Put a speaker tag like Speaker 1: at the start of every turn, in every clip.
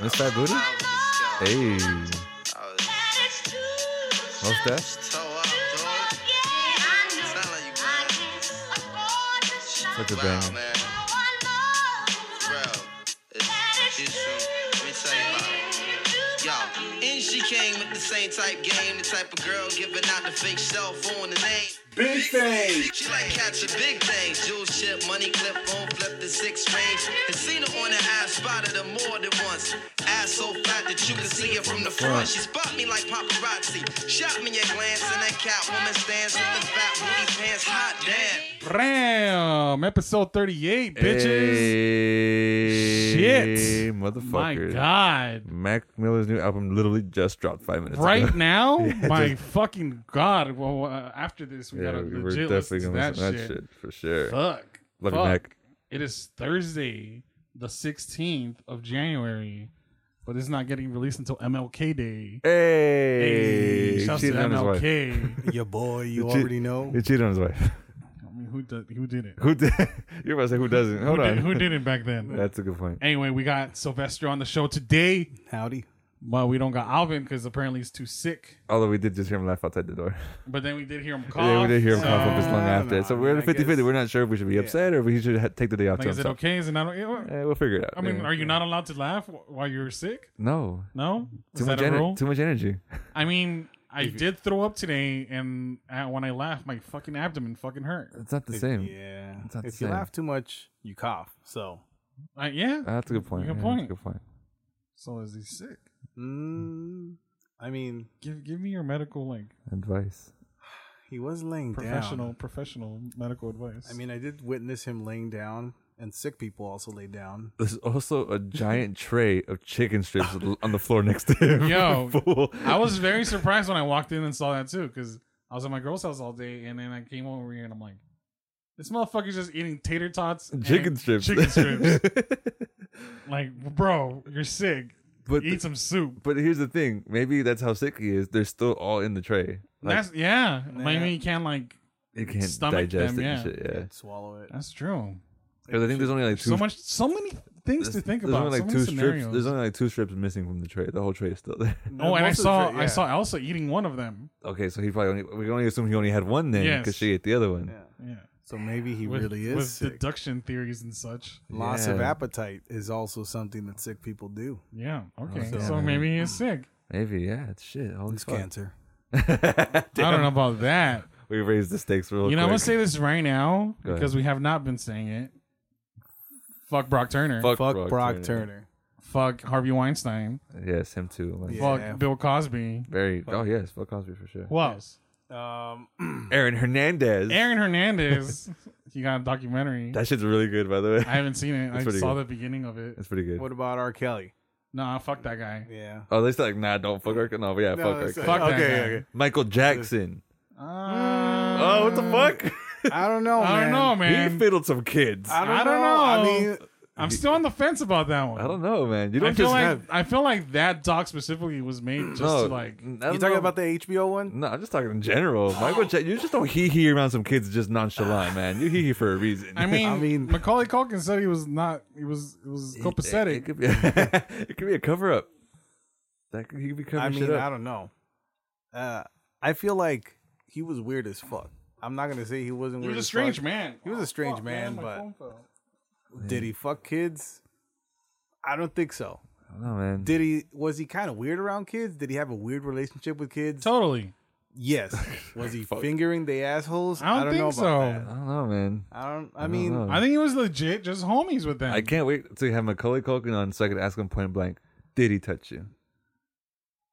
Speaker 1: Miss Fat Booty? Hey. What's that? Such a banger.
Speaker 2: Yo, and she came with the same type game, the type of girl giving out the fake cell phone the name.
Speaker 3: Big thing.
Speaker 2: She like catching big things, jewel ship, money clip, phone flip the six range. And seen her on the ass, spotted her more than once. Ass so fat that you can see her from the front. She spot me like paparazzi, shot me a glance, and that cat woman stands with the fat booty pants. Hot damn.
Speaker 3: Bram. Episode 38, bitches.
Speaker 1: Hey,
Speaker 3: Shit.
Speaker 1: Motherfucker.
Speaker 3: My God.
Speaker 1: Mac Miller's new album literally just dropped five minutes ago.
Speaker 3: Right now, my fucking god! Well, uh, after this, we
Speaker 1: Yeah,
Speaker 3: gotta
Speaker 1: we're
Speaker 3: legit
Speaker 1: definitely
Speaker 3: listen
Speaker 1: gonna
Speaker 3: to
Speaker 1: listen
Speaker 3: that,
Speaker 1: to
Speaker 3: shit.
Speaker 1: that shit for sure.
Speaker 3: Fuck.
Speaker 1: Love you,
Speaker 3: Fuck.
Speaker 1: Mac.
Speaker 3: It is Thursday, the sixteenth of January, but it's not getting released until MLK Day.
Speaker 1: Hey,
Speaker 3: Hey,
Speaker 1: he
Speaker 3: shouts to
Speaker 1: cheated on his wife.
Speaker 3: MLK.
Speaker 4: Your boy, you
Speaker 1: Che-
Speaker 4: already know.
Speaker 1: He cheated on his wife.
Speaker 3: I mean, who did who did it?
Speaker 1: Who did? You're about to say who doesn't? Hold
Speaker 3: who,
Speaker 1: on.
Speaker 3: Did, who did it back then?
Speaker 1: That's a good point.
Speaker 3: Anyway, we got Sylvester on the show today.
Speaker 4: Howdy.
Speaker 3: Well, we don't got Alvin because apparently he's too sick.
Speaker 1: Although we did just hear him laugh outside the door.
Speaker 3: But then we did hear him cough.
Speaker 1: yeah, we did hear him
Speaker 3: so-
Speaker 1: cough up his lung
Speaker 4: Uh,
Speaker 1: after. so
Speaker 4: no,
Speaker 1: we're
Speaker 4: I
Speaker 1: at 50 50.
Speaker 4: guess-
Speaker 1: We're not sure if we should be upset or if we should ha- take the day off
Speaker 3: Like,
Speaker 1: to
Speaker 3: is it
Speaker 1: himself.
Speaker 3: okay? Is it not? okay?
Speaker 1: Eh, we'll figure it out.
Speaker 3: I mean,
Speaker 1: Yeah.
Speaker 3: are you not allowed to laugh wh- while you're sick?
Speaker 1: No.
Speaker 3: No,
Speaker 1: Too
Speaker 3: is
Speaker 1: much,
Speaker 3: that a
Speaker 1: ener-
Speaker 3: rule?
Speaker 1: too much energy.
Speaker 3: I mean, I did throw up today, and uh, when I laughed, my fucking abdomen fucking hurt.
Speaker 1: It's not the same.
Speaker 4: Yeah.
Speaker 1: It's not the
Speaker 4: If you
Speaker 1: same.
Speaker 4: laugh too much, you cough. So,
Speaker 3: Uh, yeah,
Speaker 1: Ah, that's a good point.
Speaker 3: Good
Speaker 1: Yeah,
Speaker 3: point.
Speaker 1: That's a good point.
Speaker 3: so is he sick?
Speaker 4: mm, I mean,
Speaker 3: Give give me your medical like
Speaker 1: Advice.
Speaker 4: he was laying
Speaker 3: professional
Speaker 4: down.
Speaker 3: professional medical advice.
Speaker 4: I mean, I did witness him laying down, and sick people also lay down.
Speaker 1: There's also a giant tray of chicken strips l- on the floor next to him.
Speaker 3: Yo,
Speaker 1: Fool.
Speaker 3: I was very surprised when I walked in and saw that too, because I was at my girl's house all day, and then I came over here and I'm like, this motherfucker's just eating tater tots, and
Speaker 1: chicken strips.
Speaker 3: chicken strips. like, bro, you're sick.
Speaker 1: but
Speaker 3: Eat some soup.
Speaker 1: but here's the thing. Maybe that's how sick he is. They're still all in the tray. Like,
Speaker 3: that's yeah.
Speaker 4: Nah.
Speaker 3: Maybe you can like.
Speaker 1: you can't
Speaker 3: stomach
Speaker 1: digest
Speaker 3: them,
Speaker 1: it.
Speaker 3: yeah.
Speaker 1: And shit, yeah.
Speaker 4: Can't swallow it.
Speaker 3: That's true.
Speaker 1: Because I think there's only like two.
Speaker 3: so much, so many things
Speaker 1: there's-
Speaker 3: to think
Speaker 1: there's
Speaker 3: about.
Speaker 1: Only like
Speaker 3: so many
Speaker 1: two
Speaker 3: scenarios.
Speaker 1: strips. There's only like two strips missing from the tray. The whole tray is still there.
Speaker 3: oh, and I
Speaker 4: Most of the
Speaker 3: saw,
Speaker 4: shit,
Speaker 3: I
Speaker 4: yeah.
Speaker 3: saw Elsa eating one of them.
Speaker 1: Okay, so he probably only, we can only assume he only had one then because
Speaker 3: Yes.
Speaker 1: she ate the other one.
Speaker 4: Yeah.
Speaker 3: Yeah,
Speaker 4: So maybe he
Speaker 3: with,
Speaker 4: really is
Speaker 3: with
Speaker 4: sick.
Speaker 3: deduction theories and such.
Speaker 4: Loss of
Speaker 1: Yeah.
Speaker 4: appetite is also something that sick people do.
Speaker 3: Yeah. Okay.
Speaker 1: so-
Speaker 3: so maybe he's sick.
Speaker 1: Maybe yeah, it's shit. Holy
Speaker 4: It's
Speaker 1: fuck.
Speaker 4: cancer.
Speaker 3: I don't know about that.
Speaker 1: We raised the stakes real
Speaker 3: You
Speaker 1: quick.
Speaker 3: know, I'm gonna say this right now
Speaker 1: Go ahead.
Speaker 3: because we have not been saying it. Fuck Brock Turner.
Speaker 1: fuck,
Speaker 4: Fuck
Speaker 1: Brock, Turner.
Speaker 4: Turner.
Speaker 3: Fuck Harvey Weinstein.
Speaker 1: Yes, him too. Like,
Speaker 4: Yeah.
Speaker 3: Fuck Bill Cosby.
Speaker 1: Very. Oh yes, Bill Cosby for sure.
Speaker 3: Who else?
Speaker 4: Um,
Speaker 1: Aaron Hernandez.
Speaker 3: Aaron Hernandez. he got a documentary.
Speaker 1: That shit's really good, by the way.
Speaker 3: I haven't seen it. I
Speaker 1: pretty
Speaker 3: saw
Speaker 1: good.
Speaker 3: the beginning of it.
Speaker 1: That's pretty good.
Speaker 4: what about R. Kelly?
Speaker 3: Nah, fuck that guy.
Speaker 4: Yeah.
Speaker 1: Oh, they said like, nah, don't fuck her. No, but yeah, fuck her.
Speaker 4: it's-
Speaker 3: Fuck that
Speaker 4: okay,
Speaker 3: guy.
Speaker 4: okay.
Speaker 1: Michael Jackson.
Speaker 3: Uh,
Speaker 1: Oh, what the fuck?
Speaker 4: I don't know.
Speaker 3: I don't
Speaker 4: Oh, man.
Speaker 3: know,
Speaker 1: He
Speaker 3: man.
Speaker 1: fiddled some kids. I,
Speaker 4: I don't,
Speaker 3: I don't
Speaker 4: know.
Speaker 3: know.
Speaker 4: I mean,
Speaker 3: I'm still on the fence about that one.
Speaker 1: don't know, man. You
Speaker 3: I
Speaker 1: don't
Speaker 3: feel
Speaker 1: just
Speaker 3: like
Speaker 1: have.
Speaker 3: I feel like that doc specifically was made just
Speaker 1: no, Mm,
Speaker 3: to like.
Speaker 1: you
Speaker 4: you talking about the HBO one?
Speaker 1: No, I'm just talking in general. Michael Jackson. You just don't hee hee around some kids just nonchalant, man. You hee hee for a reason.
Speaker 3: I mean,
Speaker 4: I mean-
Speaker 3: Macaulay Culkin said he was not. He was. It was
Speaker 1: It,
Speaker 3: copacetic.
Speaker 1: could be. it could be a cover up. That could, he could be covering
Speaker 4: I
Speaker 1: shit
Speaker 4: mean,
Speaker 1: up.
Speaker 4: I don't know. Uh, I feel like he was weird as fuck. I'm not gonna say he wasn't
Speaker 3: He
Speaker 4: weird.
Speaker 3: was a
Speaker 4: as
Speaker 3: strange
Speaker 4: fuck.
Speaker 3: man. oh.
Speaker 4: He was a strange
Speaker 3: Fuck,
Speaker 4: man,
Speaker 3: my
Speaker 4: but-
Speaker 3: phone fell.
Speaker 4: Did he fuck kids? I don't think so.
Speaker 1: I don't know, man.
Speaker 4: Did he? Was he kind of weird around kids? Did he have a weird relationship with kids?
Speaker 3: totally.
Speaker 4: Yes. Was he fingering the assholes?
Speaker 3: I don't,
Speaker 4: know
Speaker 3: think
Speaker 4: about
Speaker 3: so.
Speaker 4: that.
Speaker 1: I don't know, man.
Speaker 4: I don't. I,
Speaker 1: don't
Speaker 4: mean,
Speaker 1: know.
Speaker 3: I think he was legit, just homies with them.
Speaker 1: I can't wait to have Macaulay Culkin on so I could ask him point blank, did he touch you?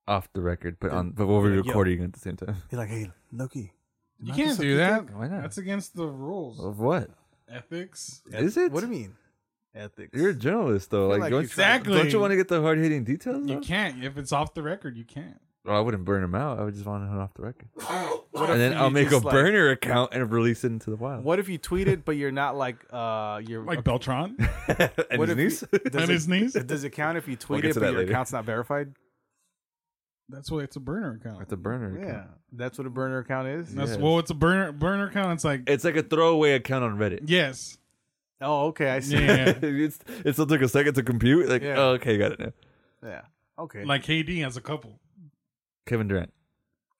Speaker 1: Off the record, but on but we'll be
Speaker 4: like, yo.
Speaker 1: recording at the same time.
Speaker 4: he's like, hey, Loki.
Speaker 3: you
Speaker 4: Not
Speaker 3: can't
Speaker 4: just
Speaker 3: do
Speaker 4: a
Speaker 3: that.
Speaker 1: dick. Why not? Oh.
Speaker 3: That's against the rules,
Speaker 1: Of what?
Speaker 3: ethics.
Speaker 1: Is it?
Speaker 4: What do you mean? Ethics.
Speaker 1: You're a journalist though.
Speaker 4: feel
Speaker 1: Like,
Speaker 4: like
Speaker 1: don't,
Speaker 4: you
Speaker 3: Exactly.
Speaker 1: don't you want to get the hard hitting details?
Speaker 3: You
Speaker 1: though?
Speaker 3: can't if it's off the record. You can't.
Speaker 1: Well, I wouldn't burn him out. I would just want him off the record.
Speaker 4: What
Speaker 1: and
Speaker 4: if
Speaker 1: then I'll
Speaker 4: you
Speaker 1: make a
Speaker 4: just, like-
Speaker 1: burner account and release it into the wild.
Speaker 4: What if you tweet it, but you're not like uh, you're
Speaker 3: Like Beltran
Speaker 1: and
Speaker 4: what
Speaker 1: his niece?
Speaker 4: if you- does
Speaker 3: and
Speaker 4: it-
Speaker 3: his niece.
Speaker 4: Does it count if you tweet
Speaker 1: get
Speaker 4: it
Speaker 1: to
Speaker 4: but
Speaker 1: that
Speaker 4: your
Speaker 1: later.
Speaker 4: account's not verified?
Speaker 3: That's why it's a burner account.
Speaker 1: It's a burner
Speaker 4: Yeah,
Speaker 1: account.
Speaker 4: that's what a burner account is.
Speaker 3: That's
Speaker 1: Yes.
Speaker 3: well, it's a burner burner account. It's like
Speaker 1: It's like a throwaway account on Reddit.
Speaker 3: yes,
Speaker 4: Oh, okay, I see.
Speaker 3: yeah.
Speaker 1: it's, it still took a second to compute. Like,
Speaker 4: Yeah.
Speaker 1: oh, okay, got it now.
Speaker 4: Yeah. Okay.
Speaker 3: Like KD as a couple
Speaker 1: Kevin Durant.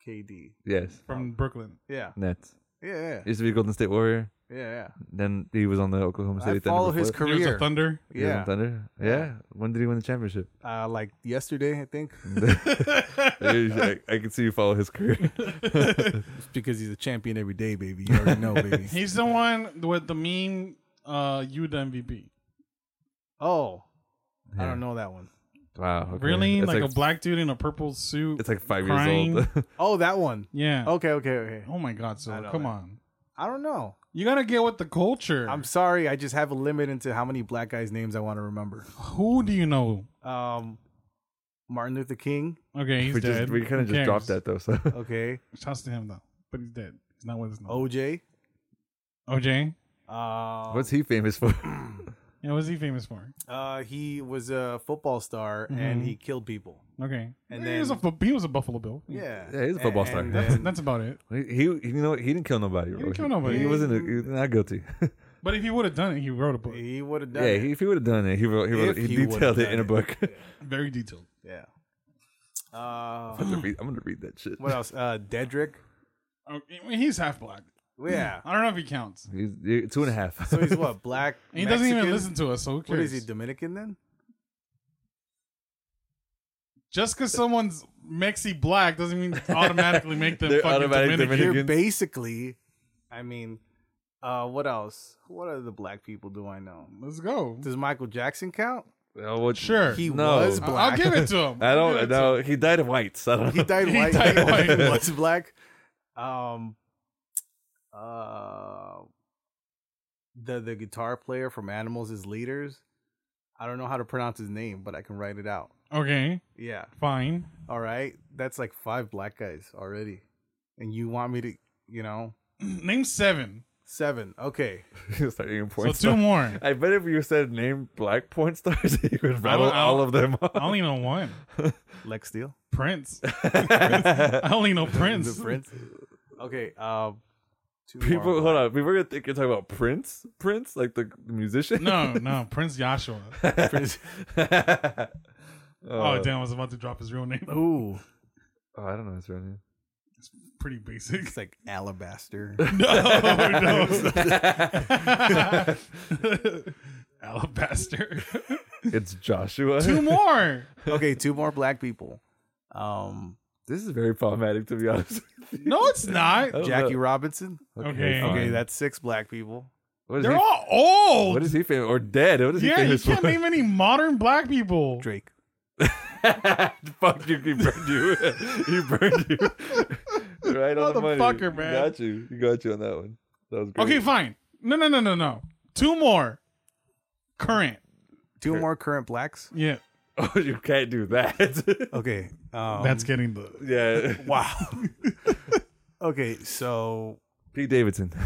Speaker 4: KD.
Speaker 1: Yes.
Speaker 3: from Brooklyn.
Speaker 4: Yeah.
Speaker 1: Nets.
Speaker 4: Yeah. Yeah.
Speaker 1: Used to be a Golden State Warrior.
Speaker 4: Yeah.
Speaker 1: Then he was on the Oklahoma City
Speaker 4: I
Speaker 1: Thunder.
Speaker 4: follow his
Speaker 1: before.
Speaker 3: He was a
Speaker 4: career.
Speaker 3: Thunder.
Speaker 1: He was on
Speaker 4: Yeah.
Speaker 1: Thunder. Yeah. When did he win the championship?
Speaker 4: Uh, like yesterday, I think.
Speaker 1: I, I can see you follow his career.
Speaker 4: It's because he's a champion every day, baby. You already know, baby.
Speaker 3: He's the one with the meme. Uh, you the MVP.
Speaker 4: oh, I
Speaker 1: Yeah.
Speaker 4: don't know that one.
Speaker 1: Wow. okay.
Speaker 3: Really,
Speaker 1: It's
Speaker 3: like, a black dude in a purple suit.
Speaker 1: It's like five
Speaker 3: crying.
Speaker 1: years old.
Speaker 4: Oh, that one.
Speaker 3: yeah. Oh,
Speaker 4: Okay, okay, okay.
Speaker 3: my God! So
Speaker 4: I know
Speaker 3: come
Speaker 4: that.
Speaker 3: on,
Speaker 4: I don't know.
Speaker 3: you gotta get with the culture.
Speaker 4: I'm sorry. I just have a limit into how many black guys' names I want to remember.
Speaker 3: Who do you know?
Speaker 4: Um, Martin Luther King.
Speaker 3: Okay, he's
Speaker 1: we
Speaker 3: dead.
Speaker 1: just, we kind of
Speaker 3: Who
Speaker 1: just dropped
Speaker 3: cares?
Speaker 1: that though. So
Speaker 4: Okay.
Speaker 3: Shouts to him though, but he's dead. He's not with us now.
Speaker 4: OJ.
Speaker 3: OJ.
Speaker 4: Uh,
Speaker 1: what's he famous for?
Speaker 3: Yeah, what's he famous for?
Speaker 4: uh, he was a football star and
Speaker 3: Mhm.
Speaker 4: he killed people.
Speaker 3: Okay,
Speaker 4: And
Speaker 3: he was a
Speaker 4: then-
Speaker 3: fu- he was a Buffalo Bill.
Speaker 4: Yeah.
Speaker 1: Yeah, he's a football star.
Speaker 4: And
Speaker 3: that's
Speaker 4: then-
Speaker 3: that's about it.
Speaker 1: he, he, you know, what? he didn't kill nobody.
Speaker 3: didn't
Speaker 1: bro.
Speaker 3: kill nobody.
Speaker 1: He wasn't. he was not guilty.
Speaker 3: But if he would have done it, he wrote a book,
Speaker 4: he would have done
Speaker 1: yeah,
Speaker 4: it.
Speaker 1: he, if he would have done it, he wrote, he, wrote,
Speaker 4: If
Speaker 1: he,
Speaker 4: he would've
Speaker 1: detailed it
Speaker 4: done
Speaker 1: in a
Speaker 4: it.
Speaker 1: book.
Speaker 3: very detailed.
Speaker 4: Yeah. Uh,
Speaker 1: I'm, gonna read, I'm gonna read that shit.
Speaker 4: what else? Uh, Dedrick.
Speaker 3: Okay, he's half black.
Speaker 4: Yeah.
Speaker 3: I don't know if he counts.
Speaker 1: He's, he- two and a half.
Speaker 4: So he's what? Black.
Speaker 3: And he doesn't even
Speaker 4: Mexican?
Speaker 3: listen to us, so who cares?
Speaker 4: What is he? Dominican then?
Speaker 3: Just because someone's Mexi black doesn't mean automatically make them
Speaker 1: They're
Speaker 3: fucking
Speaker 1: automatic
Speaker 3: Dominican.
Speaker 1: Dominican.
Speaker 4: You're
Speaker 1: Dominicans.
Speaker 4: basically. I mean, uh, what else? What other black people do I know?
Speaker 3: Let's go.
Speaker 4: Does Michael Jackson count?
Speaker 1: Oh, what-
Speaker 3: Sure.
Speaker 4: He
Speaker 1: No.
Speaker 4: was
Speaker 1: I-
Speaker 3: I'll
Speaker 4: black.
Speaker 3: give it to him.
Speaker 1: I
Speaker 3: I'll
Speaker 1: don't
Speaker 3: give it to him.
Speaker 1: know. He died of whites. I don't
Speaker 4: he
Speaker 1: know.
Speaker 4: dyed
Speaker 3: He
Speaker 4: white.
Speaker 3: dyed white.
Speaker 4: he was black. Um, uh, the the guitar player from Animals is Leaders. I don't know how to pronounce his name, but I can write it out.
Speaker 3: Okay,
Speaker 4: Yeah.
Speaker 3: fine.
Speaker 4: All right. That's like five black guys already, and you want me to, you know,
Speaker 3: Name seven.
Speaker 4: seven? Okay.
Speaker 1: He'll start eating
Speaker 3: So
Speaker 1: porn
Speaker 3: two
Speaker 1: stars.
Speaker 3: more.
Speaker 1: I bet if you said name black porn stars, you would
Speaker 3: I don't-
Speaker 1: rattle
Speaker 3: I don't-
Speaker 1: all of them.
Speaker 3: I only know one.
Speaker 4: Lex Steele.
Speaker 3: Prince.
Speaker 1: off.
Speaker 3: I only know Prince.
Speaker 4: The Prince. Okay. Um. Two more
Speaker 1: People,
Speaker 4: black-
Speaker 1: hold on. People are gonna think you're talking about Prince, Prince, like the musician.
Speaker 3: No, no, Prince Joshua.
Speaker 1: Prince. oh,
Speaker 3: Oh damn, I was about to drop his real name.
Speaker 4: Ooh.
Speaker 1: Oh, I don't know his real name.
Speaker 3: Pretty basic.
Speaker 4: It's like alabaster.
Speaker 3: No, no. Alabaster.
Speaker 1: It's Joshua.
Speaker 3: Two more.
Speaker 4: okay. Two more black people. Um.
Speaker 1: This is very problematic, to be honest.
Speaker 3: No, it's not.
Speaker 1: I don't
Speaker 4: Jackie
Speaker 1: know.
Speaker 4: Robinson.
Speaker 3: Okay.
Speaker 1: fine.
Speaker 4: Okay, that's six black people.
Speaker 1: What is
Speaker 3: They're
Speaker 1: he-
Speaker 3: all old.
Speaker 1: What is he famous or dead? What is he
Speaker 3: Oh. yeah, you
Speaker 1: famous
Speaker 3: can't
Speaker 1: for?
Speaker 3: name any modern black people.
Speaker 4: Drake.
Speaker 1: Fuck you! He burned you. he burned you. right on the money.
Speaker 3: Motherfucker, man.
Speaker 1: Got you. You got you on that one. That was great.
Speaker 3: Okay, fine. No, no, no, no, no. Two more. Current.
Speaker 4: Two
Speaker 1: Sure.
Speaker 4: more current blacks.
Speaker 3: Yeah,
Speaker 1: Oh, you can't do that.
Speaker 4: Okay. Um,
Speaker 3: that's getting the.
Speaker 1: yeah.
Speaker 4: wow. okay, so
Speaker 1: Pete Davidson.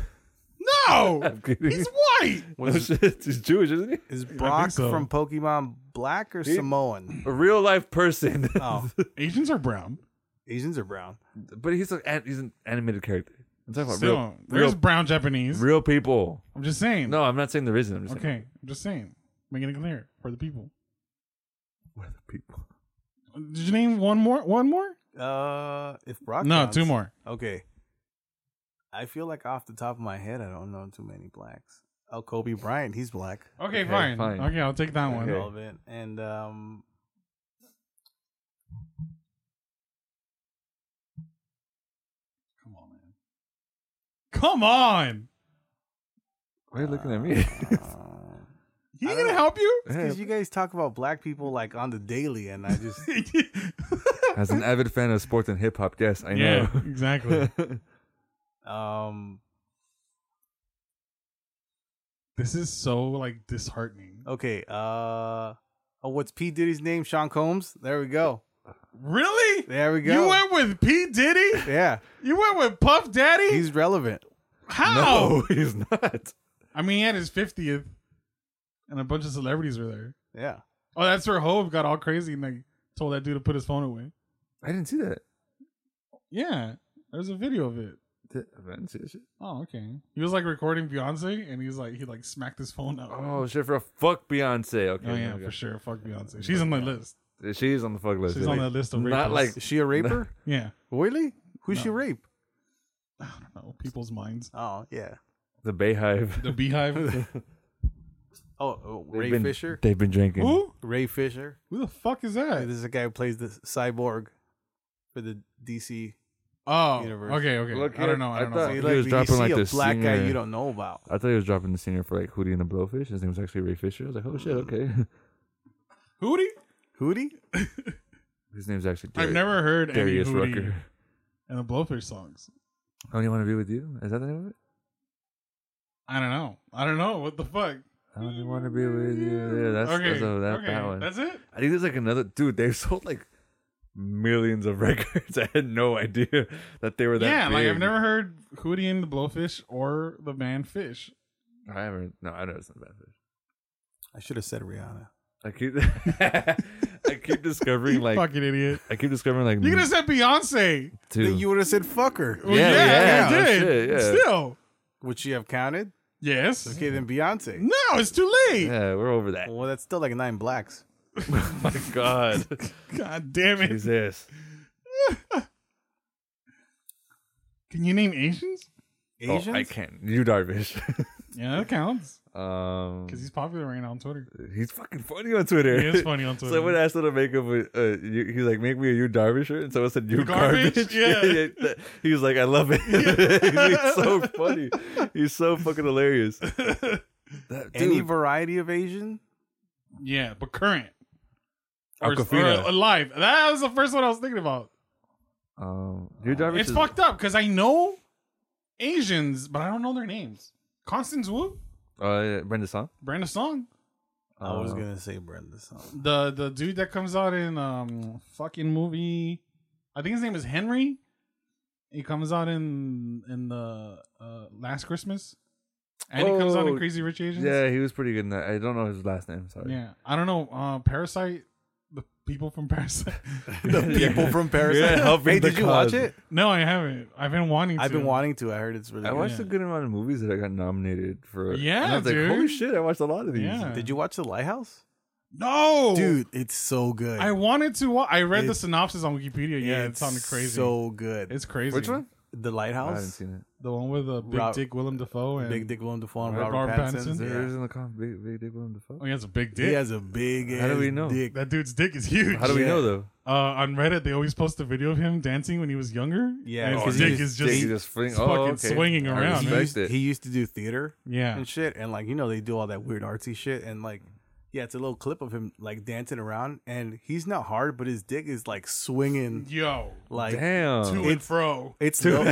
Speaker 3: No,
Speaker 1: I'm kidding.
Speaker 3: he's white.
Speaker 1: No shit. He's Jewish, isn't he?
Speaker 4: is Brock
Speaker 3: so.
Speaker 4: from Pokemon black or
Speaker 1: He-
Speaker 4: Samoan?
Speaker 1: A real life person.
Speaker 3: Uh,
Speaker 4: Oh,
Speaker 3: Asians are brown.
Speaker 4: Asians are brown.
Speaker 1: but he's a, an- he's an animated character. I'm talking about
Speaker 3: Still,
Speaker 1: real,
Speaker 3: there's
Speaker 1: real,
Speaker 3: brown Japanese.
Speaker 1: real people.
Speaker 3: I'm just saying.
Speaker 1: No, I'm not saying there isn't. I'm just saying
Speaker 3: Okay, I'm just saying. Making it clear for the people.
Speaker 1: what are the people.
Speaker 3: Did you name one more? One more?
Speaker 4: Uh, if Brock.
Speaker 3: No,
Speaker 4: counts-
Speaker 3: two more.
Speaker 4: Okay. I feel like off the top of my head, I don't know too many blacks. Oh, Kobe Bryant, he's black.
Speaker 3: Okay,
Speaker 1: Okay,
Speaker 3: fine.
Speaker 1: fine.
Speaker 3: Okay, I'll take that one.
Speaker 1: Okay.
Speaker 4: Relevant and um.
Speaker 3: Come on, man. Come on.
Speaker 1: Why are you looking at me?
Speaker 4: uh,
Speaker 3: He ain't
Speaker 4: I don't
Speaker 3: gonna
Speaker 4: know.
Speaker 3: help you.
Speaker 4: Because you guys talk about black people like on the daily, and I just
Speaker 1: As an avid fan of sports and hip hop, yes, I
Speaker 3: yeah,
Speaker 1: know.
Speaker 3: exactly.
Speaker 4: um
Speaker 3: this is so like disheartening.
Speaker 4: okay uh oh what's P Diddy's name? Sean Combs. There we go.
Speaker 3: Really?
Speaker 4: There we go.
Speaker 3: You went with P Diddy?
Speaker 4: yeah,
Speaker 3: You went with Puff Daddy?
Speaker 4: he's relevant.
Speaker 3: How?
Speaker 1: no, he's not.
Speaker 3: I mean, he had his fiftieth, and a bunch of celebrities were there.
Speaker 4: Yeah.
Speaker 3: Oh, that's where Hove got all crazy and like told that dude to put his phone away.
Speaker 1: I didn't see that.
Speaker 3: Yeah, there's a video of it.
Speaker 1: Did- I didn't see that shit.
Speaker 3: Oh, okay. He was like recording Beyonce, and he's like he like smacked his phone out.
Speaker 1: Oh shit! For a fuck Beyonce. Okay.
Speaker 3: Oh, yeah,
Speaker 1: okay.
Speaker 3: for sure. Fuck Beyonce. She's on my list.
Speaker 1: She's on the fuck list.
Speaker 3: She's on the list of
Speaker 1: Not
Speaker 3: rapists.
Speaker 1: like
Speaker 4: Is she a raper?
Speaker 3: Yeah.
Speaker 4: Really? Who's she
Speaker 3: No.
Speaker 4: rape?
Speaker 3: I don't know. People's minds.
Speaker 4: Oh yeah.
Speaker 1: the Bayhive.
Speaker 3: The Beehive.
Speaker 4: Oh, oh
Speaker 1: They've
Speaker 4: Ray
Speaker 1: been-
Speaker 4: Fisher.
Speaker 1: They've been drinking.
Speaker 3: Who?
Speaker 4: Ray Fisher.
Speaker 3: Who the fuck is
Speaker 4: Hey,
Speaker 3: that?
Speaker 4: This is a guy who plays the cyborg for the DC.
Speaker 3: Oh,
Speaker 4: Universe.
Speaker 3: okay, okay.
Speaker 1: Look
Speaker 3: I
Speaker 1: at-
Speaker 3: don't know. I
Speaker 1: I
Speaker 3: don't
Speaker 1: thought-
Speaker 4: See,
Speaker 1: he
Speaker 3: know.
Speaker 1: was
Speaker 4: you
Speaker 1: dropping,
Speaker 4: see
Speaker 1: like,
Speaker 4: a
Speaker 1: this
Speaker 4: black guy
Speaker 1: singer.
Speaker 4: you don't know about.
Speaker 1: I thought he was dropping the singer for like Hootie and the Blowfish. His name was actually Ray Fisher. I was like, oh
Speaker 3: Mm.
Speaker 1: shit, okay.
Speaker 3: Hootie?
Speaker 4: Hootie?
Speaker 1: His name's actually Dar-
Speaker 3: I've never heard any
Speaker 1: Darius
Speaker 3: Hootie
Speaker 1: Rucker.
Speaker 3: and the Blowfish songs.
Speaker 1: I only want to be with you. Is that the name of it?
Speaker 3: I don't know. I don't know. What the fuck?
Speaker 1: I only want to be with you. Yeah, that's
Speaker 3: okay.
Speaker 1: that's, oh, that,
Speaker 3: okay.
Speaker 1: that one.
Speaker 3: That's it?
Speaker 1: I think there's like another dude. They've sold like millions of records. I had no idea that they were that.
Speaker 3: yeah, like I've
Speaker 1: big.
Speaker 3: never heard Hootie and the Blowfish or the band Fish.
Speaker 1: I haven't. No, I know it's not Blowfish.
Speaker 4: I should have said Rihanna.
Speaker 1: I keep. I keep discovering
Speaker 3: You
Speaker 1: like.
Speaker 3: fucking idiot.
Speaker 1: I keep discovering like.
Speaker 3: You could have said Beyonce.
Speaker 1: two.
Speaker 4: You would have said fucker.
Speaker 3: Well,
Speaker 1: Yeah,
Speaker 3: yeah,
Speaker 1: yeah,
Speaker 3: I
Speaker 1: no
Speaker 3: did.
Speaker 1: shit, yeah.
Speaker 3: Still.
Speaker 4: Would she have counted?
Speaker 3: Yes.
Speaker 4: Okay, then Beyonce.
Speaker 3: No, it's too late.
Speaker 1: yeah, we're over
Speaker 3: Oh
Speaker 1: that.
Speaker 4: Well, that's still like nine blacks.
Speaker 1: Oh my god,
Speaker 3: God damn it.
Speaker 1: Jesus!
Speaker 3: Can you name Asians?
Speaker 4: Asians?
Speaker 1: Oh, I can't. You Darvish.
Speaker 3: Yeah, that counts.
Speaker 1: um,
Speaker 3: Because he's popular right now on Twitter.
Speaker 1: he's fucking funny on Twitter.
Speaker 3: He is funny on Twitter.
Speaker 1: Someone asked him to make him a, a you, he's like, make me a you Darvish shirt, and someone said you
Speaker 3: Garbage?
Speaker 1: garbage.
Speaker 3: Yeah.
Speaker 1: that- he was like, I love it. he's so funny. He's so fucking hilarious. That,
Speaker 4: Any
Speaker 1: dude,
Speaker 4: variety of Asian?
Speaker 3: Yeah, but current. Or, or
Speaker 1: Aquafina.
Speaker 3: alive. That was the first one I was thinking about.
Speaker 1: um, you Darvish
Speaker 3: it's
Speaker 1: is-
Speaker 3: fucked up because I know Asians, but I don't know their names. Constance Wu,
Speaker 1: Uh, Brenda Song.
Speaker 3: Brenda Song,
Speaker 4: I was
Speaker 1: Uh,
Speaker 4: gonna say Brenda Song.
Speaker 3: the the dude that comes out in um fucking movie, I think his name is Henry. He comes out in in the uh, Last Christmas, and he comes out in
Speaker 1: Oh,
Speaker 3: Crazy Rich Asians.
Speaker 1: Yeah, he was pretty good in that. I don't know his last name. Sorry.
Speaker 3: yeah. I don't know. Uh, Parasite, the people from Parasite.
Speaker 1: The
Speaker 4: People from Paris.
Speaker 1: Yeah, helping
Speaker 4: hey,
Speaker 1: the
Speaker 4: did you watch
Speaker 1: cause.
Speaker 4: it?
Speaker 3: no, I haven't. I've been wanting.
Speaker 4: I've
Speaker 3: to.
Speaker 4: been wanting to. I heard it's really
Speaker 1: I
Speaker 4: good.
Speaker 1: watched
Speaker 3: Yeah.
Speaker 1: a good amount of movies that I got nominated for.
Speaker 3: Yeah,
Speaker 1: and I was
Speaker 3: dude.
Speaker 1: like, holy shit, I watched a lot of these.
Speaker 3: Yeah.
Speaker 4: Did you watch The Lighthouse?
Speaker 1: Oh.
Speaker 3: No,
Speaker 4: Dude, it's so good.
Speaker 3: I wanted to. Wa- I read the
Speaker 4: It's-
Speaker 3: synopsis on Wikipedia. Yeah, it sounded crazy.
Speaker 4: So good.
Speaker 3: it's crazy.
Speaker 1: Which one?
Speaker 4: the
Speaker 1: I
Speaker 4: Lighthouse.
Speaker 1: haven't seen it.
Speaker 3: The one with uh, Big
Speaker 4: Rob-
Speaker 3: Dick Willem Dafoe and
Speaker 4: Big Dick Willem Dafoe and
Speaker 1: Right.
Speaker 4: Robert,
Speaker 3: Robert
Speaker 4: Pattinson.
Speaker 3: Pattinson.
Speaker 1: There
Speaker 4: Yeah.
Speaker 1: is in the comic. Big, big, big one.
Speaker 3: Oh, he has a big dick.
Speaker 4: He has a big.
Speaker 1: How do
Speaker 4: ass
Speaker 1: we know?
Speaker 4: Dick.
Speaker 3: that dude's dick is huge.
Speaker 1: How do we
Speaker 4: Yeah.
Speaker 1: know though?
Speaker 3: uh, on Reddit, they always post a video of him dancing when he was younger.
Speaker 4: Yeah,
Speaker 3: and
Speaker 4: Oh,
Speaker 3: his
Speaker 4: he
Speaker 3: dick
Speaker 4: just-
Speaker 3: is
Speaker 1: Dick,
Speaker 3: just
Speaker 1: you just fling-
Speaker 3: fucking
Speaker 1: oh, okay.
Speaker 3: swinging
Speaker 1: I
Speaker 3: around,
Speaker 4: he,
Speaker 3: man.
Speaker 4: used,
Speaker 1: respect it.
Speaker 4: he used to do theater
Speaker 3: yeah.
Speaker 4: and shit, and like you know they do all that weird artsy shit, and like yeah, it's a little clip of him like dancing around, and he's not hard, but his dick is like swinging
Speaker 3: Yo,
Speaker 4: like
Speaker 1: Damn.
Speaker 3: to and fro.
Speaker 4: Uh, it's
Speaker 1: Dude,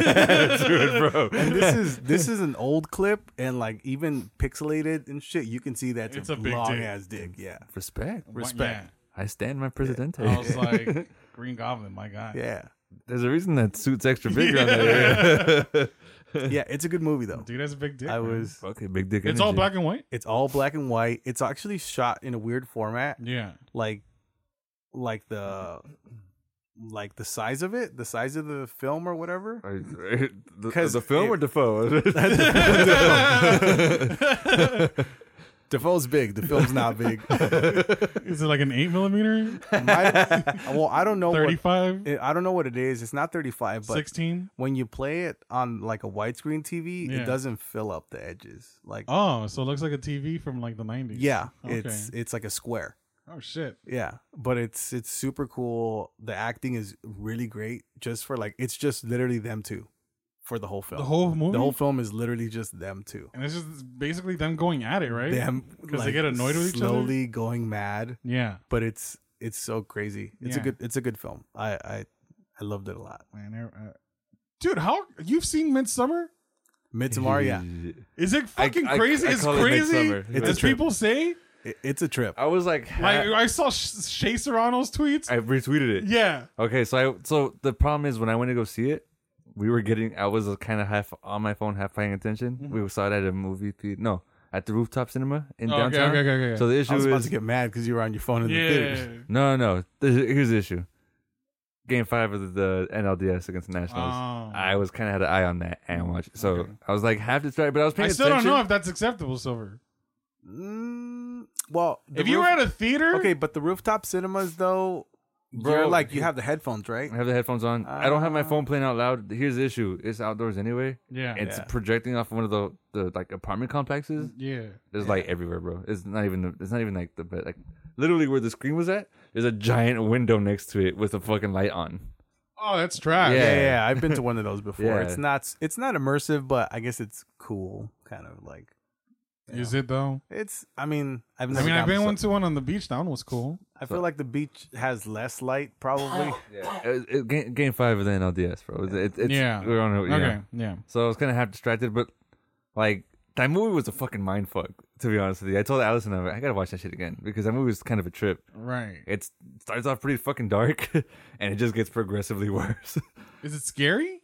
Speaker 1: bro.
Speaker 4: and this is this is an old clip, and like even pixelated and shit, you can see that's
Speaker 3: It's
Speaker 4: a,
Speaker 3: a big
Speaker 4: long
Speaker 3: dick.
Speaker 4: ass dick. Yeah,
Speaker 1: Respect.
Speaker 4: Respect.
Speaker 1: I stand my presidente.
Speaker 3: Yeah. I was like, Green Goblin, my guy.
Speaker 4: yeah,
Speaker 1: There's a reason that suit's extra big on there.
Speaker 4: yeah. It's a good movie though.
Speaker 3: Dude has a big dick.
Speaker 4: I
Speaker 3: man.
Speaker 4: was.
Speaker 1: okay, big dick.
Speaker 3: It's all
Speaker 1: energy.
Speaker 3: black and white.
Speaker 4: It's all black and white. It's actually shot in a weird format.
Speaker 3: Yeah.
Speaker 4: like like the like the size of it, the size of the film or whatever.
Speaker 1: Are- are- The,
Speaker 4: 'Cause
Speaker 1: the film
Speaker 4: it-
Speaker 1: or Defoe?
Speaker 4: Defoe's big. The film's not big.
Speaker 3: Is it like an eight millimeter?
Speaker 4: My- well, I don't know. What,
Speaker 3: 35?
Speaker 4: it- I don't know what it is. It's not thirty-five, but
Speaker 3: 16?
Speaker 4: when you play it on like a widescreen TV,
Speaker 3: Yeah.
Speaker 4: it doesn't fill up the edges. Like,
Speaker 3: Oh, so it looks like a TV from like the 90s.
Speaker 4: yeah,
Speaker 3: Okay.
Speaker 4: it's it's like a square.
Speaker 3: Oh, shit.
Speaker 4: Yeah, but it's it's super cool. The acting is really great. Just for like, it's just literally them two for the whole film.
Speaker 3: The whole movie?
Speaker 4: the whole film is literally just them two.
Speaker 3: And it's just basically them going at it, right?
Speaker 4: them
Speaker 3: 'Cause they get annoyed with each other?
Speaker 4: slowly going mad
Speaker 3: Yeah.
Speaker 4: but it's it's so crazy it's
Speaker 3: Yeah.
Speaker 4: a good it's a good film i i i loved it a lot
Speaker 3: Man, I- I- dude, how you've seen Midsummer?
Speaker 4: midsummer
Speaker 1: Mm-hmm.
Speaker 4: yeah
Speaker 3: Is it fucking
Speaker 1: I-
Speaker 3: crazy?
Speaker 1: I
Speaker 3: it's
Speaker 1: call it
Speaker 3: crazy.
Speaker 1: Midsommar.
Speaker 4: It's
Speaker 3: as
Speaker 4: a trip.
Speaker 3: people say,
Speaker 4: It- it's a trip
Speaker 1: I was like,
Speaker 3: like
Speaker 1: ha-
Speaker 3: I saw Sh- Shay Serrano's tweets.
Speaker 1: I retweeted it.
Speaker 3: yeah,
Speaker 1: Okay, so I so the problem is when I went to go see it, we were getting I was kind of half on my phone, half paying attention. We saw it at a movie theater, no, at the rooftop cinema in
Speaker 3: Mm-hmm. Oh, okay,
Speaker 1: downtown.
Speaker 3: okay, okay, okay.
Speaker 1: So the
Speaker 4: i was
Speaker 1: issue
Speaker 4: about
Speaker 1: is
Speaker 4: to get mad because you were on your phone in the
Speaker 3: yeah.
Speaker 4: theater
Speaker 1: no, no, no. This- Here's the issue. Game five of the, the NLDS against the Nationals.
Speaker 3: Oh.
Speaker 1: I was kind of had an eye on that and watched. it. So I was like half distracted, but I was
Speaker 3: I
Speaker 1: paying
Speaker 3: still
Speaker 1: attention.
Speaker 3: don't know if that's acceptable, Silver.
Speaker 4: Mm, Mm, well, the
Speaker 3: if you were
Speaker 4: roof-
Speaker 3: at a theater,
Speaker 4: okay, but the rooftop cinemas though,
Speaker 1: Bro,
Speaker 4: you're like you
Speaker 1: you-
Speaker 4: have the headphones, right?
Speaker 1: I have the headphones on. I don't have my phone playing out loud. Here's the issue: it's outdoors anyway.
Speaker 3: Ah. yeah,
Speaker 1: It's projecting off one of the, the like apartment complexes.
Speaker 3: yeah,
Speaker 1: There's light everywhere, bro. It's not even it's not even like the bed. Like literally where the screen was at, there's a giant window next to it with a fucking light on.
Speaker 3: oh, that's trash.
Speaker 1: Yeah.
Speaker 4: Yeah, yeah, yeah, I've been to one of those before.
Speaker 1: Yeah.
Speaker 4: It's not it's not immersive, but I guess it's cool, kind of like
Speaker 3: is it though?
Speaker 4: it's. I mean, I've
Speaker 3: I
Speaker 4: never.
Speaker 3: mean, I've
Speaker 4: gotten
Speaker 3: been
Speaker 4: so-
Speaker 3: one to one on the beach. That one was cool.
Speaker 4: I feel like the beach has less light, probably.
Speaker 1: It- it- game, game five of the NLDS, bro. It's, it's- it's-
Speaker 3: Yeah.
Speaker 1: we're on. a- Yeah.
Speaker 3: Okay, yeah.
Speaker 1: So I was kind of half distracted, but like that movie was a fucking mind fuck. To be honest with you, I told Allison I gotta watch that shit again because that movie was kind of a trip.
Speaker 3: Right.
Speaker 1: It starts off pretty fucking dark, and it just gets progressively worse.
Speaker 3: Is it scary?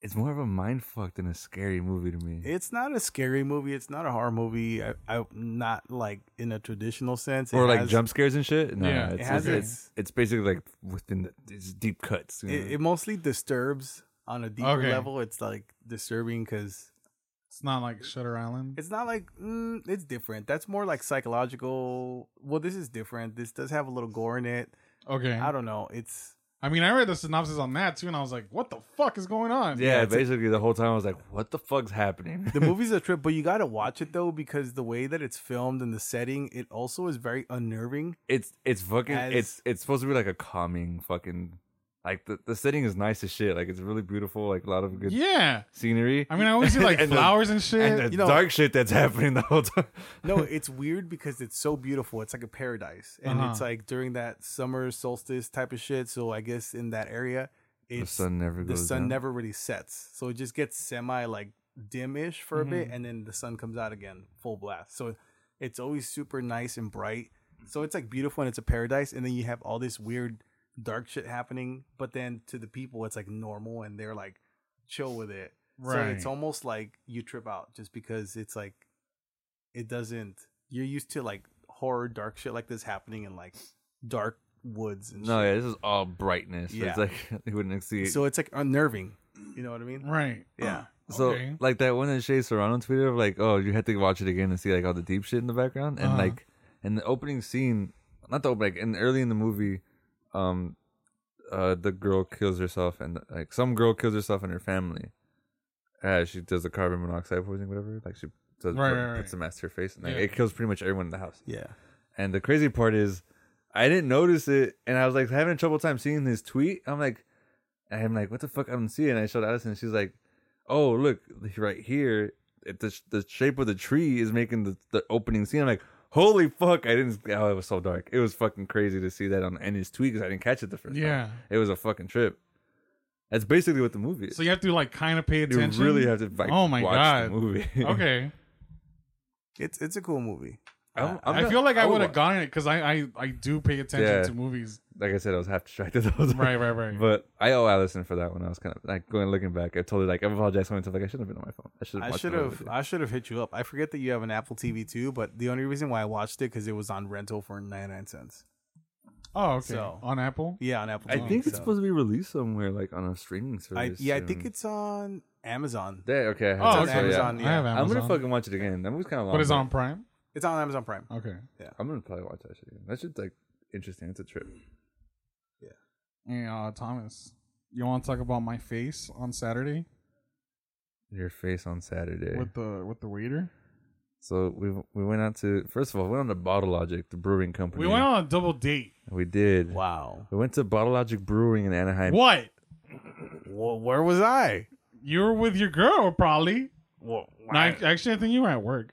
Speaker 1: it's more of a mind fuck than a scary movie to me.
Speaker 4: It's not a scary movie. It's not a horror movie. I, I not like in a traditional sense. It
Speaker 1: or like
Speaker 4: has-
Speaker 1: jump scares and shit. No,
Speaker 3: Yeah,
Speaker 1: it's,
Speaker 4: it has
Speaker 1: it's, it's
Speaker 4: its-
Speaker 1: it's basically like within the, it's deep cuts. you
Speaker 4: It,
Speaker 1: know?
Speaker 4: it mostly disturbs on a deeper
Speaker 3: Okay.
Speaker 4: level. It's like disturbing because
Speaker 3: It's not like Shutter Island.
Speaker 4: it's not like mm, it's different. That's more like psychological. Well, this is different. This does have a little gore in it.
Speaker 3: Okay.
Speaker 4: I don't know. It's
Speaker 3: I mean, I read the synopsis on that too, and I was like, "What the fuck is going on?"
Speaker 1: yeah,
Speaker 4: yeah, it's a-
Speaker 1: basically the whole time I was like, "What the fuck's happening?"
Speaker 4: the movie's a trip, but you gotta watch it though because the way that it's filmed and the setting, it also is very unnerving.
Speaker 1: it's it's fucking
Speaker 4: As-
Speaker 1: it's it's supposed to be like a calming fucking like the, the setting is nice as shit. Like it's really beautiful, like a lot of good
Speaker 3: Yeah.
Speaker 1: scenery.
Speaker 3: I mean, I always see like
Speaker 1: And the-
Speaker 3: flowers and shit.
Speaker 1: and the
Speaker 4: you know-
Speaker 1: dark shit that's happening the whole time.
Speaker 4: No, it's weird because it's so beautiful. It's like a paradise, and
Speaker 3: Uh-huh.
Speaker 4: it's like during that summer solstice type of shit. So I guess in that area,
Speaker 1: the
Speaker 4: it's
Speaker 1: sun never
Speaker 4: the
Speaker 1: goes.
Speaker 4: sun
Speaker 1: down.
Speaker 4: never really sets. So it just gets semi like dim-ish for a bit and then the sun comes out again full blast. So it's always super nice and bright. So it's like beautiful and it's a paradise and then you have all this weird dark shit happening, but then to the people it's like normal and they're like chill with it. So
Speaker 3: Right.
Speaker 4: it's almost like you trip out just because it's like it doesn't you're used to like horror dark shit like this happening in like dark woods and
Speaker 1: No,
Speaker 4: shit.
Speaker 1: yeah, this is all brightness.
Speaker 4: Yeah.
Speaker 1: It's like you wouldn't see. it.
Speaker 4: So it's like unnerving. You know what I mean?
Speaker 3: right. Oh,
Speaker 4: Yeah.
Speaker 1: So
Speaker 3: Okay.
Speaker 1: like that one that Shay Serrano tweeted of like, oh, you had to watch it again and see like all the deep shit in the background and
Speaker 3: Uh-huh.
Speaker 1: like in the opening scene, not the opening, like, in early in the movie, um, uh, the girl kills herself and like some girl kills herself and her family. Uh, she does the carbon monoxide poisoning, whatever. Like she does
Speaker 3: Right,
Speaker 1: put-
Speaker 3: right,
Speaker 1: puts
Speaker 3: right.
Speaker 1: a mask to her face and like,
Speaker 3: Yeah.
Speaker 1: it kills pretty much everyone in the house.
Speaker 4: Yeah.
Speaker 1: And the crazy part is, I didn't notice it, and I was like having trouble time seeing this tweet. I'm like, I'm like, what the fuck? I don't see it. And I showed Allison, and she's like, oh look, right here, it, the the shape of the tree is making the, the opening scene. I'm like, holy fuck! I didn't. Oh, it was so dark. It was fucking crazy to see that on and his tweet because I didn't catch it the first time.
Speaker 3: Yeah.
Speaker 1: it was a fucking trip. That's basically what the movie is.
Speaker 3: So you have to like kind of pay
Speaker 1: you
Speaker 3: attention.
Speaker 1: really have to like,
Speaker 3: Oh my
Speaker 1: watch
Speaker 3: god.
Speaker 1: the movie.
Speaker 3: okay.
Speaker 4: It's it's a cool movie.
Speaker 1: I'm- I'm
Speaker 3: i
Speaker 1: not-
Speaker 3: feel like I would have
Speaker 1: wa-
Speaker 3: gotten it because I, I I do pay attention
Speaker 1: Yeah.
Speaker 3: to movies.
Speaker 1: Like I said, I was half distracted. the whole time.
Speaker 3: Right. Right. Right.
Speaker 1: But I owe Allison for that one. I was kind of like going looking back. I told her like I apologize for myself. Like I should have been on my phone. I should have.
Speaker 4: I should have I should have hit you up. I forget that you have an Apple TV too, but the only reason why I watched it because it was on rental for ninety nine cents.
Speaker 3: oh, okay.
Speaker 4: So-
Speaker 3: on Apple.
Speaker 4: Yeah, on Apple.
Speaker 1: I
Speaker 4: TV,
Speaker 1: think it's
Speaker 4: so.
Speaker 1: supposed to be released somewhere like on a streaming
Speaker 4: I,
Speaker 1: service.
Speaker 4: yeah, I think
Speaker 1: soon.
Speaker 4: it's on Amazon.
Speaker 1: There. Okay. I have
Speaker 3: Oh,
Speaker 1: it,
Speaker 3: okay.
Speaker 1: so, yeah.
Speaker 4: Amazon,
Speaker 3: I
Speaker 4: yeah.
Speaker 3: have Amazon.
Speaker 1: I'm gonna fucking watch it again. That movie's kind of long.
Speaker 3: But it's
Speaker 1: but
Speaker 3: on Prime.
Speaker 4: It's on Amazon Prime.
Speaker 3: Okay.
Speaker 1: I'm gonna probably watch that shit again. That shit's like interesting. It's a trip.
Speaker 3: Hey, uh, Thomas, you want to talk about my face on Saturday
Speaker 1: Your face on Saturday.
Speaker 3: with the with the waiter?
Speaker 1: So we we went out to first of all we went on to Bottle Logic, the brewing company.
Speaker 3: We went on a double date.
Speaker 1: We did.
Speaker 4: Wow.
Speaker 1: We went to Bottle Logic Brewing in Anaheim.
Speaker 3: What?
Speaker 4: Well, where was I?
Speaker 3: You were with your girl, probably.
Speaker 4: Well,
Speaker 3: No, I- actually, I think you were at work.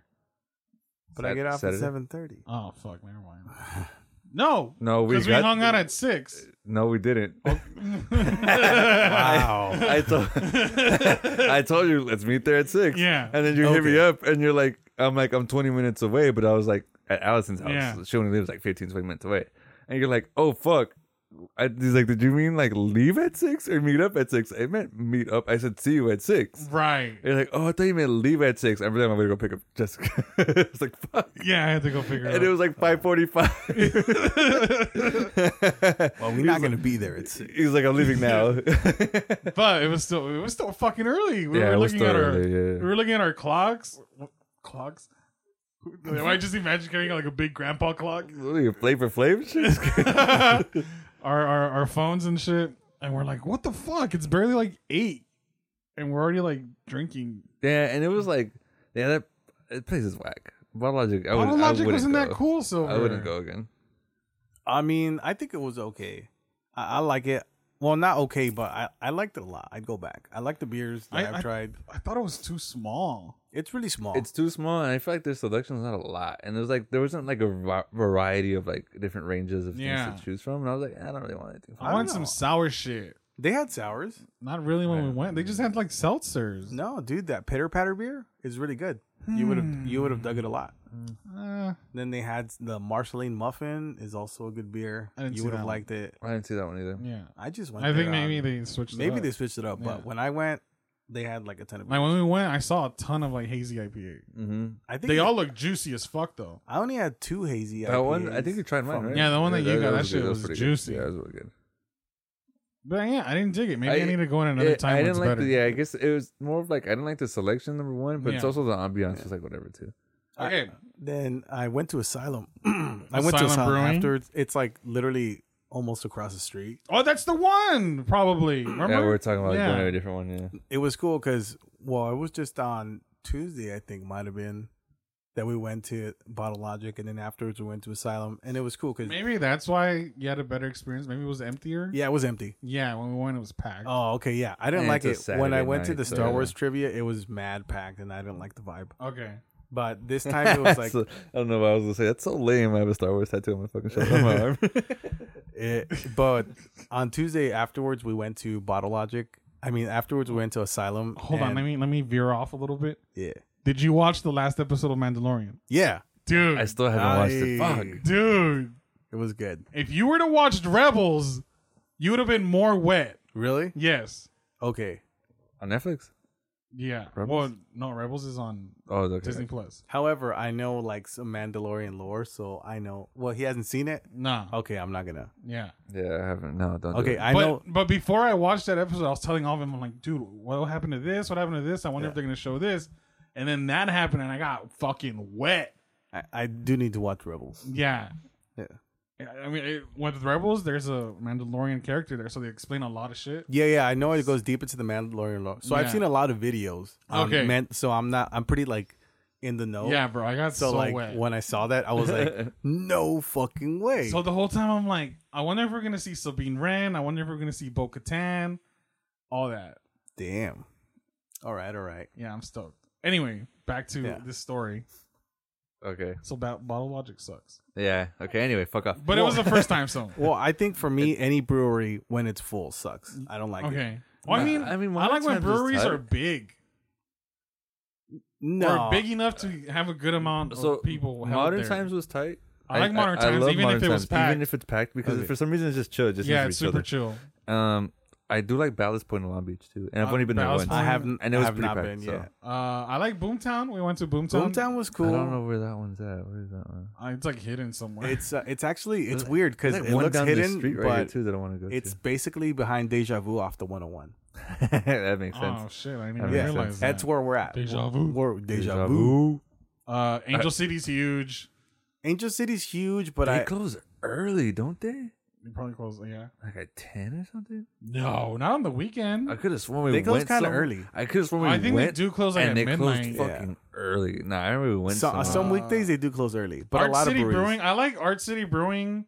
Speaker 4: but I
Speaker 1: Sat-
Speaker 4: get off
Speaker 1: Saturday?
Speaker 4: at seven thirty.
Speaker 3: Oh fuck, never mind. No,
Speaker 1: No, we
Speaker 3: because we,
Speaker 1: got-
Speaker 3: hung out at six.
Speaker 1: No, we didn't.
Speaker 4: Wow.
Speaker 1: I told I told you let's meet there at six.
Speaker 3: Yeah.
Speaker 1: And then you hit me
Speaker 4: Okay.
Speaker 1: up and you're like, I'm like, I'm 20 minutes away, but I was like at Allison's house.
Speaker 3: Yeah.
Speaker 1: She only lives like 15, 20 minutes away. And you're like, oh fuck. I, he's like, did you mean like leave at six or meet up at six? I meant meet up. I said see you at six.
Speaker 3: right.
Speaker 1: You're like, oh, I thought you meant leave at six. I really I'm gonna go pick up Jessica. it's like fuck.
Speaker 3: Yeah, I had to go figure
Speaker 1: And
Speaker 3: it
Speaker 1: it
Speaker 3: out.
Speaker 1: was
Speaker 4: Uh.
Speaker 1: like 5:45.
Speaker 4: well, we're not gonna be there at six.
Speaker 1: He's like, I'm leaving now.
Speaker 3: But it was still it was still fucking early. We
Speaker 1: Yeah,
Speaker 3: were
Speaker 1: it was
Speaker 3: looking
Speaker 1: still
Speaker 3: at our
Speaker 1: early, yeah.
Speaker 3: we were looking at our clocks. What- Clocks. Am I just imagining like a big grandpa clock?
Speaker 1: What are you, flavor flavor shit?
Speaker 3: our, our our phones and shit, and we're like, what the fuck? It's barely like eight, and we're already like drinking.
Speaker 1: yeah, and it was like, yeah, that it place is whack. Bottle Logic, I would,
Speaker 3: Bottle
Speaker 1: I
Speaker 3: Logic
Speaker 1: wouldn't
Speaker 3: wasn't
Speaker 1: go.
Speaker 3: that cool, so
Speaker 1: I wouldn't go again.
Speaker 4: I mean, I think it was okay. I, I like it. Well, not okay, but I, I liked it a lot. I'd go back. I like the beers that
Speaker 3: I-
Speaker 4: I, have
Speaker 3: I-
Speaker 4: tried.
Speaker 3: I thought it was too small.
Speaker 4: It's really small.
Speaker 1: It's too small, and I feel like their selection's not a lot. And there's like there wasn't like a va- variety of like different ranges of
Speaker 3: Yeah.
Speaker 1: things to choose from. And I was like, I don't really want anything.
Speaker 3: I,
Speaker 4: don't
Speaker 3: want
Speaker 4: know.
Speaker 3: some sour shit.
Speaker 4: they had sours.
Speaker 3: Not really when we went. They just had like seltzers.
Speaker 4: No, dude, that pitter patter beer is really good. You would have you would have dug it a lot.
Speaker 3: Uh,
Speaker 4: Then they had the Marceline muffin is also a good beer.
Speaker 3: I didn't see
Speaker 4: You would
Speaker 3: that
Speaker 4: have
Speaker 3: one.
Speaker 4: liked it.
Speaker 1: I didn't see that one either.
Speaker 3: yeah.
Speaker 4: I just went.
Speaker 3: I
Speaker 4: there
Speaker 3: think
Speaker 4: on-
Speaker 1: um,
Speaker 3: maybe they switched. it
Speaker 4: maybe
Speaker 3: up.
Speaker 4: they switched it up.
Speaker 3: Yeah.
Speaker 4: But when I went, they had like a ton of.
Speaker 3: Like when we went, I saw a ton of like hazy IPA.
Speaker 1: Mm-hmm.
Speaker 4: I think
Speaker 3: They all look juicy as fuck though.
Speaker 4: I only had two hazy.
Speaker 1: That one, I
Speaker 4: IPAs
Speaker 1: think you tried mine,
Speaker 4: from-
Speaker 1: right?
Speaker 3: Yeah, the one that you got, that shit
Speaker 1: good.
Speaker 3: was
Speaker 1: pretty
Speaker 3: juicy.
Speaker 1: Good. Yeah, that was really good.
Speaker 3: But yeah, I didn't dig it. Maybe I,
Speaker 1: I-
Speaker 3: need to go in another
Speaker 1: Yeah,
Speaker 3: time.
Speaker 1: I
Speaker 3: when
Speaker 1: didn't
Speaker 3: it's
Speaker 1: like
Speaker 3: better.
Speaker 1: the. Yeah, I guess it was more of like I didn't like the selection number one, but it's
Speaker 3: Yeah.
Speaker 1: also the ambiance, just like whatever too.
Speaker 4: I-
Speaker 3: Okay.
Speaker 4: Then I went to Asylum. I went to
Speaker 3: Asylum
Speaker 4: Asylum
Speaker 3: Brewing?
Speaker 4: after. It's like literally almost across the street.
Speaker 3: Oh, that's the one, probably. Remember?
Speaker 1: Yeah, we were talking about like,
Speaker 3: Yeah.
Speaker 1: going to a different one. Yeah,
Speaker 4: It was cool because well, it was just on Tuesday. I think might have been that we went to Bottle Logic, and then afterwards we went to Asylum, and it was cool because
Speaker 3: Maybe that's why you had a better experience. Maybe it was emptier.
Speaker 4: yeah, it was empty.
Speaker 3: Yeah, when we went, it was packed.
Speaker 4: Oh, okay, yeah. I didn't
Speaker 1: And
Speaker 4: like it
Speaker 1: it's a
Speaker 4: when I
Speaker 1: Saturday
Speaker 4: went to
Speaker 1: night,
Speaker 4: the
Speaker 1: so-
Speaker 4: Star Wars trivia. It was mad packed, and I didn't like the vibe.
Speaker 3: Okay.
Speaker 4: But this time it was like
Speaker 1: So- I don't know what I was gonna say. That's so lame. I have a Star Wars tattoo on my fucking shoulder. on my arm.
Speaker 4: It, eh, but on Tuesday afterwards, we went to Bottle Logic. I mean, afterwards we went to Asylum.
Speaker 3: Hold on.
Speaker 4: and-
Speaker 3: Let me let me veer off a little bit.
Speaker 4: Yeah.
Speaker 3: Did you watch the last episode of Mandalorian,
Speaker 4: Yeah.
Speaker 3: dude?
Speaker 1: I still haven't watched it.
Speaker 4: Aye.
Speaker 1: Fuck.
Speaker 3: dude,
Speaker 4: It was good.
Speaker 3: if you were to watch Rebels, you would have been more wet.
Speaker 4: Really?
Speaker 3: Yes.
Speaker 4: Okay.
Speaker 1: On Netflix?
Speaker 3: Yeah.
Speaker 1: Rebels?
Speaker 3: Well, no, Rebels is on
Speaker 1: Oh, it's okay.
Speaker 3: Disney Plus.
Speaker 4: However, I know like some Mandalorian lore, so I know. Well, he hasn't seen it.
Speaker 3: Nah.
Speaker 4: Okay, I'm not gonna.
Speaker 3: Yeah.
Speaker 1: Yeah, I haven't. No, don't. do
Speaker 4: Okay,
Speaker 1: it.
Speaker 4: Oh. I
Speaker 3: but,
Speaker 4: know.
Speaker 3: But before I watched that episode, I was telling all of them, I'm like, dude, what happened to this? What happened to this? I wonder if they're gonna show this. And then that happened, and I got fucking wet.
Speaker 4: I, I do need to watch Rebels.
Speaker 3: Yeah.
Speaker 4: Yeah.
Speaker 3: I mean, it, with Rebels, there's a Mandalorian character there, so they explain a lot of shit.
Speaker 4: Yeah, yeah, I know it goes deep into the Mandalorian lore. So
Speaker 3: Yeah.
Speaker 4: I've seen a lot of videos. on
Speaker 3: Okay.
Speaker 4: Man- so I'm not. I'm pretty like in the know.
Speaker 3: Yeah, bro, I got so,
Speaker 4: So, like
Speaker 3: wet.
Speaker 4: when I saw that, I was like, no fucking way.
Speaker 3: So the whole time I'm like, I wonder if we're gonna see Sabine Wren. I wonder if we're gonna see Bo Katan. All that.
Speaker 4: Damn. All right, all right.
Speaker 3: Yeah, I'm stoked. Anyway, back to
Speaker 4: Yeah.
Speaker 3: this story.
Speaker 1: Okay.
Speaker 3: So ba- bottle logic sucks,
Speaker 1: Yeah. Okay. Anyway, fuck off.
Speaker 3: but it was the first time. So
Speaker 4: Well, I think for me, any brewery when it's full sucks. I don't like it.
Speaker 3: okay. Well, I
Speaker 1: Nah,
Speaker 3: mean, I
Speaker 1: I mean,
Speaker 3: mean, I
Speaker 1: Wild
Speaker 3: like when
Speaker 1: Times is
Speaker 3: breweries
Speaker 1: tight.
Speaker 3: are big.
Speaker 4: No,
Speaker 3: or big enough to have a good amount
Speaker 1: So
Speaker 3: of people. held
Speaker 1: modern
Speaker 3: there.
Speaker 1: times was tight.
Speaker 3: I like modern times,
Speaker 1: love
Speaker 3: even if it was packed.
Speaker 1: even if it's packed, because
Speaker 4: Okay.
Speaker 1: for some reason it's just chill. It just
Speaker 3: yeah, it's
Speaker 1: needs
Speaker 3: super
Speaker 1: to be
Speaker 3: chill.
Speaker 1: chill. Um, I do like Ballast Point in Long Beach too, and I've
Speaker 3: Uh,
Speaker 1: only been there
Speaker 3: Ballast
Speaker 1: once.
Speaker 4: I
Speaker 3: Point?
Speaker 4: haven't.
Speaker 1: And it
Speaker 4: I
Speaker 1: was
Speaker 4: have
Speaker 1: pretty
Speaker 4: not
Speaker 1: packed,
Speaker 4: been
Speaker 1: so.
Speaker 4: yet.
Speaker 3: Uh, I like Boomtown. We went to Boomtown.
Speaker 4: Boomtown was cool.
Speaker 1: I don't know where that one's at. Where is that one?
Speaker 3: Uh, it's like hidden somewhere.
Speaker 4: It's uh, it's actually it's weird because
Speaker 1: There's, like,
Speaker 4: it
Speaker 1: one
Speaker 4: looks
Speaker 1: down the
Speaker 4: hidden,
Speaker 1: street right here
Speaker 4: but
Speaker 1: too that I want to go
Speaker 4: it's
Speaker 1: to.
Speaker 4: basically behind Deja Vu off the 101.
Speaker 1: that makes sense.
Speaker 3: oh shit! I didn't
Speaker 1: That
Speaker 3: even
Speaker 1: makes
Speaker 4: Yeah,
Speaker 3: realize
Speaker 1: sense.
Speaker 3: that.
Speaker 4: that's where we're at.
Speaker 3: Deja
Speaker 4: We're-
Speaker 3: Vu.
Speaker 4: We're, Deja,
Speaker 1: Deja
Speaker 4: Vu.
Speaker 1: Vu.
Speaker 3: Uh, Angel City's huge.
Speaker 4: Angel City's huge, but
Speaker 1: They
Speaker 4: I
Speaker 1: close early, don't they?
Speaker 3: You probably close. Yeah.
Speaker 1: Like at ten or something.
Speaker 3: No, not on the weekend.
Speaker 1: I could have sworn we
Speaker 4: They close
Speaker 1: went
Speaker 4: kinda
Speaker 1: some-
Speaker 4: early.
Speaker 1: I could have sworn we
Speaker 3: I think they
Speaker 1: went
Speaker 3: do close like
Speaker 1: and
Speaker 3: at
Speaker 1: they closed
Speaker 3: midnight.
Speaker 4: Yeah.
Speaker 1: fucking early. Nah, I remember we went.
Speaker 4: so,
Speaker 1: somewhere.
Speaker 4: some weekdays they do close early, but
Speaker 3: Art
Speaker 4: a lot
Speaker 3: City
Speaker 4: of breweries.
Speaker 3: Brewing. I like Art City Brewing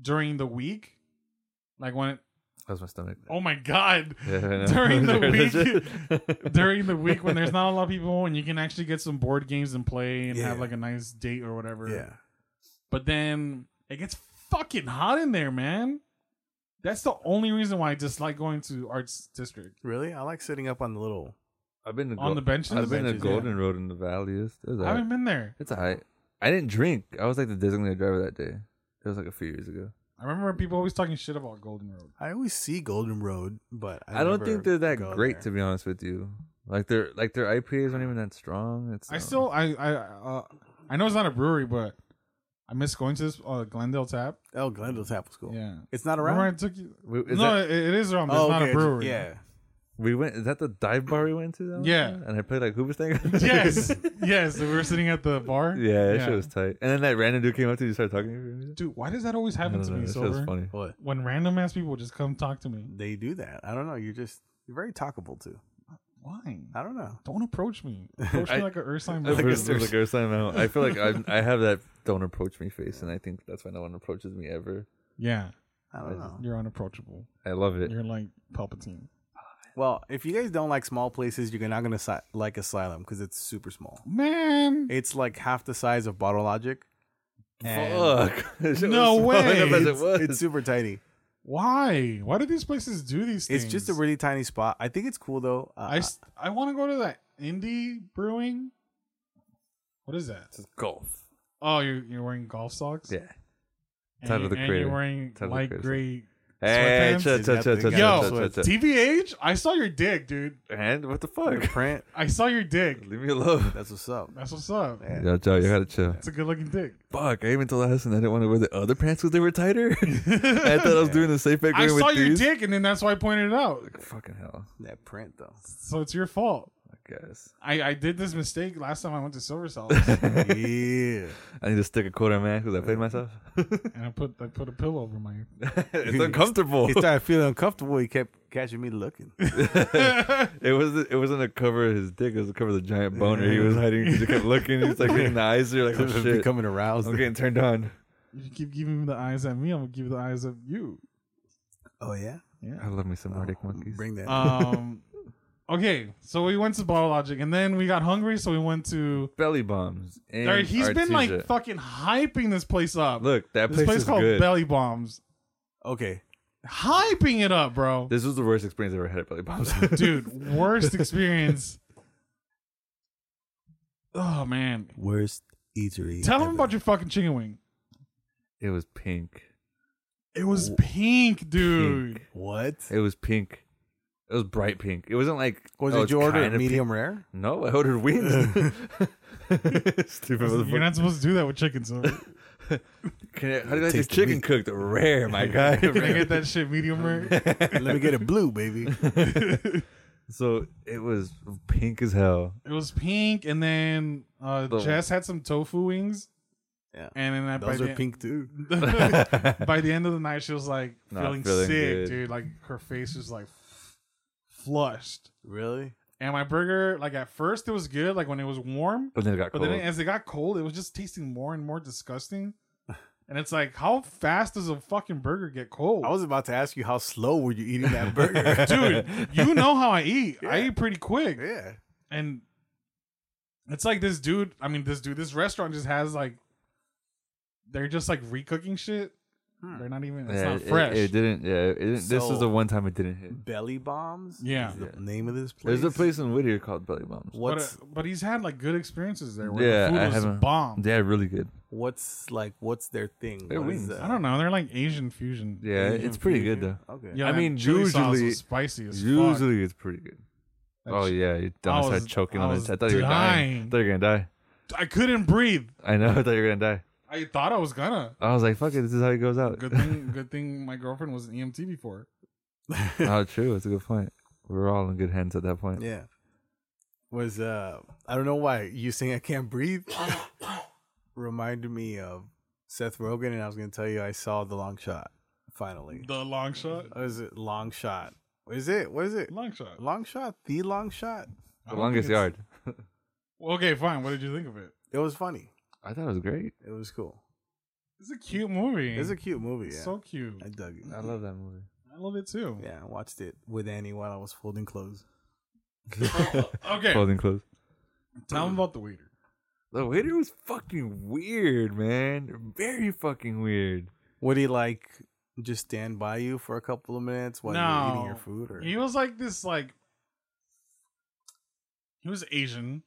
Speaker 3: during the week, like when. It,
Speaker 1: How's my stomach?
Speaker 3: oh my god!
Speaker 1: Yeah, I know.
Speaker 3: During the
Speaker 1: week.
Speaker 3: during the week when there's not a lot of people and you can actually get some board games and play and have
Speaker 4: Yeah.
Speaker 3: like a nice date or whatever.
Speaker 4: yeah,
Speaker 3: But then it gets fucking hot in there, man. That's the only reason why I dislike going to Arts District.
Speaker 4: really, I like sitting up on the little.
Speaker 1: I've been to
Speaker 3: On
Speaker 1: Gol-
Speaker 3: the benches?
Speaker 1: I've been to
Speaker 4: Benches, yeah.
Speaker 1: Golden Road in the Valley. It's, it's
Speaker 3: I
Speaker 1: alright.
Speaker 3: haven't been there.
Speaker 1: It's alright. I didn't drink. I was like the designated driver that day. It was like a few years ago.
Speaker 3: I remember people always talking shit about Golden Road.
Speaker 4: I always see Golden Road, but I,
Speaker 1: I, don't
Speaker 4: never
Speaker 1: think they're that
Speaker 4: go
Speaker 1: great
Speaker 4: there.
Speaker 1: to be honest with you. Like their like their IPAs aren't even that strong. It's
Speaker 3: I
Speaker 1: um,
Speaker 3: still, I, I, uh, I know it's not a brewery, but I miss going to this uh, Glendale Tap.
Speaker 4: Oh, Glendale Tap was cool.
Speaker 3: Yeah,
Speaker 4: It's not
Speaker 3: remember I
Speaker 4: around. Oh,
Speaker 3: took you?
Speaker 1: Wait, is
Speaker 3: no,
Speaker 1: that- Oh,
Speaker 3: it, it is around. But it's not
Speaker 4: okay,
Speaker 3: a brewery.
Speaker 4: Yeah.
Speaker 1: We went. Is that the dive bar we went to? Though?
Speaker 3: Yeah.
Speaker 1: And I played like Hoobastank.
Speaker 3: yes, yes. We were sitting at the bar.
Speaker 1: Yeah, that shit was tight. And then that random dude came up to you and started talking to you.
Speaker 3: Dude, why does that always
Speaker 1: I
Speaker 3: happen
Speaker 1: don't
Speaker 3: to
Speaker 1: know,
Speaker 3: me?
Speaker 1: that shit was
Speaker 3: Sober. Oh
Speaker 1: funny.
Speaker 4: What?
Speaker 3: When random ass people just come talk to me.
Speaker 4: They do that. I don't know. You're just you're very talkable too.
Speaker 3: Why?
Speaker 4: I don't know.
Speaker 3: Don't approach me. Approach me
Speaker 1: I-
Speaker 3: like an Ursine.
Speaker 1: At first, it
Speaker 3: monster.
Speaker 1: was like, first time out. I feel like I'm, I have that "don't approach me" face, and I think that's why no one approaches me ever.
Speaker 3: yeah,
Speaker 4: I don't know.
Speaker 3: you're unapproachable.
Speaker 1: I love it.
Speaker 3: You're like Palpatine.
Speaker 4: Well, if you guys don't like small places, you're not gonna si- like Asylum because it's super small.
Speaker 3: Man,
Speaker 4: It's like half the size of Bottle Logic. And
Speaker 1: Fuck. That shit
Speaker 3: No
Speaker 1: was small
Speaker 3: way.
Speaker 1: enough as it
Speaker 4: It's,
Speaker 1: was.
Speaker 4: it's super tiny.
Speaker 3: why? Why do these places do these things?
Speaker 4: It's just a really tiny spot. I think it's cool though. Uh,
Speaker 3: I s- I want to go to that indie brewing. What is that?
Speaker 1: golf.
Speaker 3: Oh, you're you're wearing golf socks.
Speaker 1: Yeah.
Speaker 3: and
Speaker 1: Tyler
Speaker 3: you-
Speaker 1: the
Speaker 3: and
Speaker 1: Creator.
Speaker 3: You're wearing
Speaker 1: Tyler the
Speaker 3: light
Speaker 1: Creator.
Speaker 3: gray.
Speaker 1: Hey,
Speaker 3: Sweatpants?
Speaker 1: cha
Speaker 4: He's
Speaker 1: cha
Speaker 4: got
Speaker 1: cha
Speaker 4: the-
Speaker 1: cha
Speaker 4: got
Speaker 3: Yo,
Speaker 1: cha cha cha.
Speaker 3: TBH, I saw your dick, dude.
Speaker 1: And what the
Speaker 4: your
Speaker 1: fuck?
Speaker 4: print.
Speaker 3: I saw your dick.
Speaker 1: Leave me alone.
Speaker 4: That's what's up.
Speaker 3: That's what's up.
Speaker 4: Yeah.
Speaker 1: Yo, Joe, you gotta chill.
Speaker 3: It's a good looking dick.
Speaker 1: Fuck, I even told Allison I didn't want to wear the other pants because they were tighter. I thought I was doing the safe back
Speaker 3: I
Speaker 1: green
Speaker 3: saw
Speaker 1: with
Speaker 3: your
Speaker 1: these.
Speaker 3: dick, and then that's why I pointed it out.
Speaker 1: Fucking hell,
Speaker 4: That print though.
Speaker 3: So it's your fault.
Speaker 1: I guess.
Speaker 3: I, I did this mistake last time I went to Silver Solid,
Speaker 4: yeah.
Speaker 1: I need to stick a quarter man because I played myself.
Speaker 3: and I put I put a pillow over my.
Speaker 1: it's uncomfortable.
Speaker 4: He started feeling uncomfortable. He kept catching me looking.
Speaker 1: It was it wasn't a cover of his dick. It was a cover of the giant boner he was hiding because he kept looking. He's like making the eyes. You're like, oh shit,
Speaker 4: Becoming aroused.
Speaker 1: I'm getting turned on.
Speaker 3: You keep giving the eyes at me. I'm gonna give the eyes at you.
Speaker 4: Oh yeah.
Speaker 1: I love me some
Speaker 3: Oh,
Speaker 1: Arctic monkeys.
Speaker 4: Bring that.
Speaker 3: Um. okay, so we went to Bottle Logic, and then we got hungry, so we went to.
Speaker 1: Belly bombs. And
Speaker 3: There, he's been like
Speaker 1: Artesia.
Speaker 3: fucking hyping this place up.
Speaker 1: Look, that
Speaker 3: this
Speaker 1: place,
Speaker 3: place
Speaker 1: is
Speaker 3: called
Speaker 1: good.
Speaker 3: Belly Bombs,
Speaker 4: okay.
Speaker 3: hyping it up, bro.
Speaker 1: this was the worst experience I ever had at Belly Bombs.
Speaker 3: Dude, worst experience. Oh man,
Speaker 4: Worst eatery.
Speaker 3: tell him
Speaker 4: ever.
Speaker 3: about your fucking chicken wing.
Speaker 1: it was pink.
Speaker 3: It was pink, dude.
Speaker 1: Pink.
Speaker 4: what?
Speaker 1: It was pink. It was bright pink. It wasn't like
Speaker 4: Was
Speaker 1: oh,
Speaker 4: it
Speaker 1: it's
Speaker 4: your order
Speaker 1: kinda
Speaker 4: medium
Speaker 1: pink.
Speaker 4: rare?
Speaker 1: No, I ordered wings. Stupid
Speaker 3: You're not
Speaker 1: motherfucker.
Speaker 3: supposed to do that with chicken, so you
Speaker 1: Can I- how do I get
Speaker 4: Taste the
Speaker 1: chicken
Speaker 4: meat.
Speaker 1: cooked? Rare, my guy.
Speaker 3: get that shit medium rare.
Speaker 4: Let me get a blue, baby.
Speaker 1: so it was pink as hell.
Speaker 3: It was pink, and then uh,
Speaker 1: The-
Speaker 3: Jess had some tofu wings,
Speaker 4: Yeah.
Speaker 3: and then I by
Speaker 4: Those
Speaker 3: the,
Speaker 4: are pink too.
Speaker 3: by the end of the night, she was like
Speaker 1: Not
Speaker 3: feeling,
Speaker 1: feeling
Speaker 3: sick,
Speaker 1: good.
Speaker 3: dude. Like her face was like flushed.
Speaker 4: Really?
Speaker 3: And my burger, like at first, it was good, like when it was warm,
Speaker 1: But then it got
Speaker 3: But
Speaker 1: cold.
Speaker 3: then as it got cold, it was just tasting more and more disgusting. And it's like, how fast does a fucking burger get cold?
Speaker 4: I was about to ask you how slow were you eating that burger?
Speaker 3: Dude, you know how I eat. I eat pretty quick.
Speaker 4: yeah.
Speaker 3: And it's like this dude, I mean, this dude, this restaurant just has like, they're just like recooking shit. They're not even, it's
Speaker 1: Hmm. Yeah,
Speaker 3: not
Speaker 1: it-
Speaker 3: fresh.
Speaker 1: It, didn't. Yeah, it didn't, this
Speaker 4: So-
Speaker 1: was the one time it didn't hit.
Speaker 4: Belly bombs.
Speaker 3: Yeah.
Speaker 4: Is the name of this place.
Speaker 1: There's a place in Whittier called Belly Bombs.
Speaker 3: but,
Speaker 4: What's
Speaker 3: uh, but he's had like good experiences there where
Speaker 1: Yeah,
Speaker 3: the
Speaker 1: I
Speaker 3: food was
Speaker 1: haven't-
Speaker 3: bomb.
Speaker 1: Yeah, really good.
Speaker 4: what's like? What's their thing?
Speaker 1: Their
Speaker 4: What is
Speaker 1: wings.
Speaker 4: that?
Speaker 3: I don't know. They're like Asian fusion.
Speaker 1: Yeah,
Speaker 4: Asian
Speaker 1: it's pretty good
Speaker 4: fusion?
Speaker 1: though.
Speaker 4: Okay.
Speaker 3: Yeah,
Speaker 1: I
Speaker 3: that
Speaker 1: mean,
Speaker 3: chili sauce was
Speaker 1: usually-
Speaker 3: spicy as fuck.
Speaker 1: Usually it's pretty good.
Speaker 3: That
Speaker 1: oh
Speaker 3: shit-
Speaker 1: yeah, you
Speaker 3: I
Speaker 1: dumbass
Speaker 3: was-
Speaker 1: started choking
Speaker 3: I
Speaker 1: on
Speaker 3: was
Speaker 1: it. I thought you were dying.
Speaker 3: dying.
Speaker 1: I thought you were gonna die.
Speaker 3: I couldn't breathe.
Speaker 1: I know. I thought you were gonna die.
Speaker 3: I thought I was gonna.
Speaker 1: I was like, "Fuck it, this is how it goes out."
Speaker 3: Good thing, good thing my girlfriend was an EMT before.
Speaker 1: oh, true. That's a good point. We were all in good hands at that point.
Speaker 4: Yeah. Was uh I don't know why you saying I can't breathe reminded me of Seth Rogen and I was gonna tell you I saw the long shot finally.
Speaker 3: The long shot,
Speaker 4: What is it long shot? What is it? What is it?
Speaker 3: long shot,
Speaker 4: Long shot? The long shot?
Speaker 1: The
Speaker 3: I don't
Speaker 1: longest
Speaker 3: think it's-
Speaker 1: yard.
Speaker 3: Okay, fine. What did you think of it?
Speaker 4: It was funny.
Speaker 1: I thought it was great.
Speaker 4: It was cool.
Speaker 3: It's a cute movie.
Speaker 4: It's a cute movie,
Speaker 3: It's
Speaker 4: yeah.
Speaker 3: so cute.
Speaker 4: I dug it.
Speaker 1: I love that movie.
Speaker 3: I love it too.
Speaker 4: Yeah, I watched it with Annie while I was folding clothes.
Speaker 3: Okay,
Speaker 1: Folding clothes.
Speaker 3: tell them about the waiter.
Speaker 1: The waiter was fucking weird, man. Very fucking weird.
Speaker 4: Would he like just stand by you for a couple of minutes while you're eating
Speaker 3: No.
Speaker 4: your food or
Speaker 3: He was like this, like he was Asian,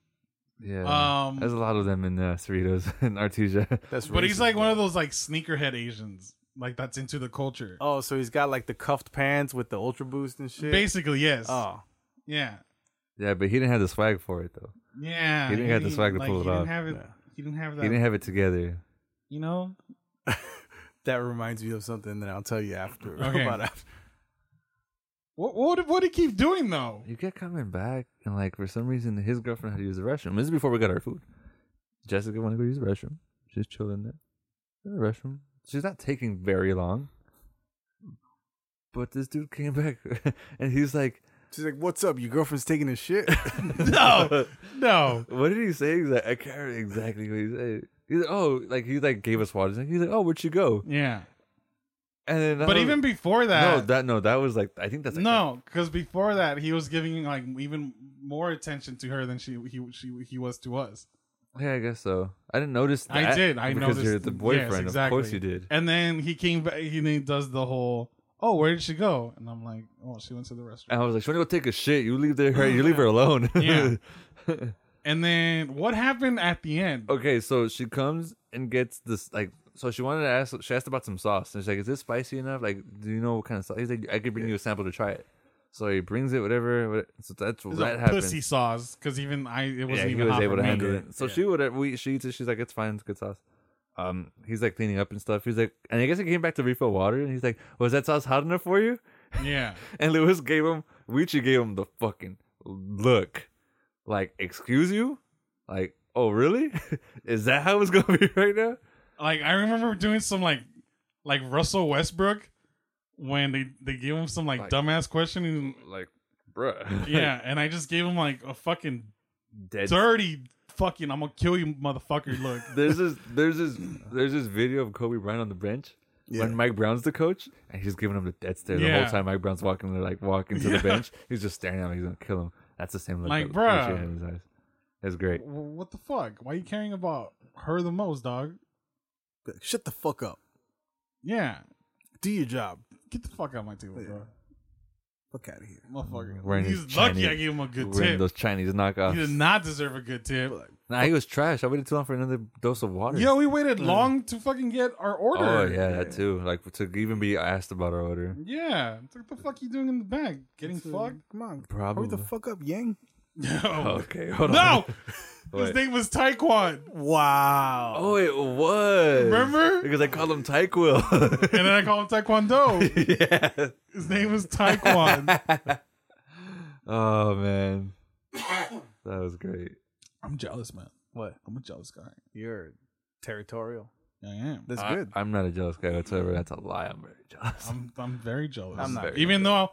Speaker 1: Yeah.
Speaker 3: Um,
Speaker 1: There's a lot of them in uh, Cerritos and Artesia.
Speaker 4: that's
Speaker 3: but he's
Speaker 4: racist,
Speaker 3: like one
Speaker 4: though.
Speaker 3: of those like sneakerhead Asians, like that's into the culture.
Speaker 4: Oh, so he's got like the cuffed pants with the ultra boost and shit.
Speaker 3: Basically, yes.
Speaker 4: Oh,
Speaker 3: Yeah,
Speaker 1: Yeah, but he didn't have the swag for it though.
Speaker 3: yeah.
Speaker 1: He didn't have the swag to
Speaker 3: like,
Speaker 1: pull it
Speaker 3: he didn't
Speaker 1: off.
Speaker 3: Have it,
Speaker 4: Yeah.
Speaker 3: He didn't have that.
Speaker 1: He didn't have it together.
Speaker 3: you know,
Speaker 4: that reminds me of something that I'll tell you after.
Speaker 3: Okay.
Speaker 4: About after.
Speaker 3: What what what do you keep doing though?
Speaker 1: You kept coming back, and like for some reason, his girlfriend had to use the restroom. This is before we got our food. Jessica wanted to go use the restroom. She's chilling there. In the restroom. She's not taking very long. But this dude came back, and he's like,
Speaker 4: She's like, "What's up? Your girlfriend's taking a shit."
Speaker 3: No, no.
Speaker 1: "What did he say?" He's like, "I can't remember exactly what he said." He's like, "Oh, like he like gave us water." He's like, he's like "Oh, where'd she go?"
Speaker 3: Yeah,
Speaker 1: And then, I
Speaker 3: but
Speaker 1: was-
Speaker 3: even before
Speaker 1: no,
Speaker 3: that,
Speaker 1: that no, that was like I think that's like
Speaker 3: no, because before that he was giving like even more attention to her than she he she he was to us.
Speaker 1: Yeah, I guess so. I didn't notice. That
Speaker 3: I did. I
Speaker 1: because
Speaker 3: noticed.
Speaker 1: you're the
Speaker 3: Yes,
Speaker 1: boyfriend. Of course you did.
Speaker 3: And then he came back. He then does the whole, "Oh, where did she go?" And I'm like, "Oh, she went to the restroom."
Speaker 1: And I was like, "She want to go take a shit. You leave there. You leave her alone."
Speaker 3: Yeah. And then what happened at the end?
Speaker 1: okay, so she comes and gets this like. So she wanted to ask. She asked about some sauce, and she's like, "Is this spicy enough? Like, do you know what kind of sauce?" He's like, "I could bring you a sample to try it." So he brings it, whatever. what- So that's
Speaker 3: It
Speaker 1: what
Speaker 3: was a
Speaker 1: that happened.
Speaker 3: pussy sauce because even I it wasn't
Speaker 1: yeah, he
Speaker 3: even
Speaker 1: was
Speaker 3: hot
Speaker 1: able
Speaker 3: for
Speaker 1: to
Speaker 3: me.
Speaker 1: handle it. So
Speaker 4: Yeah.
Speaker 1: she would we she eats it. She's like, it's fine, it's good sauce. Um, he's like cleaning up and stuff. He's like, and I guess he came back to refill water, and he's like, was that sauce hot enough for you?
Speaker 3: Yeah,
Speaker 1: And Lewis gave him, Richie gave him the fucking look. Like, excuse you? Like, oh, really? Is that how it's going to be right now?
Speaker 3: like I remember doing some like like Russell Westbrook when they they gave him some like,
Speaker 1: Like-
Speaker 3: dumbass question and
Speaker 1: Like, bruh.
Speaker 3: yeah, and I just gave him like a fucking
Speaker 1: Dead.
Speaker 3: dirty fucking I'm gonna kill you motherfucker look.
Speaker 1: There's this, there's this, there's this video of Kobe Bryant on the bench
Speaker 4: Yeah.
Speaker 1: when Mike Brown's the coach, and he's giving him the dead stare the
Speaker 3: Yeah.
Speaker 1: whole time. Mike Brown's walking, they're like walking to the bench. He's just staring at him. He's gonna kill him. That's the same look.
Speaker 3: Like,
Speaker 1: that Richie
Speaker 3: bruh.
Speaker 1: had in his eyes. That's great.
Speaker 3: W- what the fuck? Why you caring about her the most, dog?
Speaker 4: Shut the fuck up.
Speaker 3: Yeah,
Speaker 4: Do your job.
Speaker 3: get the fuck out of my table, bro.
Speaker 4: Fuck out of here.
Speaker 3: Motherfucker,
Speaker 1: Wearing his
Speaker 3: he's lucky
Speaker 1: Chinese-
Speaker 3: I gave him a good
Speaker 1: We're in
Speaker 3: tip.
Speaker 1: Those Chinese
Speaker 3: He
Speaker 1: knockoffs.
Speaker 3: did not deserve a good tip.
Speaker 1: Nah, he was trash. I waited too long for another dose of water.
Speaker 3: Yo, we waited long to fucking get our order.
Speaker 1: uh, Oh yeah, that too. Like to even be asked about our order.
Speaker 3: Yeah. It's like, What the fuck you doing in the back? Getting
Speaker 4: So,
Speaker 3: fucked?
Speaker 4: Come on.
Speaker 1: Probably.
Speaker 4: Hurry the fuck up, Yang. Oh.
Speaker 3: No.
Speaker 1: Okay, hold
Speaker 3: No!
Speaker 1: on.
Speaker 3: His
Speaker 1: Oh. Wait.
Speaker 3: name was Taekwon.
Speaker 4: Wow.
Speaker 1: Oh, it was.
Speaker 3: Remember?
Speaker 1: Because I called him Tyquil.
Speaker 3: And then I call him Taekwondo.
Speaker 1: yeah.
Speaker 3: His name was Taekwon.
Speaker 1: Oh man, that was great.
Speaker 3: I'm jealous, man.
Speaker 4: What?
Speaker 3: I'm a jealous guy.
Speaker 4: You're territorial.
Speaker 3: I am.
Speaker 4: That's
Speaker 1: I,
Speaker 4: good.
Speaker 1: I'm not a jealous guy whatsoever. That's a lie. I'm very jealous.
Speaker 3: I'm I'm very jealous.
Speaker 4: I'm not.
Speaker 1: Very
Speaker 3: Even though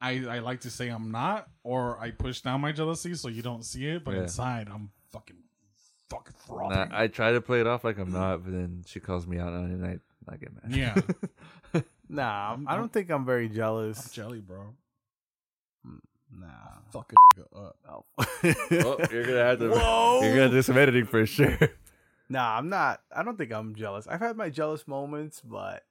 Speaker 3: I, I like to say I'm not, or I push down my jealousy so you don't see it, but
Speaker 1: Yeah.
Speaker 3: inside I'm fucking fucking
Speaker 1: Nah,
Speaker 3: frothing.
Speaker 1: I try to play it off like I'm not, but then she calls me out on it, and I, I get mad.
Speaker 3: yeah.
Speaker 4: Nah,
Speaker 3: I'm-
Speaker 4: I'm, I do not think I'm very
Speaker 3: I'm
Speaker 4: jealous.
Speaker 3: jelly, bro.
Speaker 4: nah.
Speaker 3: Fucking up.
Speaker 4: Oh.
Speaker 1: Oh, you're gonna have to.
Speaker 4: Whoa.
Speaker 1: You're gonna do some editing for sure.
Speaker 4: Nah, I'm not. I don't think I'm jealous. I've had my jealous moments, but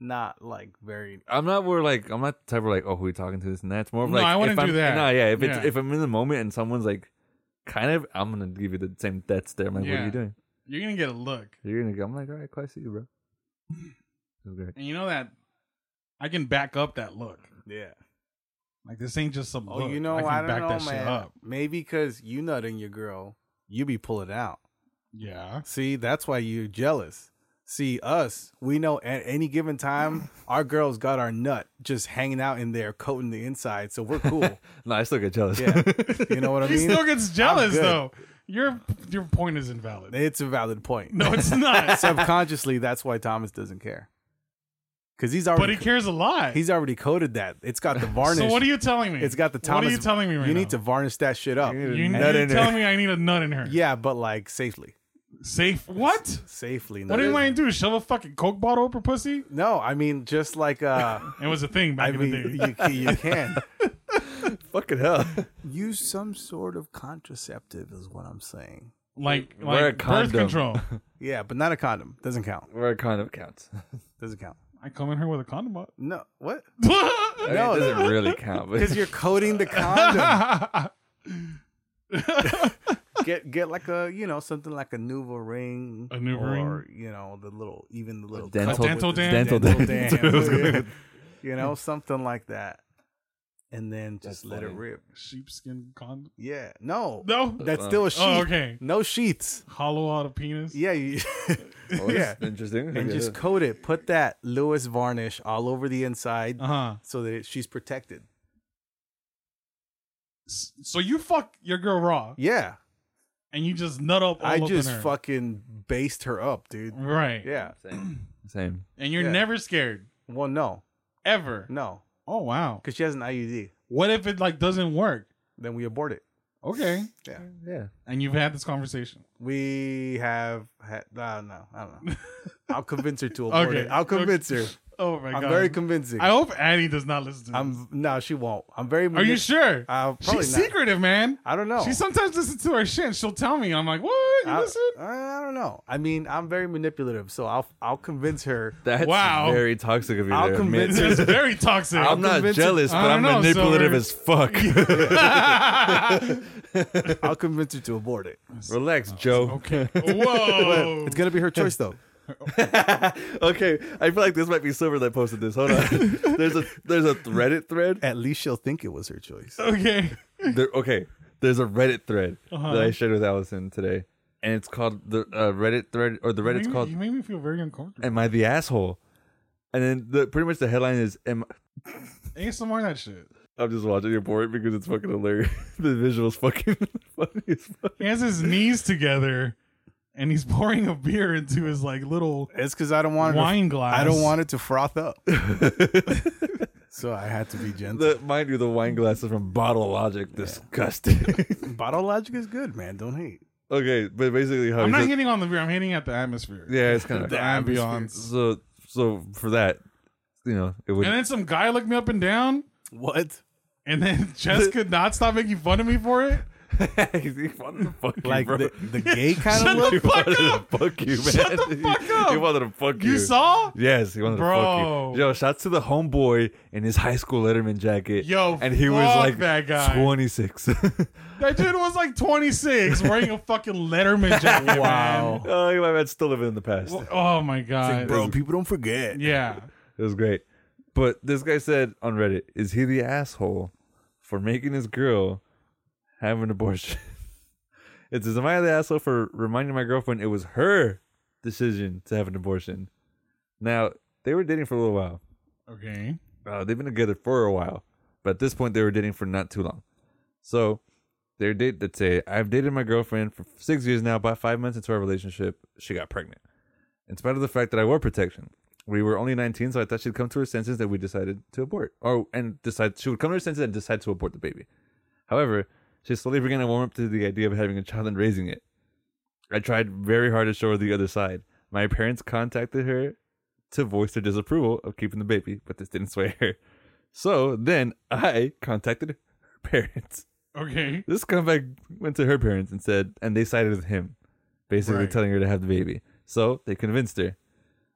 Speaker 4: not like very.
Speaker 1: I'm not more like I'm not the type of like oh who you talking to this and that's more of
Speaker 3: No,
Speaker 1: like
Speaker 3: I
Speaker 1: if
Speaker 3: wouldn't
Speaker 1: I'm,
Speaker 3: do that.
Speaker 1: No, yeah, if it's
Speaker 3: Yeah.
Speaker 1: if I'm in the moment and someone's like kind of I'm gonna give you the same death stare. I'm like, what are
Speaker 3: Yeah.
Speaker 1: you doing?
Speaker 3: You're gonna get a look.
Speaker 1: You're gonna go. I'm like, all right, cool, I see you, bro. That's great.
Speaker 3: And you know that I can back up that look.
Speaker 4: Yeah.
Speaker 3: Like this ain't just some
Speaker 4: Oh,
Speaker 3: look.
Speaker 4: you know, I,
Speaker 3: can
Speaker 4: don't
Speaker 3: back
Speaker 4: know,
Speaker 3: that
Speaker 4: man.
Speaker 3: shit up.
Speaker 4: Maybe because you nutting your girl, you be pulling out.
Speaker 3: Yeah.
Speaker 4: See, that's why you're jealous. See, us, we know at any given time, our girls got our nut just hanging out in there, coating the inside, so we're cool.
Speaker 1: No, I still get jealous.
Speaker 4: Yeah. you know what I
Speaker 3: He
Speaker 4: mean?
Speaker 3: still gets jealous
Speaker 4: good.
Speaker 3: though. Your your point is invalid.
Speaker 4: it's a valid point.
Speaker 3: No, it's not.
Speaker 4: Subconsciously, that's why Thomas doesn't care. Because he's
Speaker 3: but
Speaker 4: already
Speaker 3: he cares a lot.
Speaker 4: he's already coded that. It's got the varnish.
Speaker 3: so what are you telling me?
Speaker 4: It's got the Thomas.
Speaker 3: What are you telling me right
Speaker 4: You
Speaker 3: now?
Speaker 4: need to varnish that shit up.
Speaker 1: You need
Speaker 3: You,
Speaker 1: Nut
Speaker 3: you're
Speaker 1: in her.
Speaker 3: telling me I need a nut in her.
Speaker 4: Yeah, but like safely,
Speaker 3: Safe. What?
Speaker 4: safely.
Speaker 3: What am I gonna do? Shove a fucking coke bottle up her pussy?
Speaker 4: No, I mean just like uh,
Speaker 3: It was a thing back
Speaker 4: I
Speaker 3: in
Speaker 4: mean
Speaker 3: the day.
Speaker 4: you, ca- you can
Speaker 1: Fucking hell.
Speaker 4: use some sort of contraceptive is what I'm saying.
Speaker 3: Like
Speaker 1: Wear a
Speaker 3: like birth
Speaker 1: condom.
Speaker 3: control.
Speaker 4: Yeah, but not a condom. Doesn't count.
Speaker 1: Where it kind of counts.
Speaker 4: Doesn't count.
Speaker 3: I come in here with a condom on.
Speaker 4: No, what?
Speaker 1: I mean,
Speaker 4: No,
Speaker 1: it doesn't really count. But
Speaker 4: Because you're coating the condom. get get like a you know something like a Nuva ring,
Speaker 3: A Nuva ring?
Speaker 4: or you know the little even the little
Speaker 1: dental,
Speaker 4: cup
Speaker 3: dental
Speaker 4: with the-
Speaker 3: dam?
Speaker 1: dental,
Speaker 4: dental
Speaker 1: dam.
Speaker 4: dam.
Speaker 1: I was gonna-
Speaker 4: Yeah. you know something like that, and then just
Speaker 1: That's
Speaker 4: let it
Speaker 1: funny.
Speaker 4: rip.
Speaker 3: Sheepskin condom.
Speaker 4: Yeah, no,
Speaker 3: No.
Speaker 4: that's still a sheath.
Speaker 3: Oh, okay.
Speaker 4: No sheaths.
Speaker 3: Hollow out a penis.
Speaker 4: Yeah, you,
Speaker 1: Oh, that's
Speaker 4: yeah,
Speaker 1: interesting.
Speaker 4: and
Speaker 1: Okay,
Speaker 4: just
Speaker 1: yeah.
Speaker 4: coat it. Put that Lewis varnish all over the inside
Speaker 3: Uh huh.
Speaker 4: so that it, she's protected.
Speaker 3: S- So you fuck your girl raw
Speaker 4: Yeah,
Speaker 3: and you just nut up. All
Speaker 4: I
Speaker 3: up in
Speaker 4: just
Speaker 3: her.
Speaker 4: fucking based her up, dude.
Speaker 3: right.
Speaker 4: Yeah.
Speaker 1: Same. Same.
Speaker 3: and you're
Speaker 4: Yeah.
Speaker 3: never scared
Speaker 4: Well, no,
Speaker 3: ever.
Speaker 4: no,
Speaker 3: Oh wow.
Speaker 4: because she has an IUD.
Speaker 3: What if it like doesn't work?
Speaker 4: Then we abort it.
Speaker 3: Okay,
Speaker 4: Yeah,
Speaker 1: Yeah.
Speaker 3: and you've had this conversation.
Speaker 4: we have had. I don't know. I don't know. I'll convince her to abort
Speaker 3: Okay.
Speaker 4: it. I'll convince her.
Speaker 3: Oh my
Speaker 4: I'm
Speaker 3: god.
Speaker 4: very convincing.
Speaker 3: I hope Annie does not listen to this.
Speaker 4: I'm no, she won't. I'm very.
Speaker 3: Are you sure?
Speaker 4: Uh, probably
Speaker 3: She's
Speaker 4: not.
Speaker 3: secretive, man.
Speaker 4: I don't know.
Speaker 3: She sometimes listens to her shit and she'll tell me. I'm like, what? You
Speaker 4: I, uh,
Speaker 3: listen?
Speaker 4: I don't know. I mean, I'm very manipulative, so I'll I'll convince her.
Speaker 1: That's
Speaker 3: Wow.
Speaker 1: very toxic of you.
Speaker 4: I'll
Speaker 1: to admit.
Speaker 4: convince
Speaker 3: It's very toxic.
Speaker 1: I'm not
Speaker 4: convince it-
Speaker 1: jealous, but
Speaker 3: I
Speaker 1: I'm
Speaker 3: don't know,
Speaker 1: manipulative
Speaker 3: Silver.
Speaker 1: as fuck.
Speaker 4: I'll convince her to abort it.
Speaker 1: Relax, Joe.
Speaker 3: okay. Whoa.
Speaker 4: It's gonna be her choice, though.
Speaker 1: okay, I feel like this might be Silver that posted this. Hold on. there's a there's a Reddit thread.
Speaker 4: At least she'll think it was her choice.
Speaker 3: okay.
Speaker 1: There, okay, there's a Reddit thread
Speaker 3: Uh-huh.
Speaker 1: that I shared with Allison today, and it's called the uh, Reddit thread or the Reddit's
Speaker 3: you,
Speaker 1: called
Speaker 3: you made me feel very uncomfortable.
Speaker 1: "Am I the asshole?" And then the, pretty much the headline is "Am."
Speaker 3: ASMR that shit.
Speaker 1: I'm just watching your board because it's fucking hilarious. the visuals fucking funny as fuck.
Speaker 3: He has his knees together and he's pouring a beer into his like little
Speaker 4: It's because I don't want
Speaker 3: wine
Speaker 4: it
Speaker 3: glass.
Speaker 4: to, I don't want it to froth up. so I had to be gentle.
Speaker 1: The, mind you, the wine glasses from Bottle Logic. Disgusting.
Speaker 4: Bottle logic is good, man. Don't hate.
Speaker 1: Okay, but basically, how
Speaker 3: I'm
Speaker 1: he
Speaker 3: not
Speaker 1: said-
Speaker 3: hitting on the beer. I'm hitting at the atmosphere.
Speaker 1: Yeah, it's kind
Speaker 3: The
Speaker 1: of
Speaker 3: ambiance.
Speaker 1: so so for that, you know, it would.
Speaker 3: And then some guy looked me up and down,
Speaker 4: What?
Speaker 3: and then Jess could not stop making fun of me for it.
Speaker 1: he wanted to fuck you,
Speaker 4: Like
Speaker 1: bro.
Speaker 4: the, the gay kind
Speaker 3: Shut
Speaker 4: of look?
Speaker 1: he
Speaker 3: the fuck
Speaker 1: wanted
Speaker 3: up!
Speaker 1: to fuck you, man.
Speaker 3: Shut the fuck
Speaker 1: He- He
Speaker 3: up!
Speaker 1: wanted to fuck you.
Speaker 3: You saw?
Speaker 1: Yes, he wanted
Speaker 3: Bro.
Speaker 1: to fuck you. Yo, shouts to the homeboy in his high school Letterman jacket.
Speaker 3: Yo,
Speaker 1: and he was
Speaker 3: fuck
Speaker 1: like
Speaker 3: that guy.
Speaker 1: 26.
Speaker 3: That dude was like 26, wearing a fucking Letterman jacket.
Speaker 4: Wow.
Speaker 1: oh, he might have still living in the past.
Speaker 3: man. Oh my god.
Speaker 4: Bro, people don't forget.
Speaker 3: Yeah.
Speaker 1: It was great. But this guy said on Reddit, is he the asshole for making his girl have an abortion? it says, Am I the asshole for reminding my girlfriend it was her decision to have an abortion? Now, they were dating for a little while.
Speaker 3: Okay.
Speaker 1: Uh, they've been together for a while, but at this point, they were dating for not too long. So they're date. Let's say I've dated my girlfriend for six years now. About five months into our relationship, she got pregnant. In spite of the fact that I wore protection, we were only 19, so I thought she'd come to her senses that we decided to abort, or and decide she would come to her senses and decide to abort the baby. However, she slowly began to warm up to the idea of having a child and raising it. I tried very hard to show her the other side. My parents contacted her to voice their disapproval of keeping the baby, but this didn't sway her. So then I contacted her parents.
Speaker 3: Okay.
Speaker 1: This comeback went to her parents and said, and they sided with him, basically
Speaker 3: Right.
Speaker 1: telling her to have the baby. So they convinced her.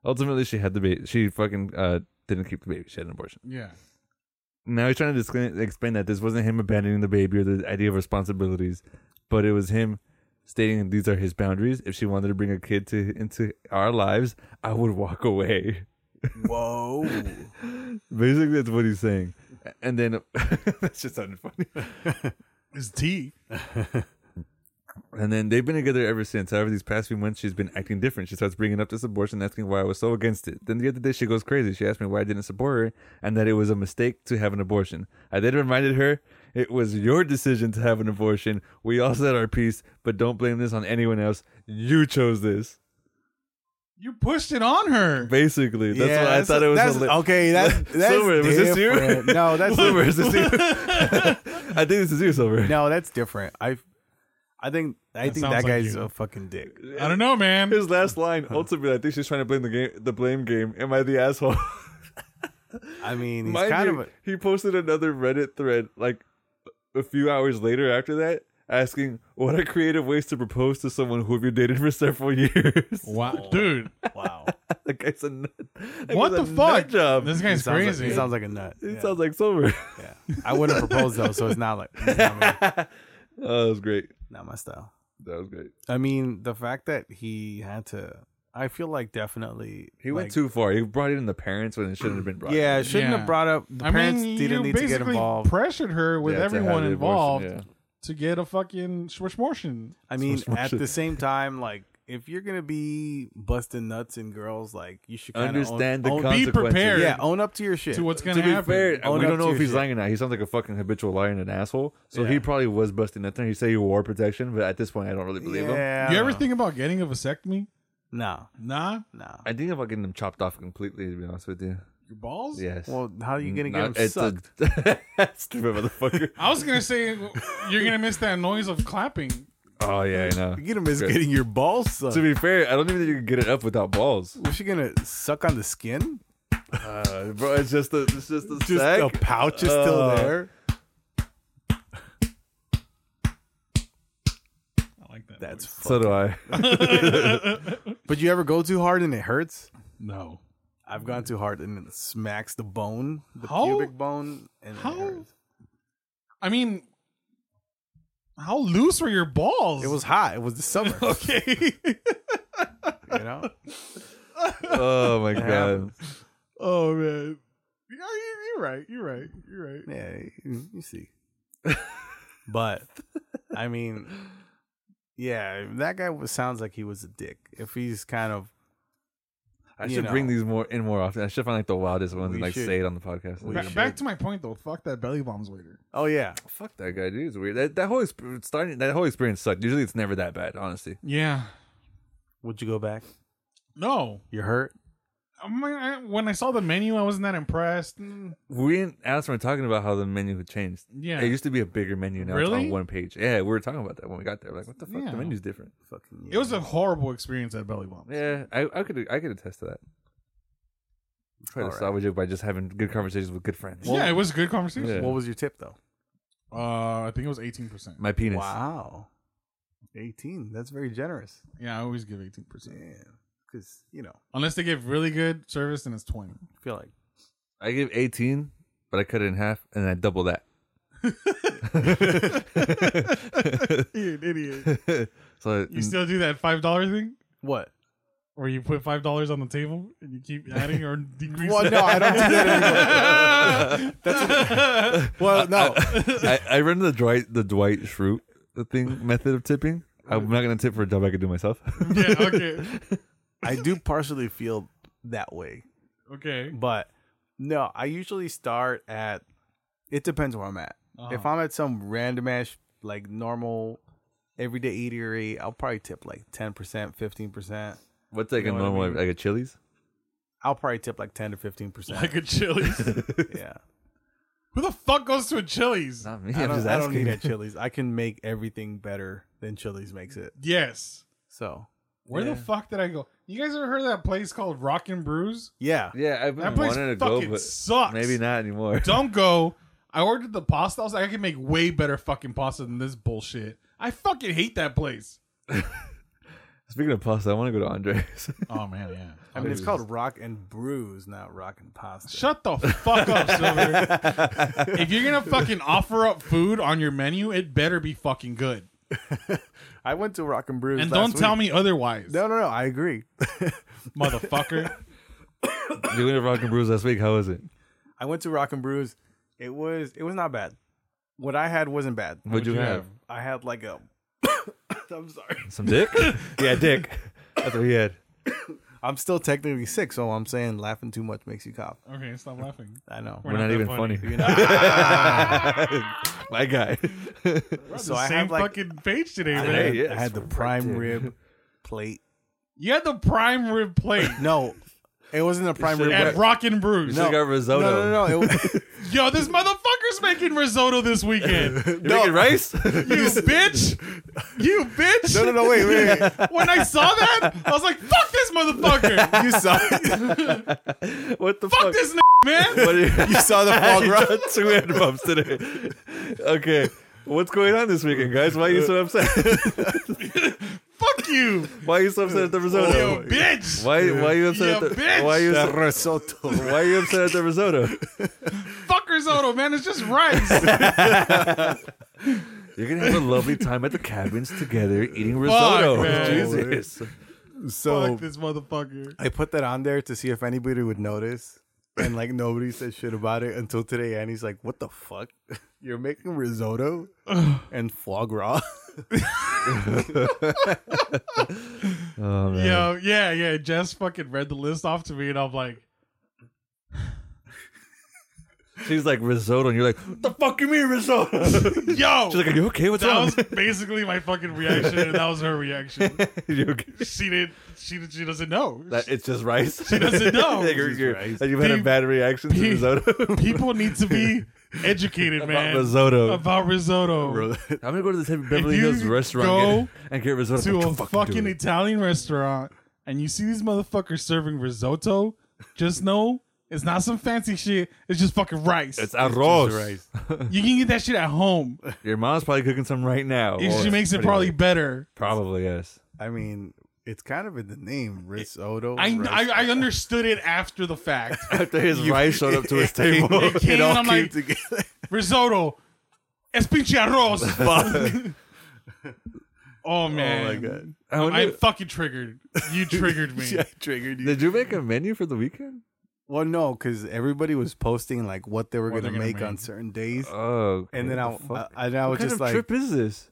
Speaker 1: Ultimately, she had the baby. She fucking uh, didn't keep the baby. She had an abortion.
Speaker 3: Yeah.
Speaker 1: Now he's trying to disclaim, explain that this wasn't him abandoning the baby or the idea of responsibilities, but it was him stating these are his boundaries. If she wanted to bring a kid to into our lives, I would walk away.
Speaker 4: Whoa.
Speaker 1: Basically, that's what he's saying. And then that's just sounded funny.
Speaker 3: It's tea.
Speaker 1: And then they've been together ever since. However, these past few months, she's been acting different. She starts bringing up this abortion, asking why I was so against it. Then the other day, she goes crazy. She asked me why I didn't support her and that it was a mistake to have an abortion. I then reminded her it was your decision to have an abortion. We all said our piece, but don't blame this on anyone else. You chose this.
Speaker 3: You pushed it on her.
Speaker 1: Basically, that's
Speaker 4: Yeah,
Speaker 1: what I thought it was.
Speaker 4: that's-
Speaker 1: hila-
Speaker 4: okay, that's, that's
Speaker 1: Silver, was this you?
Speaker 4: different. No, that's
Speaker 1: Silver, is this you? I think this is you, Silver.
Speaker 4: No, that's different. I, I think I
Speaker 3: That
Speaker 4: think
Speaker 3: sounds like
Speaker 4: that guy's
Speaker 3: you.
Speaker 4: a fucking dick.
Speaker 3: I don't know, man.
Speaker 1: His last line, ultimately, I think she's trying to blame the game, the blame game. Am I the asshole?
Speaker 4: I mean, he's
Speaker 1: Mind
Speaker 4: kind
Speaker 1: you,
Speaker 4: of. A,
Speaker 1: he posted another Reddit thread like a few hours later after that, asking what are creative ways to propose to someone who have you dated for several years.
Speaker 3: Wow. Dude.
Speaker 4: wow,
Speaker 1: that guy's a nut. that
Speaker 3: What
Speaker 1: guy's
Speaker 3: the
Speaker 1: a nut
Speaker 3: fuck?
Speaker 1: Job.
Speaker 3: This
Speaker 4: he
Speaker 3: guy's
Speaker 4: sounds like-
Speaker 3: crazy.
Speaker 4: he sounds like a nut.
Speaker 1: He
Speaker 4: yeah.
Speaker 1: sounds like sober.
Speaker 4: yeah. I wouldn't propose though, so it's not like it's not, my-
Speaker 1: oh, that was great.
Speaker 4: not my style.
Speaker 1: That was great.
Speaker 4: I mean, the fact that he had to, I feel like definitely
Speaker 1: He went
Speaker 4: like-
Speaker 1: too far. He brought in the parents when it shouldn't have been brought.
Speaker 4: Yeah,
Speaker 1: in.
Speaker 4: shouldn't
Speaker 3: Yeah.
Speaker 4: have brought up. The
Speaker 3: I
Speaker 4: parents
Speaker 3: mean,
Speaker 4: didn't
Speaker 3: you
Speaker 4: need to
Speaker 3: basically
Speaker 4: get involved.
Speaker 3: pressured her with
Speaker 1: Yeah, to have
Speaker 3: everyone
Speaker 1: the abortion,
Speaker 3: involved
Speaker 1: yeah.
Speaker 3: to get a fucking schwishmortion.
Speaker 4: I mean,
Speaker 1: Smush, smush
Speaker 4: at
Speaker 1: it.
Speaker 4: the same time, like if you're gonna be busting nuts and girls, like you should kinda
Speaker 1: Understand the
Speaker 4: own, own,
Speaker 3: be
Speaker 1: consequences.
Speaker 3: prepared.
Speaker 4: yeah, own up to your shit.
Speaker 3: to what's
Speaker 1: To
Speaker 3: gonna
Speaker 1: be
Speaker 3: happen.
Speaker 1: fair,
Speaker 4: Own
Speaker 1: we don't
Speaker 4: up to
Speaker 1: know
Speaker 4: your
Speaker 1: if he's
Speaker 4: shit.
Speaker 1: lying or not. He sounds like a fucking habitual liar and an asshole. So
Speaker 4: Yeah.
Speaker 1: he probably was busting that thing. He said he wore protection, but at this point, I don't really believe him.
Speaker 4: yeah,
Speaker 3: you ever think about getting a vasectomy?
Speaker 4: No,
Speaker 3: Nah,
Speaker 4: no.
Speaker 1: I think about getting them chopped off completely. To be honest with you,
Speaker 3: your balls.
Speaker 1: yes.
Speaker 4: Well, how are you gonna get
Speaker 1: Not-
Speaker 4: them
Speaker 1: it's a-
Speaker 4: sucked?
Speaker 1: Stupid motherfucker.
Speaker 3: I was gonna say you're gonna miss that noise of clapping.
Speaker 1: oh yeah, I know.
Speaker 4: You get them is getting your balls sucked.
Speaker 1: To be fair, I don't even think you can get it up without balls.
Speaker 4: Was she gonna suck on the skin?
Speaker 1: Uh, bro, it's just the it's just the
Speaker 4: Just
Speaker 1: sack.
Speaker 4: the pouch is still
Speaker 1: Uh,
Speaker 4: there.
Speaker 3: I like that.
Speaker 4: That's
Speaker 1: so
Speaker 3: noise.
Speaker 1: do I.
Speaker 4: But you ever go too hard and it hurts?
Speaker 3: no.
Speaker 4: I've gone too hard and it smacks the bone, the
Speaker 3: How-
Speaker 4: pubic bone, and
Speaker 3: how-
Speaker 4: it hurts.
Speaker 3: I mean, how loose were your balls?
Speaker 4: It was hot. It was the summer.
Speaker 3: okay.
Speaker 4: you know.
Speaker 1: Oh my god.
Speaker 4: happens.
Speaker 3: oh man. Yeah, you- you're right. You're right. You're right.
Speaker 4: Yeah, you, you see. but I mean, yeah, that guy was, sounds like he was a dick. If he's kind of,
Speaker 1: I
Speaker 4: You
Speaker 1: should
Speaker 4: know.
Speaker 1: bring these more in more often. I should find like the wildest ones
Speaker 4: We
Speaker 1: and like
Speaker 4: should.
Speaker 1: say it on the podcast.
Speaker 4: We
Speaker 3: Ba-
Speaker 4: should.
Speaker 3: back to my point though. Fuck that belly bombs waiter.
Speaker 4: oh yeah,
Speaker 1: Fuck that guy, dude. It's weird. That, that whole exp- starting that whole experience sucked. Usually, it's never that bad. Honestly,
Speaker 3: Yeah.
Speaker 4: would you go back?
Speaker 3: No.
Speaker 4: You're hurt.
Speaker 3: I mean, I- when I saw the menu, I wasn't that impressed. Mm,
Speaker 1: we and Allison were talking about how the menu had changed.
Speaker 3: Yeah.
Speaker 1: it used to be a bigger menu. Now it's
Speaker 3: Really?
Speaker 1: on one page. Yeah, we were talking about that when we got there. We're like, what the fuck?
Speaker 3: Yeah.
Speaker 1: The menu's different.
Speaker 4: Fucking.
Speaker 3: It was a horrible experience at Belly Bomb.
Speaker 1: Yeah, I, I could I could attest to that. Try to
Speaker 4: Alright.
Speaker 1: salvage it by just having good conversations with good friends.
Speaker 3: yeah, it was a good conversation.
Speaker 1: Yeah.
Speaker 4: What was your tip though?
Speaker 3: Uh, I think it was eighteen percent.
Speaker 1: My penis.
Speaker 4: Wow, eighteen. That's very generous.
Speaker 3: Yeah, I always give eighteen percent.
Speaker 4: because you know,
Speaker 3: Unless they give really good service, then it's twenty.
Speaker 4: I feel like
Speaker 1: I give 18, but I cut it in half and I double that.
Speaker 3: You're an idiot.
Speaker 1: so
Speaker 4: Mm.
Speaker 3: You still do that five dollar thing,
Speaker 4: what?
Speaker 3: where you put five dollars on the table and you keep adding or decreasing.
Speaker 4: Well, no, I don't do that anymore. That's well, no.
Speaker 1: I, I run the Dwight the Dwight Schrute thing method of tipping. I'm not gonna tip for a job I could do myself.
Speaker 3: Yeah. Okay.
Speaker 4: I do partially feel that way,
Speaker 3: Okay.
Speaker 4: but no, I usually start at. It depends where I'm at. If
Speaker 3: Uh-huh.
Speaker 4: I'm at some random ass like normal everyday eatery, I'll probably tip like ten percent, fifteen percent.
Speaker 1: What's like
Speaker 4: You know
Speaker 1: a
Speaker 4: what I
Speaker 1: normal
Speaker 4: mean?
Speaker 1: like a Chili's?
Speaker 4: I'll probably tip like ten to fifteen percent.
Speaker 3: Like a Chili's.
Speaker 4: Yeah,
Speaker 3: Who the fuck goes to a Chili's?
Speaker 1: Not me.
Speaker 4: I
Speaker 1: I'm
Speaker 4: don't,
Speaker 1: just
Speaker 4: I don't
Speaker 1: asking.
Speaker 4: need at Chili's. I can make everything better than Chili's makes it.
Speaker 3: Yes.
Speaker 4: So
Speaker 3: Where the
Speaker 1: Yeah.
Speaker 3: fuck did I go? You guys ever heard of that place called Rockin' Brews?
Speaker 4: yeah,
Speaker 1: yeah, I've been
Speaker 3: That place
Speaker 1: wanting to go,
Speaker 3: fucking
Speaker 1: but
Speaker 3: sucks.
Speaker 1: maybe not anymore.
Speaker 3: Don't go. I ordered the pasta. I was like, I can make way better fucking pasta than this bullshit. I fucking hate that place.
Speaker 1: Speaking of pasta, I want to go to Andre's.
Speaker 3: Oh man, yeah.
Speaker 4: I mean it's called Rock and Brews, not Rock and Pasta.
Speaker 3: Shut the fuck up, Silver. if you're gonna fucking offer up food on your menu, it better be fucking good.
Speaker 4: I went to Rock and Brews,
Speaker 3: And
Speaker 4: last
Speaker 3: don't tell me
Speaker 4: week.
Speaker 3: otherwise,
Speaker 4: No, no, no. I agree.
Speaker 3: motherfucker.
Speaker 1: you went to Rock and Brews last week. How was it?
Speaker 4: I went to Rock and Brews. It was it was not bad. What I had wasn't bad.
Speaker 1: What'd, you, have?
Speaker 4: I had like a. I'm sorry.
Speaker 1: Some dick? yeah, dick. That's what he had.
Speaker 4: I'm still technically sick, so I'm saying laughing too much makes you cough.
Speaker 3: Okay, stop laughing.
Speaker 4: I know.
Speaker 1: We're, not,
Speaker 3: that
Speaker 1: even
Speaker 3: funny.
Speaker 1: funny. My guy.
Speaker 4: So
Speaker 3: the
Speaker 4: I
Speaker 3: same
Speaker 4: have like
Speaker 3: fucking page today,
Speaker 4: I
Speaker 3: man.
Speaker 4: had,
Speaker 1: Hey, yeah,
Speaker 4: I had the
Speaker 1: right,
Speaker 4: prime
Speaker 1: dude.
Speaker 4: rib plate.
Speaker 3: You had the prime rib plate
Speaker 4: No, it wasn't a prime
Speaker 1: should
Speaker 4: rib.
Speaker 1: have
Speaker 4: plate.
Speaker 3: at Rockin' Brews.
Speaker 1: No. got risotto.
Speaker 4: No, no, no. no. It,
Speaker 3: Yo, this motherfucker's making risotto this weekend.
Speaker 1: You're making rice?
Speaker 3: You bitch! You bitch!
Speaker 4: no, no, no. Wait, wait. wait.
Speaker 3: When I saw that, I was like, "Fuck this motherfucker!
Speaker 4: You saw
Speaker 1: what the
Speaker 3: Fuck
Speaker 1: fuck?
Speaker 3: this n- man!"
Speaker 1: What are you-
Speaker 4: you saw the fog run.
Speaker 1: two head bumps today. Okay. What's going on this weekend, guys? Why are you
Speaker 3: Uh,
Speaker 1: so upset?
Speaker 3: Fuck you,
Speaker 1: Why are you so upset at the
Speaker 3: Oh, you
Speaker 1: risotto?
Speaker 3: bitch!
Speaker 1: Why why are you upset
Speaker 3: You
Speaker 1: at the
Speaker 3: bitch.
Speaker 1: why are you so-
Speaker 4: risotto.
Speaker 1: why are you upset at the risotto?
Speaker 3: Fuck risotto, man. It's just rice.
Speaker 1: You're gonna have a lovely time at the cabins together eating risotto.
Speaker 3: man.
Speaker 1: Jesus.
Speaker 4: So
Speaker 3: Fuck this motherfucker.
Speaker 4: I put that on there to see if anybody would notice. And like nobody said shit about it until today. And he's like, what the fuck? You're making risotto and foie gras?
Speaker 1: Oh man.
Speaker 3: Yo, yeah, yeah. Jess fucking read the list off to me, and I'm like,
Speaker 1: She's like risotto, and you're like, "What the fuck you mean risotto?" She's
Speaker 3: yo,
Speaker 1: like, "Are you okay? What's
Speaker 3: that
Speaker 1: wrong?"
Speaker 3: was basically my fucking reaction, and that was her reaction.
Speaker 1: You okay?
Speaker 3: She did. She she doesn't know.
Speaker 1: That it's just rice.
Speaker 3: She doesn't know.
Speaker 1: Like, you're-
Speaker 4: It's just
Speaker 1: you're-
Speaker 4: rice.
Speaker 1: like, you've had a
Speaker 3: Pe-
Speaker 1: bad reaction to
Speaker 3: pe-
Speaker 1: risotto.
Speaker 3: People need to be educated,
Speaker 1: about
Speaker 3: man,
Speaker 1: risotto.
Speaker 3: about risotto.
Speaker 1: Bro, I'm gonna go to this Beverly
Speaker 3: If you
Speaker 1: Hills restaurant
Speaker 3: go
Speaker 1: and, and get risotto.
Speaker 3: To
Speaker 1: Don't
Speaker 3: a
Speaker 1: you fucking
Speaker 3: fucking
Speaker 1: do it.
Speaker 3: Italian restaurant, and you see these motherfuckers serving risotto, just know it's not some fancy shit. It's just fucking rice.
Speaker 1: it's
Speaker 3: Oh,
Speaker 1: arroz.
Speaker 4: rice.
Speaker 3: you can get that shit at home.
Speaker 1: Your mom's probably cooking some right now.
Speaker 3: It
Speaker 1: Or-
Speaker 3: just makes it
Speaker 1: pretty
Speaker 3: probably
Speaker 1: much.
Speaker 3: better.
Speaker 1: probably yes.
Speaker 4: I mean, it's kind of in the name, risotto.
Speaker 3: I,
Speaker 4: rice.
Speaker 3: I, I understood it after the fact.
Speaker 1: After his rice showed up to his table,
Speaker 3: it came,
Speaker 4: it all
Speaker 3: and I'm
Speaker 4: came
Speaker 3: like-
Speaker 4: together.
Speaker 3: Risotto. Es pinche arroz. oh man.
Speaker 4: Oh my god!
Speaker 1: I wonder-
Speaker 3: I'm fucking triggered. You triggered me.
Speaker 4: Yeah, I triggered you.
Speaker 1: did you make a menu for the weekend?
Speaker 4: Well, no, because everybody was posting like what they were
Speaker 3: What they're
Speaker 4: gonna,
Speaker 3: gonna
Speaker 4: make, on
Speaker 3: make. Uh,
Speaker 4: certain days,
Speaker 1: Oh,
Speaker 4: and then I,
Speaker 1: what the fuck?
Speaker 4: I, and I was
Speaker 1: what kind
Speaker 4: just
Speaker 1: of
Speaker 4: like,
Speaker 1: trip is this?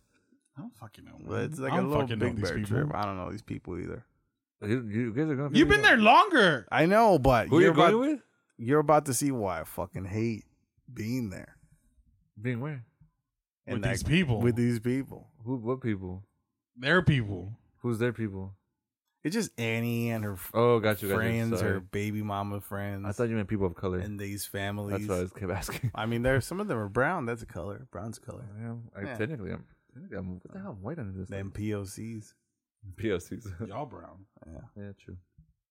Speaker 3: I don't fucking know.
Speaker 4: "Well,
Speaker 3: man.
Speaker 4: it's like
Speaker 3: I
Speaker 4: a
Speaker 3: don't
Speaker 4: little
Speaker 3: fucking know
Speaker 4: big
Speaker 3: these
Speaker 4: bear
Speaker 3: people.
Speaker 4: trip. I don't know these people either.
Speaker 1: You, you guys are going.
Speaker 3: You've been there longer.
Speaker 4: I know, but
Speaker 1: Who
Speaker 4: you're
Speaker 1: you're
Speaker 4: about,
Speaker 1: going with?
Speaker 4: you're about to see why I fucking hate being there
Speaker 1: Being where?
Speaker 3: With
Speaker 4: like,
Speaker 3: these people.
Speaker 4: With these people,
Speaker 1: Who? What people?
Speaker 3: They're people.
Speaker 1: Who's their people?
Speaker 4: it's just Annie and her f-
Speaker 1: Oh, got you. Got you.
Speaker 4: friends,
Speaker 1: Sorry.
Speaker 4: her baby mama friends,
Speaker 1: I thought you meant people of color.
Speaker 4: and these families.
Speaker 1: That's why I was kept asking.
Speaker 4: I mean, there some of them are brown. That's a color. Brown's a color.
Speaker 1: I am. I
Speaker 4: Yeah.
Speaker 1: technically, I'm. technically I'm what the hell? I'm white under this.
Speaker 4: Them
Speaker 1: thing.
Speaker 4: POCs.
Speaker 1: POCs.
Speaker 3: Y'all brown.
Speaker 1: yeah, true.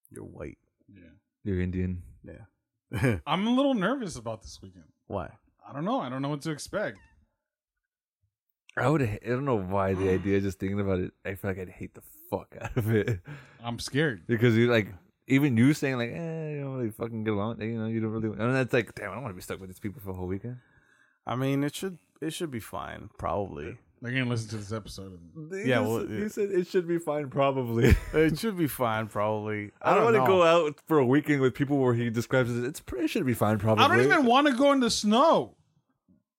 Speaker 4: You're white.
Speaker 3: Yeah.
Speaker 1: You're Indian.
Speaker 4: Yeah.
Speaker 3: I'm a little nervous about this weekend.
Speaker 4: why?
Speaker 3: I don't know. I don't know what to expect.
Speaker 1: I would. ha- I don't know why the idea. Just thinking about it, I feel like I'd hate the fuck out of it
Speaker 3: I'm scared.
Speaker 1: because you like even you saying like, eh, you don't really fucking get along. You know, you don't really. And that's like, damn, I don't want to be stuck with these people for a whole weekend.
Speaker 4: I mean, it should it should be fine, probably.
Speaker 3: They're gonna listen to this episode. and-
Speaker 4: Yeah, just- well,
Speaker 1: you
Speaker 4: you
Speaker 1: said it should be fine, probably.
Speaker 4: It should be fine, probably.
Speaker 1: I don't, want to go
Speaker 4: out.
Speaker 1: out for a weekend with people where he describes it. It's pretty, it should be fine, probably.
Speaker 3: I don't even want to go in the snow.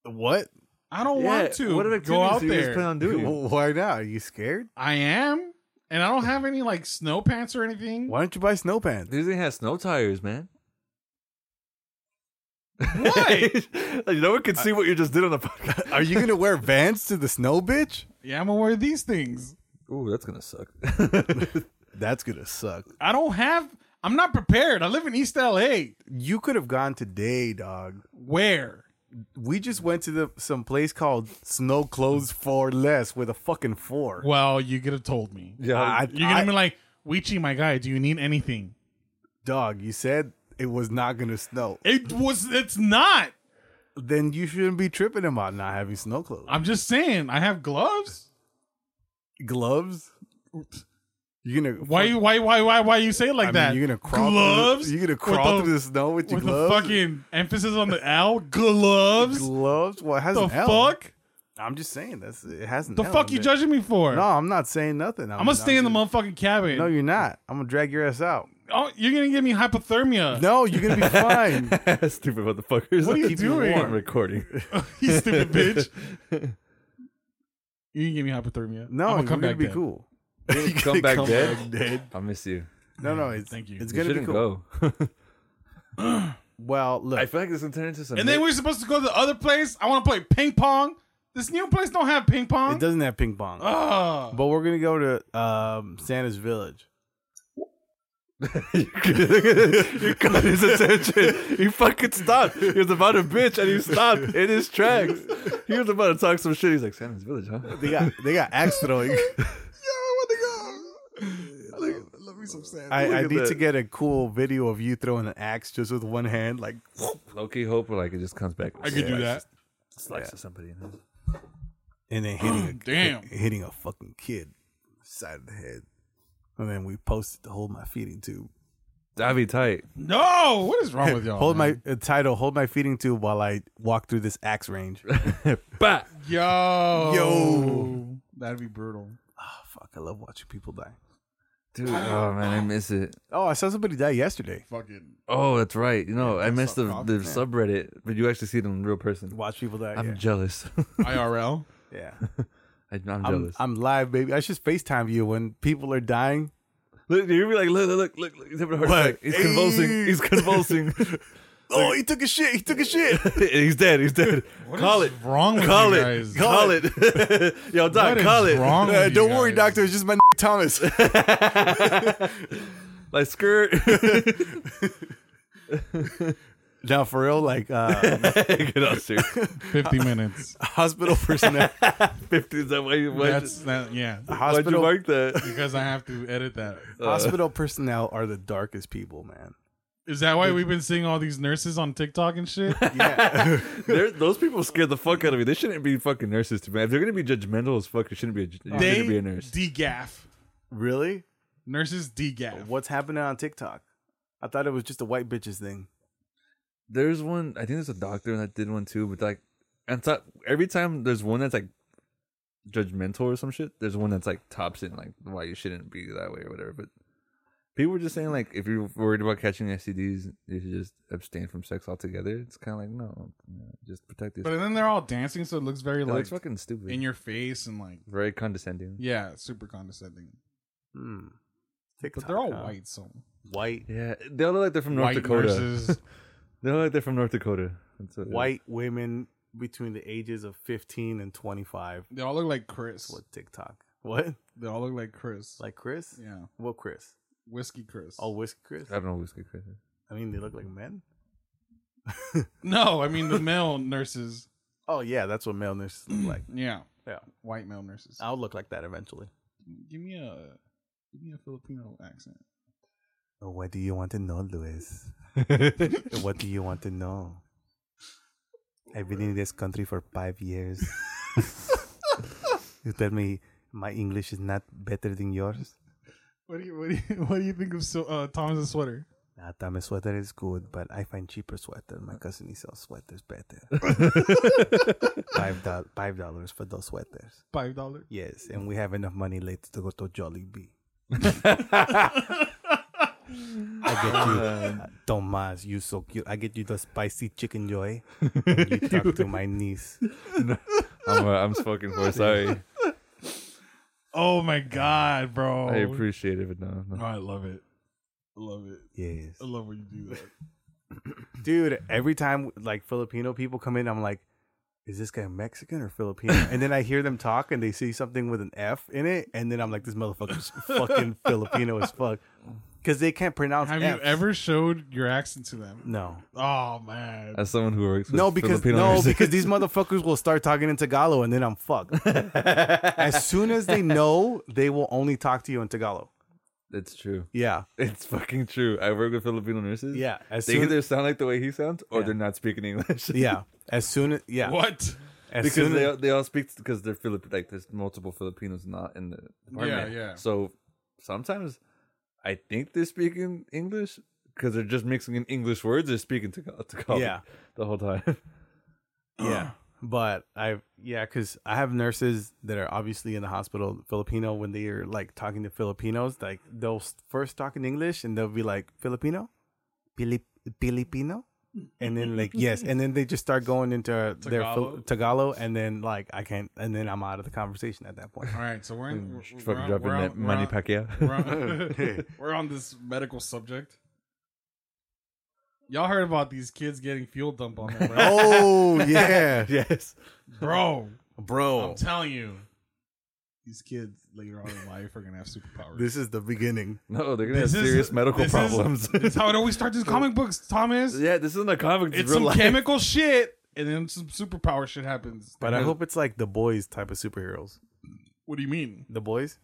Speaker 4: What?
Speaker 3: I don't
Speaker 1: Yeah,
Speaker 3: want to
Speaker 1: What activities
Speaker 3: go out
Speaker 1: do you guys
Speaker 3: there.
Speaker 1: plan on
Speaker 4: Well,
Speaker 1: doing?
Speaker 4: Why not? Are you scared?
Speaker 3: I am, and I don't have any like snow pants or anything.
Speaker 4: Why don't you buy snow pants?
Speaker 1: Disney has snow tires, man.
Speaker 3: Why?
Speaker 1: like, no one can see what you just did on the podcast.
Speaker 4: Are you gonna wear Vans to the snow, bitch?
Speaker 3: Yeah, I'm gonna wear these things.
Speaker 1: Ooh, that's gonna suck.
Speaker 4: That's gonna suck.
Speaker 3: I don't have. I'm not prepared. I live in East LA.
Speaker 4: You could have gone today, dog.
Speaker 3: Where?
Speaker 4: We just went to the some place called Snow Clothes for Less with a fucking four.
Speaker 3: Well, you could have told me.
Speaker 1: yeah,
Speaker 4: I-
Speaker 3: You're gonna be like, Weechi, my guy, do you need anything?
Speaker 4: Dog, you said it was not gonna snow.
Speaker 3: It was. It's not.
Speaker 4: Then you shouldn't be tripping about not having snow clothes.
Speaker 3: I'm just saying. I have gloves.
Speaker 4: Gloves. You're gonna
Speaker 3: Why? you- Why? Why? Why? Why you say it like
Speaker 4: I mean,
Speaker 3: that?
Speaker 4: you're gonna crawl.
Speaker 3: gloves.
Speaker 4: Through, the- you're gonna
Speaker 3: with
Speaker 4: crawl
Speaker 3: the-
Speaker 4: through the snow with your
Speaker 3: with
Speaker 4: gloves.
Speaker 3: the fucking emphasis on the L. Gloves.
Speaker 4: gloves. Well, it has
Speaker 3: the
Speaker 4: an L.
Speaker 3: fuck?
Speaker 4: I'm just saying that's it has an
Speaker 3: The
Speaker 4: L
Speaker 3: fuck
Speaker 4: in
Speaker 3: you
Speaker 4: it.
Speaker 3: judging me for?
Speaker 4: No, I'm not saying nothing.
Speaker 3: I'm gonna stay in the
Speaker 4: just-
Speaker 3: motherfucking cabin.
Speaker 4: No, you're not. I'm gonna drag your ass out.
Speaker 3: oh, you're gonna give me hypothermia.
Speaker 4: No, you're gonna be fine.
Speaker 1: Stupid motherfuckers.
Speaker 3: What are you
Speaker 1: Keep
Speaker 3: doing?
Speaker 1: warm. recording.
Speaker 3: you stupid bitch. You can give me hypothermia.
Speaker 4: No,
Speaker 3: I'm
Speaker 4: you're
Speaker 3: gonna come
Speaker 4: gonna
Speaker 3: back
Speaker 4: be
Speaker 3: then.
Speaker 4: cool.
Speaker 1: You're gonna come back dead? I miss you.
Speaker 4: No, no, it's
Speaker 3: Thank you.
Speaker 4: It's
Speaker 3: You
Speaker 1: You
Speaker 4: gonna be
Speaker 1: shouldn't
Speaker 4: cool.
Speaker 1: go.
Speaker 4: Well, look,
Speaker 1: I feel like this is gonna turn into some.
Speaker 3: And then
Speaker 1: Nick-
Speaker 3: we're supposed to go to the other place. I want to play ping pong. This new place don't have ping pong. Ah,
Speaker 4: it doesn't have ping pong,
Speaker 3: Oh. Ugh.
Speaker 4: but we're gonna go to um, Santa's village.
Speaker 1: you caught his attention. He fucking stopped. He was about to bitch and he stopped in his tracks. He was about to talk some shit. He's like, Santa's Village, huh?
Speaker 4: They got they got axe throwing.
Speaker 3: Love me some sand.
Speaker 4: I,
Speaker 1: Look
Speaker 4: I
Speaker 1: at
Speaker 4: need
Speaker 1: that.
Speaker 4: to get a cool video of you throwing an axe just with one hand, like
Speaker 1: Low key hope, like, it just comes back.
Speaker 3: I could do that.
Speaker 1: Slice to somebody. in the-
Speaker 4: and then hitting a
Speaker 3: Damn.
Speaker 4: hit- hitting a fucking kid side of the head, and then we posted the hold my feeding tube.
Speaker 1: That'd be tight.
Speaker 3: No, what is wrong with y'all?
Speaker 4: hold
Speaker 3: man?
Speaker 4: my uh, title, hold my feeding tube while I walk through this axe range.
Speaker 1: Bah!
Speaker 3: yo
Speaker 4: Yo.
Speaker 3: That'd be brutal.
Speaker 4: Ah, fuck, I love watching people die.
Speaker 1: Dude, oh man, I miss it.
Speaker 4: Oh, I saw somebody die yesterday.
Speaker 3: Fucking
Speaker 1: Oh, that's right. You know, I missed the,
Speaker 3: off,
Speaker 1: the subreddit, but you actually see it in real person.
Speaker 4: Watch people die.
Speaker 1: I'm jealous.
Speaker 3: IRL.
Speaker 4: yeah, yeah.
Speaker 1: I, I'm
Speaker 4: I'm,
Speaker 1: jealous.
Speaker 4: I'm live, baby. I should FaceTime you when people are dying.
Speaker 1: Look, you'd be like, look, look, look, look, he's having a heart attack. He's convulsing. He's convulsing.
Speaker 4: Oh, he took a shit. He took a shit.
Speaker 1: he's dead. He's dead.
Speaker 3: What
Speaker 1: call
Speaker 3: is
Speaker 1: it.
Speaker 3: wrong with
Speaker 1: Call
Speaker 3: you
Speaker 1: it.
Speaker 3: guys?
Speaker 1: Call it. Yo, Doc,
Speaker 3: What is
Speaker 1: call it.
Speaker 3: wrong with
Speaker 4: Uh,
Speaker 3: you
Speaker 4: don't worry,
Speaker 3: guys?
Speaker 4: doctor. It's just my Thomas.
Speaker 1: Like, skirt.
Speaker 4: now, for real, like uh,
Speaker 1: Get off, sir.
Speaker 3: 50 minutes.
Speaker 4: hospital personnel.
Speaker 1: 50 is that why you, why'd,
Speaker 3: That's that. Yeah,
Speaker 1: why'd you
Speaker 4: hospital
Speaker 1: mark that?
Speaker 3: because I have to edit that.
Speaker 4: hospital personnel are the darkest people, man.
Speaker 3: Is that why we've been seeing all these nurses on TikTok and shit?
Speaker 4: Yeah,
Speaker 1: They're, those people scare the fuck out of me. They shouldn't be fucking nurses to me. If they're gonna be judgmental as fuck, you shouldn't be a, you
Speaker 3: they
Speaker 1: shouldn't be a nurse.
Speaker 3: degaff.
Speaker 4: really?
Speaker 3: Nurses degaff.
Speaker 4: What's happening on TikTok? I thought it was just a white bitches thing.
Speaker 1: There's one. I think there's a doctor that did one too. But like, and so, every time there's one that's like judgmental or some shit. There's one that's like tops it and like why you shouldn't be that way or whatever. But people were just saying like if you're worried about catching STDs, you should just abstain from sex altogether. It's kind of like no, no, just protect yourself.
Speaker 3: But then they're all dancing, so it looks very
Speaker 1: It
Speaker 3: like
Speaker 1: looks fucking stupid.
Speaker 3: in your face and like
Speaker 1: Very condescending.
Speaker 3: yeah, super condescending.
Speaker 4: Hmm. TikTok,
Speaker 3: But they're all
Speaker 4: huh?
Speaker 3: white, so
Speaker 4: White,
Speaker 1: Yeah, they all look like they're from North
Speaker 3: white
Speaker 1: Dakota.
Speaker 3: nurses.
Speaker 1: They all look like they're from North Dakota. That's what it is.
Speaker 4: white women between the ages of fifteen and twenty-five.
Speaker 3: They all look like Chris.
Speaker 4: That's what TikTok? What?
Speaker 3: They all look like Chris.
Speaker 4: Like Chris?
Speaker 3: yeah,
Speaker 4: What Chris?
Speaker 3: whiskey Chris.
Speaker 4: All whiskey Chris?
Speaker 1: I don't know who's good. for this.
Speaker 4: I mean, they look like men.
Speaker 3: no, I mean the male nurses.
Speaker 4: Oh yeah, that's what male nurses look like.
Speaker 3: Yeah,
Speaker 4: Yeah.
Speaker 3: white male nurses.
Speaker 4: I'll look like that eventually.
Speaker 3: Give me a give me a Filipino accent.
Speaker 4: Oh, what do you want to know, Luis? what do you want to know? I've been in this country for five years. you tell me my English is not better than yours?
Speaker 3: What do you what do you, what do you think of so, uh, Thomas's sweater?
Speaker 4: Nah, Thomas sweater is good, but I find cheaper sweater. My cousin he sells sweaters better. five dollars, five dollars for those sweaters.
Speaker 3: Five dollars.
Speaker 4: Yes, and we have enough money later to go to Jollibee. I get you, uh, Tomas. You so cute. I get you the spicy chicken joy. And you talk to my niece.
Speaker 1: I'm, uh, I'm spoken for. Sorry,
Speaker 3: Oh my god, bro!
Speaker 4: Oh.
Speaker 1: I appreciate it, but no,
Speaker 3: Oh,
Speaker 1: no.
Speaker 3: I love it. I love it.
Speaker 4: Yes,
Speaker 3: I love when you do that.
Speaker 4: dude. Every time like Filipino people come in, I'm like, is this guy Mexican or Filipino? And then I hear them talk and they see something with an F in it, and then I'm like, this motherfucker's fucking Filipino as fuck, because they can't pronounce.
Speaker 3: Have
Speaker 4: Fs.
Speaker 3: you ever showed your accent to them?
Speaker 4: No,
Speaker 3: Oh man.
Speaker 1: As someone who works with
Speaker 4: no, because
Speaker 1: Filipino
Speaker 4: no,
Speaker 1: nurses-
Speaker 4: because these motherfuckers will start talking in Tagalog, and then I'm fucked. as soon as they know, they will only talk to you in Tagalog.
Speaker 1: it's true.
Speaker 4: Yeah,
Speaker 1: It's fucking true. I work with Filipino nurses.
Speaker 4: yeah. As
Speaker 1: they
Speaker 4: soon,
Speaker 1: either sound like the way he sounds, or
Speaker 4: Yeah.
Speaker 1: they're not speaking English.
Speaker 4: yeah, as soon, yeah,
Speaker 3: What?
Speaker 4: as
Speaker 1: because
Speaker 4: soon
Speaker 1: they
Speaker 4: as,
Speaker 1: all- they all speak because they're Filip like there's multiple Filipinos not in the department.
Speaker 3: yeah.
Speaker 1: So sometimes I think they're speaking English because they're just mixing in English words. They're speaking Tagalog, Tagalog
Speaker 4: Yeah.
Speaker 1: the whole time.
Speaker 4: yeah. But I, yeah, because I have nurses that are obviously in the hospital Filipino. When they are like talking to Filipinos, like they'll s- first talk in English and they'll be like Filipino, Pilip- Filipino, and then like yes, and then they just start going into their Fil-
Speaker 3: Tagalog.
Speaker 4: Tagalog, and then like I can't, and then I'm out of the conversation at that point.
Speaker 3: All right, so we're in. We're, we're
Speaker 1: Mm, Fucking
Speaker 3: on,
Speaker 1: dropping
Speaker 3: we're
Speaker 1: that
Speaker 3: on, we're
Speaker 1: Manny
Speaker 3: on-
Speaker 1: Pacquiao.
Speaker 3: we're on- we're on this medical subject. Y'all heard about these kids getting fuel dump on them, right?
Speaker 4: Oh yeah,
Speaker 1: yes.
Speaker 3: bro? I'm
Speaker 4: bro,
Speaker 3: telling you, these kids later on in life are gonna have superpowers.
Speaker 4: this is the beginning.
Speaker 1: No, they're gonna
Speaker 3: This
Speaker 1: have
Speaker 3: is-
Speaker 1: serious medical
Speaker 3: this is-
Speaker 1: problems.
Speaker 3: this is how it always starts in comic books, Thomas.
Speaker 1: yeah, this isn't a comic.
Speaker 3: it's
Speaker 1: real
Speaker 3: some
Speaker 1: life.
Speaker 3: chemical shit, and then some superpower shit happens.
Speaker 4: But I hope it's like the boys type of superheroes.
Speaker 3: What do you mean,
Speaker 4: The boys.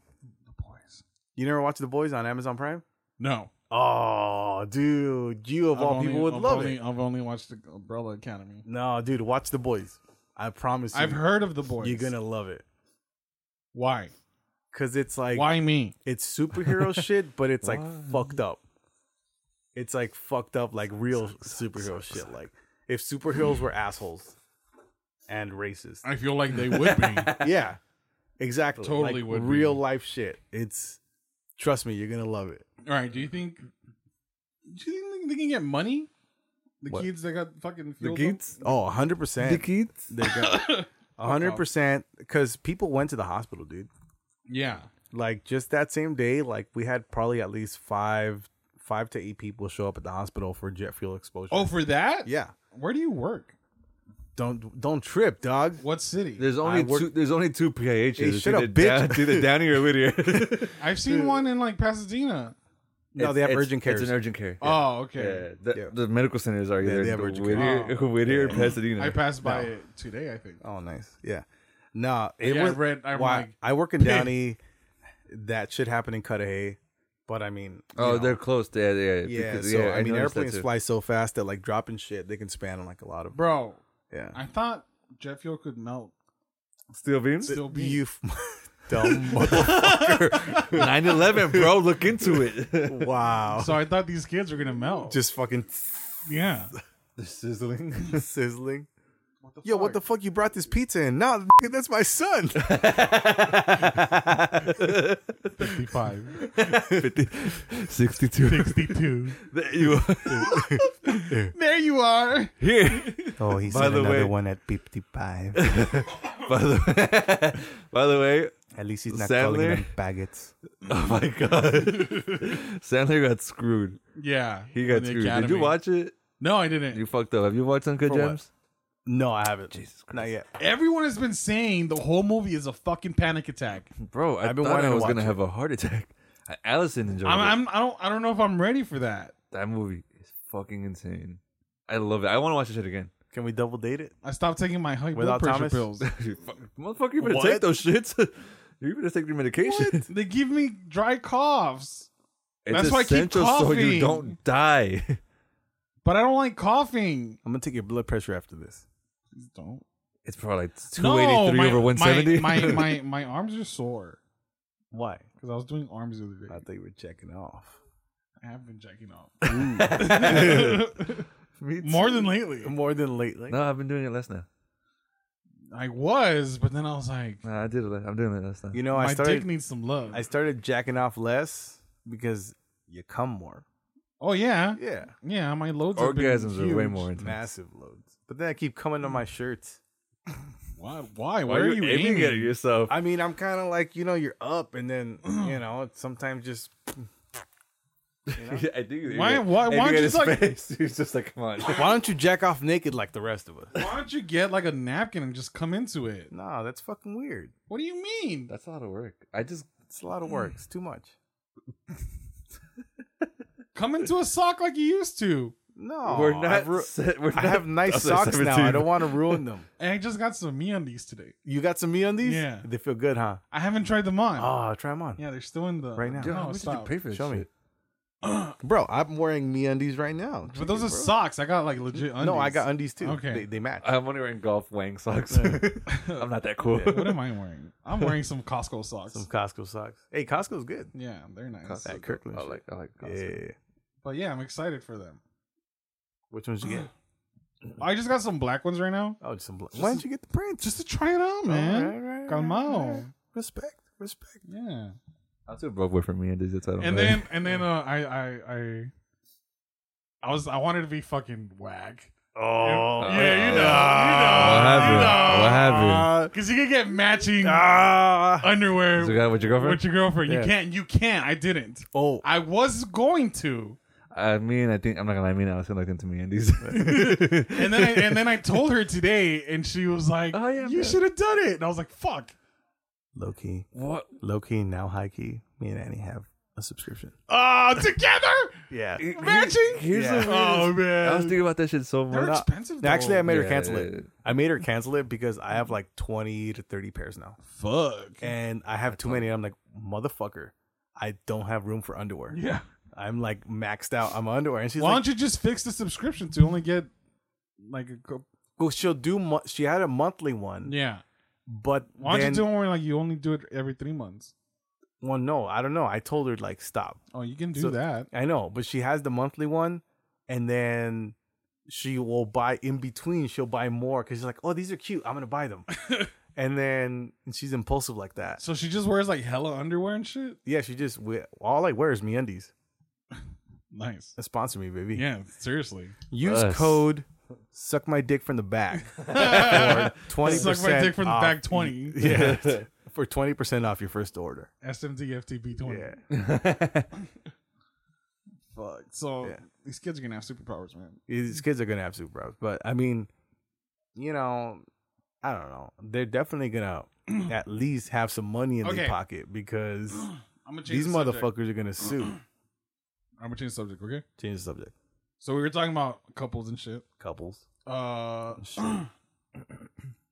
Speaker 3: the boys?
Speaker 4: You never watch The Boys on Amazon Prime?
Speaker 3: No,
Speaker 4: Oh, dude, you of
Speaker 3: I've
Speaker 4: all
Speaker 3: only-
Speaker 4: people would
Speaker 3: I've
Speaker 4: love
Speaker 3: only,
Speaker 4: it.
Speaker 3: I've only watched the Umbrella Academy.
Speaker 4: No, dude, watch The Boys. I promise you,
Speaker 3: I've heard of the boys.
Speaker 4: you're gonna love it
Speaker 3: why?
Speaker 4: because it's like
Speaker 3: why me?
Speaker 4: it's superhero shit, but it's like fucked up. It's like fucked up, like real superhero shit. Like if superheroes were assholes and racist,
Speaker 3: I feel like they would be.
Speaker 4: yeah, exactly.
Speaker 3: Totally
Speaker 4: like,
Speaker 3: would be.
Speaker 4: real life shit. It's trust me, you're gonna love it.
Speaker 3: All right. Do you think? Do you think they can get money? The
Speaker 4: What?
Speaker 3: kids that got fucking
Speaker 1: The
Speaker 3: fuel dump-
Speaker 1: kids.
Speaker 4: Oh, 100 percent.
Speaker 1: The kids.
Speaker 4: They got 100% because people went to the hospital, dude.
Speaker 3: Yeah.
Speaker 4: like just that same day, like we had probably at least five, five to eight people show up at the hospital for jet fuel exposure.
Speaker 3: Oh, for that?
Speaker 4: yeah.
Speaker 3: Where do you work?
Speaker 4: Don't don't trip, dog.
Speaker 3: What city?
Speaker 1: There's only
Speaker 4: I work-
Speaker 1: two. There's only two PIHs.
Speaker 4: Hey,
Speaker 1: It's
Speaker 4: shut up,
Speaker 1: either
Speaker 4: bitch.
Speaker 1: Down, it's either Downey or Whittier.
Speaker 3: I've seen one in like Pasadena.
Speaker 4: No, they have
Speaker 1: It's-
Speaker 4: urgent
Speaker 1: it's-
Speaker 4: cares.
Speaker 1: It's an urgent care.
Speaker 3: Oh,
Speaker 1: Yeah.
Speaker 3: okay.
Speaker 1: Yeah, the,
Speaker 4: Yeah.
Speaker 1: the medical centers are
Speaker 4: Yeah,
Speaker 1: either
Speaker 4: they have
Speaker 1: the
Speaker 4: urgent
Speaker 1: Whittier,
Speaker 3: care.
Speaker 1: Whittier or Pasadena.
Speaker 3: I passed by it today, I think.
Speaker 4: oh, nice. Yeah. No, it
Speaker 3: Yeah, I
Speaker 4: was.
Speaker 3: read- I'm
Speaker 4: why-
Speaker 3: like,
Speaker 4: I work in Downey. That shit happened in Cudahy, but I mean, you
Speaker 1: oh,
Speaker 4: know,
Speaker 1: they're close. Yeah, yeah,
Speaker 4: yeah.
Speaker 1: because-
Speaker 4: so
Speaker 1: yeah,
Speaker 4: I mean,
Speaker 1: noticed that
Speaker 4: airplanes
Speaker 1: too.
Speaker 4: fly so fast that like dropping shit, they can span on like a lot of.
Speaker 3: Bro,
Speaker 4: Yeah.
Speaker 3: I thought jet fuel could melt.
Speaker 1: Steel beams.
Speaker 3: Still be
Speaker 4: You f- dumb motherfucker.
Speaker 1: 9/11, bro. Look into it. Oh.
Speaker 4: wow.
Speaker 3: So I thought these kids were gonna melt.
Speaker 4: Just fucking
Speaker 3: yeah.
Speaker 1: Sizzling.
Speaker 4: sizzling.
Speaker 3: What
Speaker 4: Yo, what the fuck? You brought this pizza in? Nah, that's my son.
Speaker 3: Fifty-five.
Speaker 1: 62.
Speaker 3: Sixty-two.
Speaker 1: There you
Speaker 3: there you are.
Speaker 1: here.
Speaker 4: Oh, he's
Speaker 1: By sent the another way-
Speaker 4: one at 55.
Speaker 1: By the by the way,
Speaker 4: at least he's
Speaker 1: not calling Sandler? them
Speaker 4: baguettes.
Speaker 1: oh my god, Sandler got screwed.
Speaker 3: Yeah.
Speaker 1: He got
Speaker 3: in the
Speaker 1: screwed. Did you
Speaker 3: academy.
Speaker 1: watch it?
Speaker 3: No, I didn't.
Speaker 1: You fucked up. Have you watched Uncut
Speaker 4: For what?
Speaker 1: Gems?
Speaker 4: No, I haven't.
Speaker 1: Jesus
Speaker 4: Not yet.
Speaker 3: Everyone has been saying the whole movie is a fucking panic attack.
Speaker 1: Bro, I
Speaker 4: I've been
Speaker 1: thought
Speaker 4: wanting
Speaker 1: I
Speaker 4: to
Speaker 1: was
Speaker 4: watch
Speaker 1: gonna
Speaker 4: it.
Speaker 1: have a heart attack. Allison enjoyed
Speaker 3: I'm,
Speaker 1: it.
Speaker 3: I'm, I don't, I don't know if I'm ready for that.
Speaker 1: that movie is fucking insane. I love it. I want to watch that shit again.
Speaker 4: Can we double date it?
Speaker 3: I stopped taking my high blood
Speaker 4: Without
Speaker 3: pressure
Speaker 4: Thomas?
Speaker 3: pills.
Speaker 1: Fuck, Motherfucker, you better
Speaker 4: What?
Speaker 1: take those shits. you better take your medication.
Speaker 3: they give me dry coughs,
Speaker 1: It's
Speaker 3: That's why I keep
Speaker 1: essential so you
Speaker 3: coughing.
Speaker 1: don't die.
Speaker 3: but I don't like coughing.
Speaker 4: I'm going to take your blood pressure after this.
Speaker 3: Don't.
Speaker 1: It's probably like
Speaker 3: No,
Speaker 1: 283
Speaker 3: my-
Speaker 1: over 170.
Speaker 3: My, my, my, my arms are sore
Speaker 4: Why?
Speaker 3: because I was doing arms the other
Speaker 4: I
Speaker 3: day.
Speaker 4: thought you were checking off.
Speaker 3: I have been checking off
Speaker 1: Me too.
Speaker 3: more than lately.
Speaker 4: More than lately.
Speaker 1: No, I've been doing it less now.
Speaker 3: I was, but then I was like,
Speaker 1: No, I did it. Less. I'm doing it less now.
Speaker 4: You know,
Speaker 3: my
Speaker 4: I started
Speaker 3: dick needs some love.
Speaker 4: I started jacking off less because you come more.
Speaker 3: oh yeah,
Speaker 4: Yeah.
Speaker 3: yeah. My loads have been
Speaker 1: Orgasms are way
Speaker 3: huge.
Speaker 1: more intense.
Speaker 4: Massive loads. But then I keep coming on my shirts.
Speaker 3: Why? Why?
Speaker 1: Why
Speaker 3: Where are you aiming?
Speaker 1: at yourself?
Speaker 4: I mean, I'm kind of like, you know, you're up and then, you know, it's sometimes just
Speaker 1: I do.
Speaker 3: Why- why- why don't you just, like-
Speaker 1: He's just like, come on.
Speaker 4: Why don't you jack off naked like the rest of us?
Speaker 3: Why don't you get like a napkin and just come into it?
Speaker 4: Nah, that's fucking weird.
Speaker 3: What do you mean?
Speaker 1: That's a lot of work. I just
Speaker 4: It's a lot of work. It's too much.
Speaker 3: Come into a sock like you used to.
Speaker 4: No,
Speaker 1: we're not.
Speaker 4: I've ru-
Speaker 1: set- we're
Speaker 4: I
Speaker 1: not-
Speaker 4: have nice
Speaker 1: Okay,
Speaker 4: socks now.
Speaker 1: 17.
Speaker 4: I don't want to ruin them.
Speaker 3: And I just got some me undies today.
Speaker 4: You got some me on these?
Speaker 3: Yeah.
Speaker 4: they feel good, huh?
Speaker 3: I haven't tried them on.
Speaker 4: Oh, try them on,
Speaker 3: Yeah, they're still in the
Speaker 4: Right now.
Speaker 1: Dude,
Speaker 4: No,
Speaker 1: how
Speaker 3: No,
Speaker 1: much did you
Speaker 3: stop.
Speaker 1: pay for this
Speaker 4: Show me.
Speaker 1: shit?
Speaker 4: bro. I'm wearing me undies right now.
Speaker 3: But those are socks. I got like legit undies.
Speaker 4: no, I got undies too.
Speaker 3: Okay.
Speaker 4: they, they match.
Speaker 1: I'm only wearing golf wang socks. I'm not that cool.
Speaker 3: What am I wearing? I'm wearing some Costco socks.
Speaker 4: some Costco socks. Hey, Costco's good.
Speaker 3: Yeah, they're nice.
Speaker 1: Costco.
Speaker 4: That Kirkland.
Speaker 1: I
Speaker 4: shit.
Speaker 1: like. I like.
Speaker 4: yeah,
Speaker 1: Costco.
Speaker 4: yeah, yeah.
Speaker 3: But yeah, I'm excited for them.
Speaker 4: Which ones you get?
Speaker 3: I just got some black ones right now.
Speaker 4: Oh, just some. Bl- Why didn't you get the prints?
Speaker 3: Just to try it on, man.
Speaker 4: All right, all right,
Speaker 3: Come
Speaker 4: all right,
Speaker 3: on.
Speaker 4: all right. Respect. Respect.
Speaker 3: Yeah.
Speaker 1: I'm too broke for me and this. I don't
Speaker 3: And
Speaker 1: know.
Speaker 3: then and then uh, I I I I was I wanted to be fucking whack.
Speaker 4: Oh,
Speaker 3: yeah, you know, you know,
Speaker 1: what happened?
Speaker 3: you know.
Speaker 1: What happened?
Speaker 3: Cause you could get matching
Speaker 4: Uh, Ah.
Speaker 3: underwear
Speaker 1: So you got with your girlfriend?
Speaker 3: with your girlfriend.
Speaker 4: Yeah.
Speaker 3: You can't. You can't. I didn't.
Speaker 4: Oh,
Speaker 3: I was going to,
Speaker 1: I mean, I think I'm not gonna. I mean, I was gonna look into me and these.
Speaker 3: and then I, and then I told her today, and she was like,
Speaker 1: Oh, yeah,
Speaker 3: "You
Speaker 1: man.
Speaker 3: should have done it." And I was like, "Fuck."
Speaker 4: low key.
Speaker 1: what?
Speaker 4: Low key, now high key. Me and Annie have a subscription.
Speaker 3: Uh, together
Speaker 4: Yeah.
Speaker 3: matching.
Speaker 1: Here's
Speaker 4: Yeah.
Speaker 1: the.
Speaker 3: Oh man,
Speaker 1: I was thinking about that shit so
Speaker 3: they're
Speaker 1: much.
Speaker 3: expensive. Though.
Speaker 4: Actually, I made her
Speaker 1: Yeah,
Speaker 4: cancel
Speaker 1: yeah, yeah.
Speaker 4: it. I made her cancel it because I have like 20 to 30 pairs now.
Speaker 3: fuck.
Speaker 4: And I have too many. I'm like, motherfucker, I don't have room for underwear.
Speaker 3: Yeah.
Speaker 4: I'm like maxed out on my underwear. And she's
Speaker 3: Why
Speaker 4: like,
Speaker 3: don't you just fix the subscription to only get like a couple?
Speaker 4: well, she'll do, mo- she had a monthly one,
Speaker 3: Yeah.
Speaker 4: but
Speaker 3: Why don't
Speaker 4: then,
Speaker 3: you do it where like you only do it every three months?
Speaker 4: well, no, I don't know. I told her, like, stop.
Speaker 3: Oh, you can do
Speaker 4: So-
Speaker 3: that.
Speaker 4: I know, but she has the monthly one, and then she will buy in between. She'll buy more because she's like, "Oh, these are cute. I'm gonna buy them." and then she's impulsive like that.
Speaker 3: So she just wears like hella underwear and shit.
Speaker 4: Yeah, she just we- all I wear is MeUndies.
Speaker 3: Nice.
Speaker 4: Sponsor me, baby.
Speaker 3: Yeah. Seriously.
Speaker 4: Use
Speaker 1: Us.
Speaker 4: code suck my dick from the back for twenty
Speaker 3: Suck my dick from the back twenty.
Speaker 4: Yeah, for twenty percent off your first order.
Speaker 3: SMTFTP20.
Speaker 4: Fuck.
Speaker 3: So
Speaker 4: Yeah.
Speaker 3: these kids are gonna have superpowers, man.
Speaker 4: These kids are gonna have superpowers, but I mean, you know, I don't know. They're definitely gonna at least have some money in
Speaker 3: Okay.
Speaker 4: their pocket because
Speaker 3: I'm gonna change the
Speaker 4: these
Speaker 3: subject.
Speaker 4: motherfuckers are gonna sue.
Speaker 3: I'm gonna change the subject. Okay.
Speaker 4: Change the subject.
Speaker 3: So we were talking about couples and shit.
Speaker 4: Couples.
Speaker 3: Uh, I'm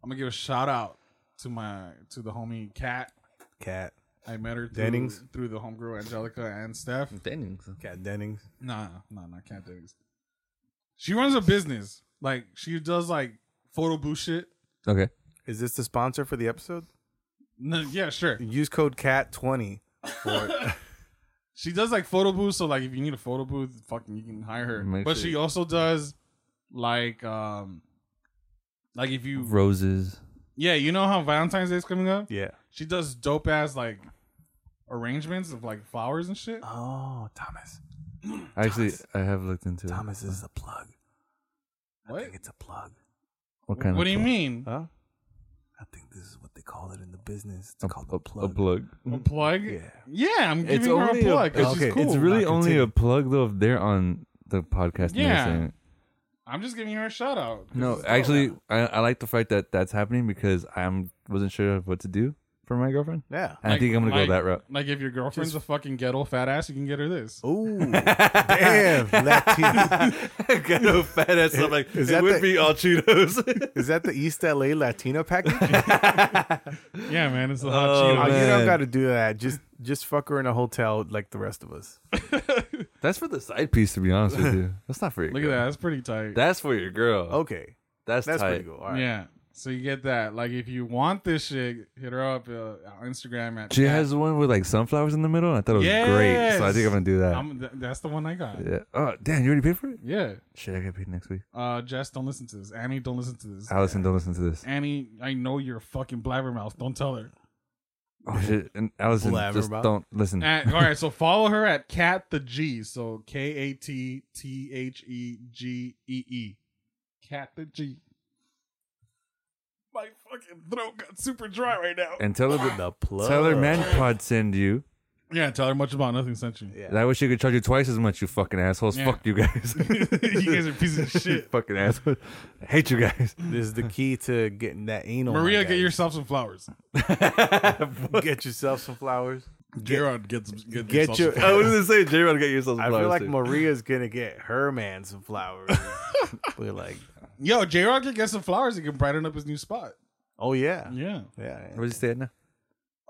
Speaker 3: gonna give a shout out to my to the homie Cat.
Speaker 4: Cat.
Speaker 3: I met her through,
Speaker 4: Dennings?
Speaker 3: through the homegirl Angelica and Steph.
Speaker 1: Dennings.
Speaker 4: Cat Dennings.
Speaker 3: Nah, nah, nah, Cat Dennings. She runs a business. Like she does like photo booth shit.
Speaker 1: Okay.
Speaker 4: Is this the sponsor for the episode?
Speaker 3: No, yeah, sure.
Speaker 4: Use code CAT twenty.
Speaker 3: She does like photo booths, so like if you need a photo booth, fucking you can hire her.
Speaker 1: Make
Speaker 3: but
Speaker 1: sure
Speaker 3: she
Speaker 1: you-
Speaker 3: also does like um like if you
Speaker 1: Roses.
Speaker 3: Yeah, you know how Valentine's Day is coming up?
Speaker 4: Yeah.
Speaker 3: She does dope ass like arrangements of like flowers and shit.
Speaker 4: Oh, Thomas.
Speaker 1: Actually, I have looked into it.
Speaker 4: Thomas is a plug. I
Speaker 3: What?
Speaker 4: think it's a plug.
Speaker 1: What kind
Speaker 3: What
Speaker 1: of
Speaker 3: do you mean?
Speaker 4: Huh? I think this is what they call it in the business. It's
Speaker 1: A,
Speaker 4: called
Speaker 1: a,
Speaker 4: a plug.
Speaker 1: a plug.
Speaker 3: A plug?
Speaker 4: Yeah.
Speaker 3: Yeah, I'm
Speaker 1: It's
Speaker 3: giving her a
Speaker 1: only a-
Speaker 3: plug. 'cause
Speaker 1: it's-
Speaker 3: she's
Speaker 4: okay,
Speaker 3: cool.
Speaker 1: It's really
Speaker 4: Now
Speaker 1: only
Speaker 4: continue.
Speaker 1: a plug though if they're on the podcast. and they're
Speaker 3: Yeah.
Speaker 1: saying it.
Speaker 3: I'm just giving her a shout out. 'cause
Speaker 1: No,
Speaker 3: it's dope.
Speaker 1: actually, I, I like the fact that that's happening because I'm wasn't sure what to do for my girlfriend.
Speaker 4: Yeah.
Speaker 1: And I
Speaker 3: Like-
Speaker 1: think I'm gonna
Speaker 3: like-
Speaker 1: go that route.
Speaker 3: Like if your girlfriend's a fucking ghetto fat ass, you can get her this.
Speaker 4: Ooh. Damn. Latin-
Speaker 1: Ghetto fat ass. I'm like,
Speaker 4: Is that the-
Speaker 1: all Cheetos.
Speaker 4: Is that the East LA Latina package?
Speaker 3: Yeah, man, it's a hot
Speaker 1: Oh,
Speaker 4: Oh,
Speaker 3: cheeto.
Speaker 4: you
Speaker 1: Man.
Speaker 4: don't got to do that. Just just fuck her in a hotel like the rest of us.
Speaker 1: that's for the side piece, to be honest with you. That's not for you.
Speaker 3: Look at that, Oh, that's pretty tight.
Speaker 1: That's for your girl.
Speaker 4: Okay.
Speaker 1: that's
Speaker 4: That's
Speaker 1: tight.
Speaker 4: pretty cool. All right.
Speaker 3: Yeah. So you get that. Like if you want this shit, hit her up uh, on Instagram at
Speaker 1: She
Speaker 3: Kat.
Speaker 1: has one with like sunflowers in the middle. And I thought it was great, so I think I'm gonna do that.
Speaker 3: I'm, th- that's the one I got.
Speaker 1: yeah. Oh, damn! You already paid for it?
Speaker 3: Yeah.
Speaker 1: Shit, I get paid next week.
Speaker 3: Uh, Jess, don't listen to this. Annie, don't listen to this.
Speaker 1: Allison, don't listen to this.
Speaker 3: Annie, I know you're a fucking blabbermouth. Don't tell her.
Speaker 1: Oh shit! And Allison, just
Speaker 4: Blabbermouth.
Speaker 1: don't listen.
Speaker 3: At, all right, so follow her at Cat the G. So K A T T H E G E E. Cat the G. My fucking throat got super dry right now.
Speaker 1: and tell her
Speaker 4: The plug.
Speaker 1: Tyler Manpod send you.
Speaker 3: yeah, tell her much about nothing sent you.
Speaker 4: Yeah.
Speaker 1: That way she could charge you twice as much, you fucking assholes.
Speaker 3: Yeah.
Speaker 1: Fuck you guys.
Speaker 3: you guys are pieces of shit.
Speaker 1: fucking assholes. I hate you guys.
Speaker 4: This is the key to getting that anal. Oh my
Speaker 3: Maria, get
Speaker 4: guys.
Speaker 3: yourself some flowers.
Speaker 4: get yourself some flowers.
Speaker 3: Gerard, get some. Get,
Speaker 4: Get
Speaker 3: yourself
Speaker 4: your.
Speaker 3: some
Speaker 4: I was
Speaker 1: gonna say, J Rod, get yourself
Speaker 4: I feel like Maria's gonna get her man some flowers. We're like,
Speaker 3: Yo, J Rock can get some flowers. He can brighten up his new spot.
Speaker 4: oh yeah, yeah.
Speaker 3: Yeah.
Speaker 1: What you say now?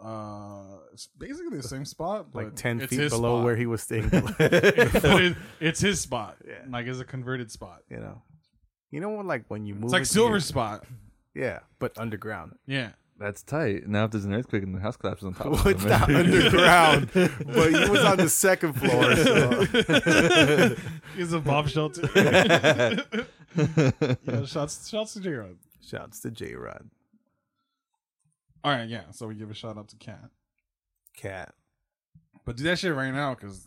Speaker 3: Uh, it's basically the same spot, but
Speaker 4: Like ten
Speaker 3: it's
Speaker 4: feet
Speaker 3: his
Speaker 4: below
Speaker 3: spot.
Speaker 4: where he was staying.
Speaker 3: But it- it's his spot.
Speaker 4: Yeah.
Speaker 3: Like it's a converted spot.
Speaker 4: you know, you know when like when you move,
Speaker 3: It's like
Speaker 4: it to
Speaker 3: silver
Speaker 4: your-
Speaker 3: spot.
Speaker 4: yeah, but underground.
Speaker 3: Yeah.
Speaker 1: That's tight. Now if there's an earthquake and the house collapses on top of
Speaker 4: Well, it's
Speaker 1: them,
Speaker 4: not
Speaker 1: man.
Speaker 4: underground, but he was on the second floor. So.
Speaker 3: He's a bomb shelter. yeah, shots shots to J-Rod.
Speaker 4: Shouts to J Rod,
Speaker 3: All right, yeah. So we give a shout out to Kat.
Speaker 4: cat.
Speaker 3: But do that shit right now because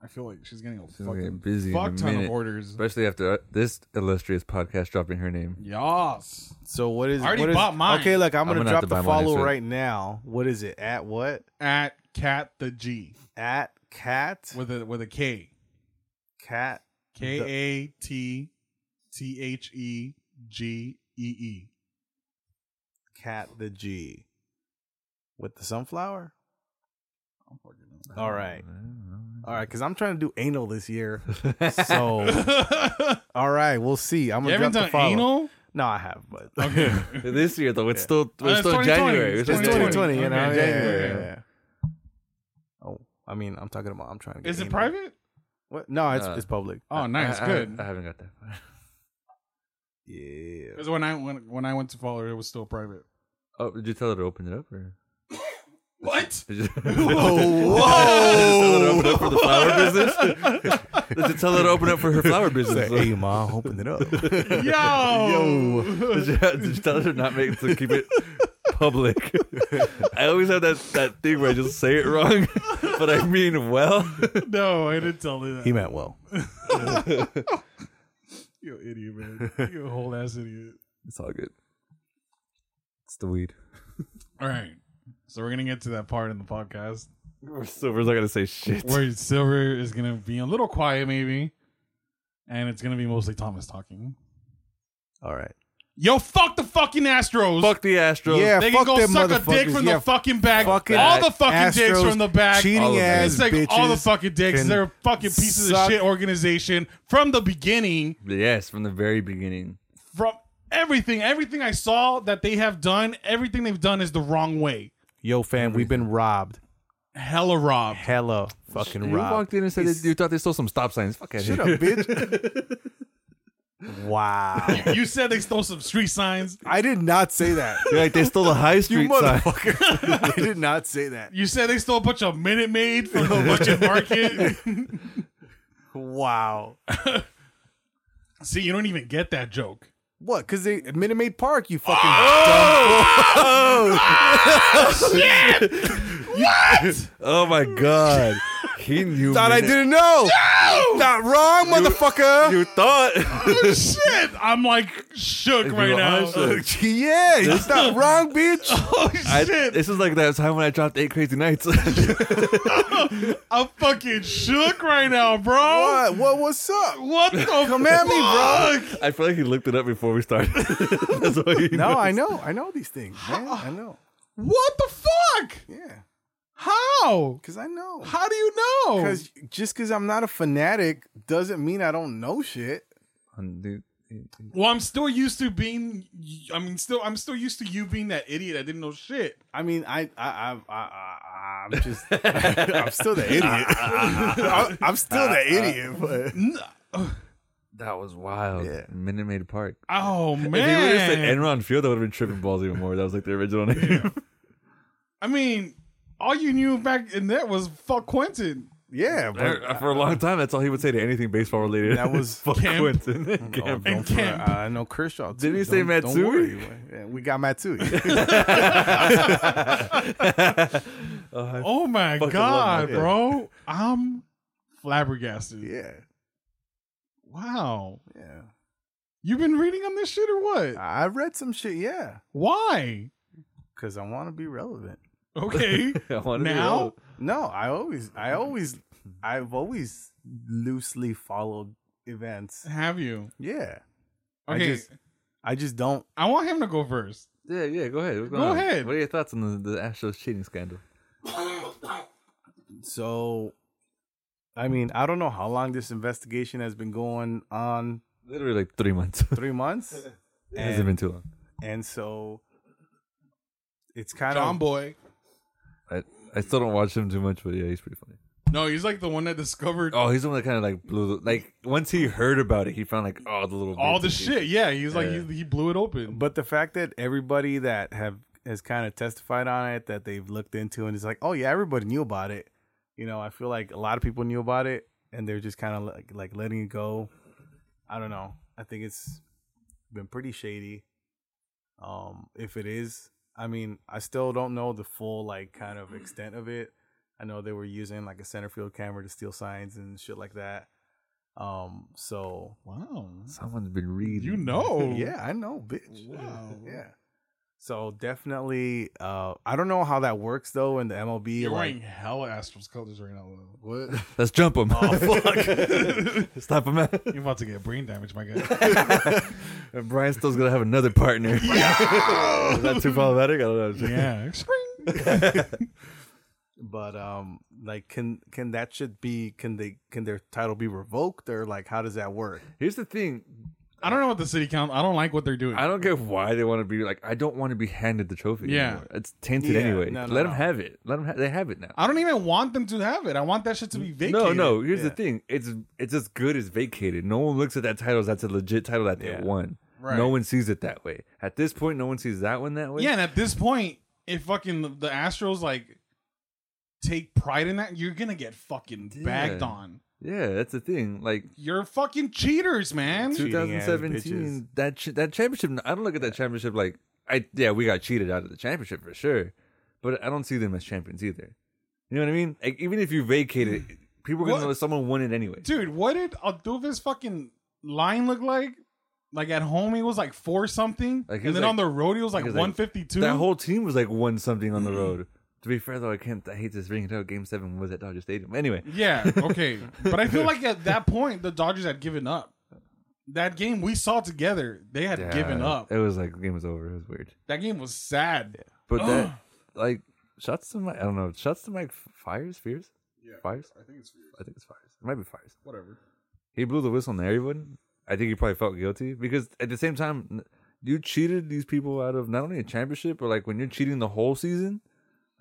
Speaker 3: I feel like she's getting a
Speaker 1: She's
Speaker 3: fucking
Speaker 1: getting busy in a
Speaker 3: fuck ton of
Speaker 1: minute.
Speaker 3: orders.
Speaker 1: Especially after uh, this illustrious podcast dropping her name.
Speaker 3: Yas.
Speaker 4: So what is?
Speaker 3: I already
Speaker 4: what is-
Speaker 3: bought mine.
Speaker 4: Okay, look, I'm
Speaker 1: I'm
Speaker 4: gonna,
Speaker 1: gonna have
Speaker 4: drop
Speaker 1: to
Speaker 4: the
Speaker 1: buy mine
Speaker 4: follow
Speaker 1: next week.
Speaker 4: right now. What is it at? What
Speaker 3: At Kat the G
Speaker 4: at cat
Speaker 3: with a with a K.
Speaker 4: cat
Speaker 3: K A T T H E G E E.
Speaker 4: cat the G with the sunflower?
Speaker 3: I'm fucking
Speaker 4: All right. All right, because I'm trying to do anal this year. So,
Speaker 3: up.
Speaker 4: all right, we'll see. I'm
Speaker 3: you
Speaker 4: gonna
Speaker 3: haven't
Speaker 4: drop the
Speaker 3: done
Speaker 4: follow.
Speaker 3: anal?
Speaker 4: No, I have, but
Speaker 3: Okay.
Speaker 1: this year though, it's still
Speaker 3: Uh,
Speaker 1: it's
Speaker 3: it's
Speaker 1: still
Speaker 3: 2020.
Speaker 1: January. It's
Speaker 3: It's
Speaker 4: it's
Speaker 1: still 2020.
Speaker 3: 2020.
Speaker 4: 2020, you know.
Speaker 3: Okay,
Speaker 4: yeah,
Speaker 3: January,
Speaker 4: yeah,
Speaker 3: yeah.
Speaker 4: yeah, yeah. Oh, I mean, I'm talking about. I'm trying to. Get
Speaker 3: Is it
Speaker 4: anal.
Speaker 3: private?
Speaker 4: What? No, it's
Speaker 1: Uh,
Speaker 4: it's public.
Speaker 3: Oh, nice,
Speaker 1: I- I-
Speaker 3: good.
Speaker 1: I haven't got that. far.
Speaker 4: Yeah.
Speaker 3: Because when I when, when I went to follow her, it was still private.
Speaker 1: Oh, did you tell her to open it up or?
Speaker 3: What?
Speaker 1: Did you,
Speaker 4: Whoa!
Speaker 1: Did you tell her to open up for the flower business? Did you tell her to open up for her flower business?
Speaker 4: hey, ma, open it up.
Speaker 3: Yo.
Speaker 1: Did you, did you tell her not make to keep it public? I always have that, that thing where I just say it wrong, but I mean well.
Speaker 3: no, I didn't tell her that.
Speaker 4: He meant well.
Speaker 3: you idiot, man. You a whole ass idiot.
Speaker 1: It's all good. It's the weed.
Speaker 3: All right. So we're gonna get to that part in the podcast
Speaker 1: Silver's not gonna say shit.
Speaker 3: where Silver is gonna be a little quiet, maybe, and it's gonna be mostly Thomas talking.
Speaker 4: All right.
Speaker 3: Yo, fuck the fucking Astros.
Speaker 1: Fuck the Astros.
Speaker 4: Yeah,
Speaker 3: They can
Speaker 4: fuck
Speaker 3: go
Speaker 4: them
Speaker 3: suck a dick
Speaker 4: motherfuckers.
Speaker 3: from
Speaker 4: Yeah,
Speaker 3: the fucking bag.
Speaker 4: fucking
Speaker 3: all the fucking dicks
Speaker 4: Astros,
Speaker 3: from the bag.
Speaker 4: cheating
Speaker 3: All of it.
Speaker 4: ass
Speaker 3: It's like all the
Speaker 4: bitches
Speaker 3: fucking dicks.
Speaker 4: can
Speaker 3: They're a fucking pieces of
Speaker 4: suck-
Speaker 3: shit organization from the beginning.
Speaker 1: Yes, from the very beginning.
Speaker 3: From everything, everything I saw that they have done, everything they've done is the wrong way.
Speaker 4: Yo, fam, we've been robbed.
Speaker 3: Hella robbed.
Speaker 4: Hella fucking
Speaker 1: You
Speaker 4: robbed.
Speaker 1: walked in and said that you thought they stole some stop signs. Fuck out
Speaker 4: Shut
Speaker 1: here.
Speaker 4: up, bitch. wow.
Speaker 3: You said they stole some street signs.
Speaker 4: I did not say that.
Speaker 1: You're like they stole the high
Speaker 4: you
Speaker 1: street sign.
Speaker 4: motherfucker. I did not say that.
Speaker 3: You said they stole a bunch of Minute Maid from the budget market.
Speaker 4: Wow.
Speaker 3: See, you don't even get that joke.
Speaker 4: What? Because they Minute Maid Park, you fucking
Speaker 1: Oh my god. He knew.
Speaker 4: thought I
Speaker 1: Minute-
Speaker 4: didn't know. Not wrong, motherfucker.
Speaker 1: You thought.
Speaker 3: Shit, I'm like shook
Speaker 1: If you
Speaker 3: right
Speaker 1: were
Speaker 3: now.
Speaker 1: honest, uh,
Speaker 4: yeah, it's not wrong, bitch.
Speaker 3: Oh
Speaker 1: I,
Speaker 3: shit!
Speaker 1: this is like that time when I dropped eight crazy nights.
Speaker 3: I'm fucking shook right now, bro.
Speaker 4: What? What? What's up?
Speaker 3: What, the
Speaker 4: Come at me, bro.
Speaker 3: fuck?
Speaker 1: I feel like he looked it up before we started. That's why he
Speaker 4: No,
Speaker 1: knows.
Speaker 4: I know. I know these things, man. I know.
Speaker 3: What the fuck?
Speaker 4: Yeah,
Speaker 3: How?
Speaker 4: because I know.
Speaker 3: How do you know?
Speaker 4: Because just because I'm not a fanatic doesn't mean I don't know shit.
Speaker 1: Um, dude,
Speaker 3: Well, I'm still used to being. I mean, still, I'm still used to you being that idiot that didn't know shit.
Speaker 4: I mean, I, I, I, I, I I'm just, I'm still the idiot. I'm, I'm still the idiot, but
Speaker 3: N-
Speaker 1: That was wild.
Speaker 4: Yeah.
Speaker 1: Minute Maid Park.
Speaker 3: Oh
Speaker 1: If he would have said
Speaker 3: man!
Speaker 1: Enron Field, I would have been tripping balls even more. That was like the original name.
Speaker 3: I mean, all you knew back in that was fuck Quentin.
Speaker 4: yeah,
Speaker 3: uh,
Speaker 4: but
Speaker 1: For a long time, that's all he would say to anything baseball related.
Speaker 4: That was
Speaker 1: fuck
Speaker 3: Kemp.
Speaker 1: Quentin. Kemp.
Speaker 4: Oh, don't fret.
Speaker 3: Kemp.
Speaker 4: I know Kershaw. Too.
Speaker 1: Didn't he say
Speaker 4: Don't- don't
Speaker 1: Matsui?
Speaker 4: worry. Yeah, we got Matsui.
Speaker 3: Oh my
Speaker 1: fucking
Speaker 3: god,
Speaker 1: love that.
Speaker 3: bro! I'm flabbergasted.
Speaker 4: yeah,
Speaker 3: Wow,
Speaker 4: yeah.
Speaker 3: you've been reading on this shit or what?
Speaker 4: I read some shit. Yeah,
Speaker 3: Why?
Speaker 4: because I want to be relevant.
Speaker 3: Okay.
Speaker 1: I wanna be
Speaker 3: Now?
Speaker 1: old.
Speaker 4: No, I always, I always, I've always loosely followed events.
Speaker 3: Have you?
Speaker 4: Yeah, I
Speaker 3: Okay. I,
Speaker 4: just- I just don't.
Speaker 3: want him to go first.
Speaker 1: Yeah, yeah, go ahead. What's
Speaker 3: Go
Speaker 1: going on?
Speaker 3: ahead.
Speaker 1: What are your thoughts on the, the Astros cheating scandal?
Speaker 4: So, I mean, I don't know how long this investigation has been going on.
Speaker 1: Literally like three months.
Speaker 4: Three months,
Speaker 1: it hasn't been too long.
Speaker 4: and so it's kind
Speaker 3: John
Speaker 4: of
Speaker 3: Boy.
Speaker 1: I, I still don't watch him too much, but yeah, he's pretty funny.
Speaker 3: No, he's like the one that discovered
Speaker 1: Oh, he's the one that kind of like blew. The, like once he heard about it, he found like all the little
Speaker 3: all the
Speaker 1: bits and
Speaker 3: shit. Yeah, he's like
Speaker 1: Yeah.
Speaker 3: He, he blew it open.
Speaker 4: but the fact that everybody that have has kind of testified on it that they've looked into and it's like oh yeah everybody knew about it you know i feel like a lot of people knew about it and they're just kind of like, like letting it go i don't know i think it's been pretty shady um if it is i mean i still don't know the full like kind of extent of it i know they were using like a center field camera to steal signs and shit like that um so
Speaker 3: wow.
Speaker 1: Someone's been reading.
Speaker 3: You know.
Speaker 4: yeah i know bitch
Speaker 3: Wow.
Speaker 4: yeah. So definitely, uh, I don't know how that works though in the MLB.
Speaker 3: You're
Speaker 4: like,
Speaker 3: wearing hella Astros colors right now. What?
Speaker 1: Let's jump him. Oh fuck! Stop him! out.
Speaker 3: You're about to get brain damage, my guy.
Speaker 1: And Brian still's gonna have another partner. Is that too problematic? I don't know.
Speaker 3: yeah.
Speaker 4: but um, like, can can that should be? Can they can their title be revoked or like how does that work?
Speaker 1: Here's the thing.
Speaker 3: I don't know what the city council. I don't like what they're doing.
Speaker 1: I don't care why they want to be like. I don't want to be handed the trophy.
Speaker 3: Yeah.
Speaker 1: anymore. it's tainted
Speaker 4: Yeah,
Speaker 1: anyway.
Speaker 4: no, no,
Speaker 1: Let
Speaker 4: no.
Speaker 1: them have it. Let them. Ha- they have it now.
Speaker 3: I don't even want them to have it. I want that shit to be vacated.
Speaker 1: No, no. Here's the
Speaker 4: Yeah.
Speaker 1: thing. It's it's as good as vacated. No one looks at that title as that's a legit title that they
Speaker 4: Yeah.
Speaker 1: won.
Speaker 3: Right.
Speaker 1: No one sees it that way. At this point, no one sees that one that way.
Speaker 3: Yeah, and at this point, if fucking the, the Astros like take pride in that, you're gonna get fucking bagged
Speaker 1: Yeah.
Speaker 3: on.
Speaker 1: yeah. That's the thing. Like
Speaker 3: You're fucking cheaters, man.
Speaker 4: Cheat- Cheating ass
Speaker 1: 2017 that ch- that championship I don't look at that championship like I yeah we got cheated out of the championship for sure but I don't see them as champions either you know what I mean like even if you vacate it people are gonna
Speaker 3: What?
Speaker 1: know that someone won it anyway
Speaker 3: Dude, what did Alduva's fucking line look like? Like at home, he was like four something,
Speaker 1: Like, he
Speaker 3: and
Speaker 1: was
Speaker 3: then
Speaker 1: like-
Speaker 3: on the road, he was like
Speaker 1: he was like-
Speaker 3: one fifty two. Mm.
Speaker 1: that whole team was like won something on the road To be fair though, I can't. I hate this ring until Game Seven was at Dodger Stadium. Anyway,
Speaker 3: Yeah, okay. but I feel like at that point the Dodgers had given up. That game we saw together, they had
Speaker 1: yeah,
Speaker 3: given up.
Speaker 1: It was like the game was over. It was weird.
Speaker 3: That game was sad.
Speaker 1: But that, like, shots to Mike. I don't know. Shots to Mike. Fires, fears,
Speaker 3: Yeah,
Speaker 1: fires.
Speaker 3: I think it's weird.
Speaker 1: I think it's fires. It might be fires.
Speaker 3: Whatever.
Speaker 1: He blew the whistle on everyone. I think he probably felt guilty because at the same time, n- you cheated these people out of not only a championship, but like when you're cheating the whole season,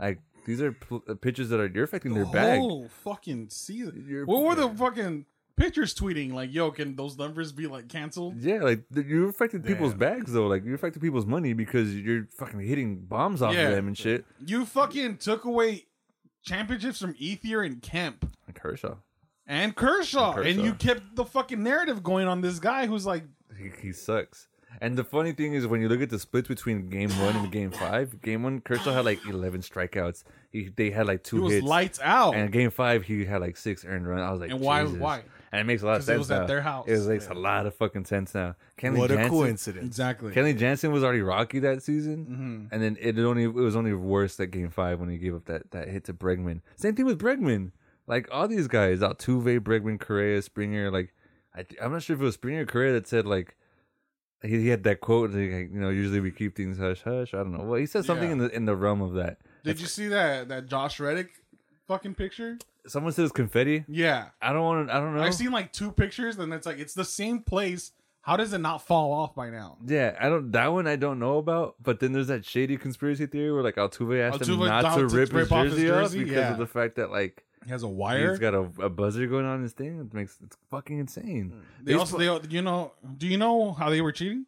Speaker 1: like these are pl- uh, pitches that are you're affecting their bag.
Speaker 3: Whole fucking season.
Speaker 1: You're-
Speaker 3: what were the fucking pitchers tweeting? Like, yo, can those numbers be like canceled?
Speaker 1: Yeah, like th- you affected people's
Speaker 4: Damn.
Speaker 1: bags though. Like you affected people's money because you're fucking hitting bombs off
Speaker 3: Yeah.
Speaker 1: of them and shit.
Speaker 3: You fucking took away championships from Ethier and Kemp
Speaker 1: Like Kershaw,
Speaker 3: and Kershaw,
Speaker 1: And
Speaker 3: and
Speaker 1: Kershaw.
Speaker 3: you kept the fucking narrative going on this guy who's like,
Speaker 1: he, he sucks. And the funny thing is, when you look at the splits between game one and game five, game one Kershaw had like eleven strikeouts. He they had like two
Speaker 3: he was
Speaker 1: hits.
Speaker 3: lights out.
Speaker 1: And game five, he had like six earned runs. I was like,
Speaker 3: And why-
Speaker 1: Jesus.
Speaker 3: why?
Speaker 1: And it makes a lot of
Speaker 3: 'Cause it
Speaker 1: sense.
Speaker 3: was at
Speaker 1: now.
Speaker 3: their house.
Speaker 1: It makes a lot of fucking sense now. Kenley
Speaker 4: What a
Speaker 1: Jansen-
Speaker 4: coincidence.
Speaker 3: exactly. Mm-hmm.
Speaker 1: Kenley Jansen was already rocky that season, and then it only it was only worse that game five when he gave up that that hit to Bregman. Same thing with Bregman. Like all these guys, Altuve, Bregman, Correa, Springer. Like I, am not sure if it was Springer or Correa that said like he, he had that quote. Like, you know, usually we keep things hush hush. I don't know. Well, he said something
Speaker 3: Yeah.
Speaker 1: in the in the realm of that.
Speaker 3: Did you see that that Josh Reddick fucking picture?
Speaker 1: Someone says confetti.
Speaker 3: Yeah.
Speaker 1: I don't want to. I don't know.
Speaker 3: I've seen like two pictures and it's like it's the same place. How does it not fall off by now?
Speaker 1: Yeah, I don't. That one I don't know about. But then there's that shady conspiracy theory where like Altuve asked him
Speaker 3: Altuve
Speaker 1: not to
Speaker 3: don't- to
Speaker 1: rip, his
Speaker 3: rip off his
Speaker 1: jersey off
Speaker 3: jersey?
Speaker 1: because
Speaker 3: Yeah.
Speaker 1: of the fact that like
Speaker 3: He has a wire.
Speaker 1: he's got a, a buzzer going on in his thing. It makes it's fucking insane.
Speaker 3: they
Speaker 1: These
Speaker 3: also
Speaker 1: fu-
Speaker 3: they you know do you know how they were cheating?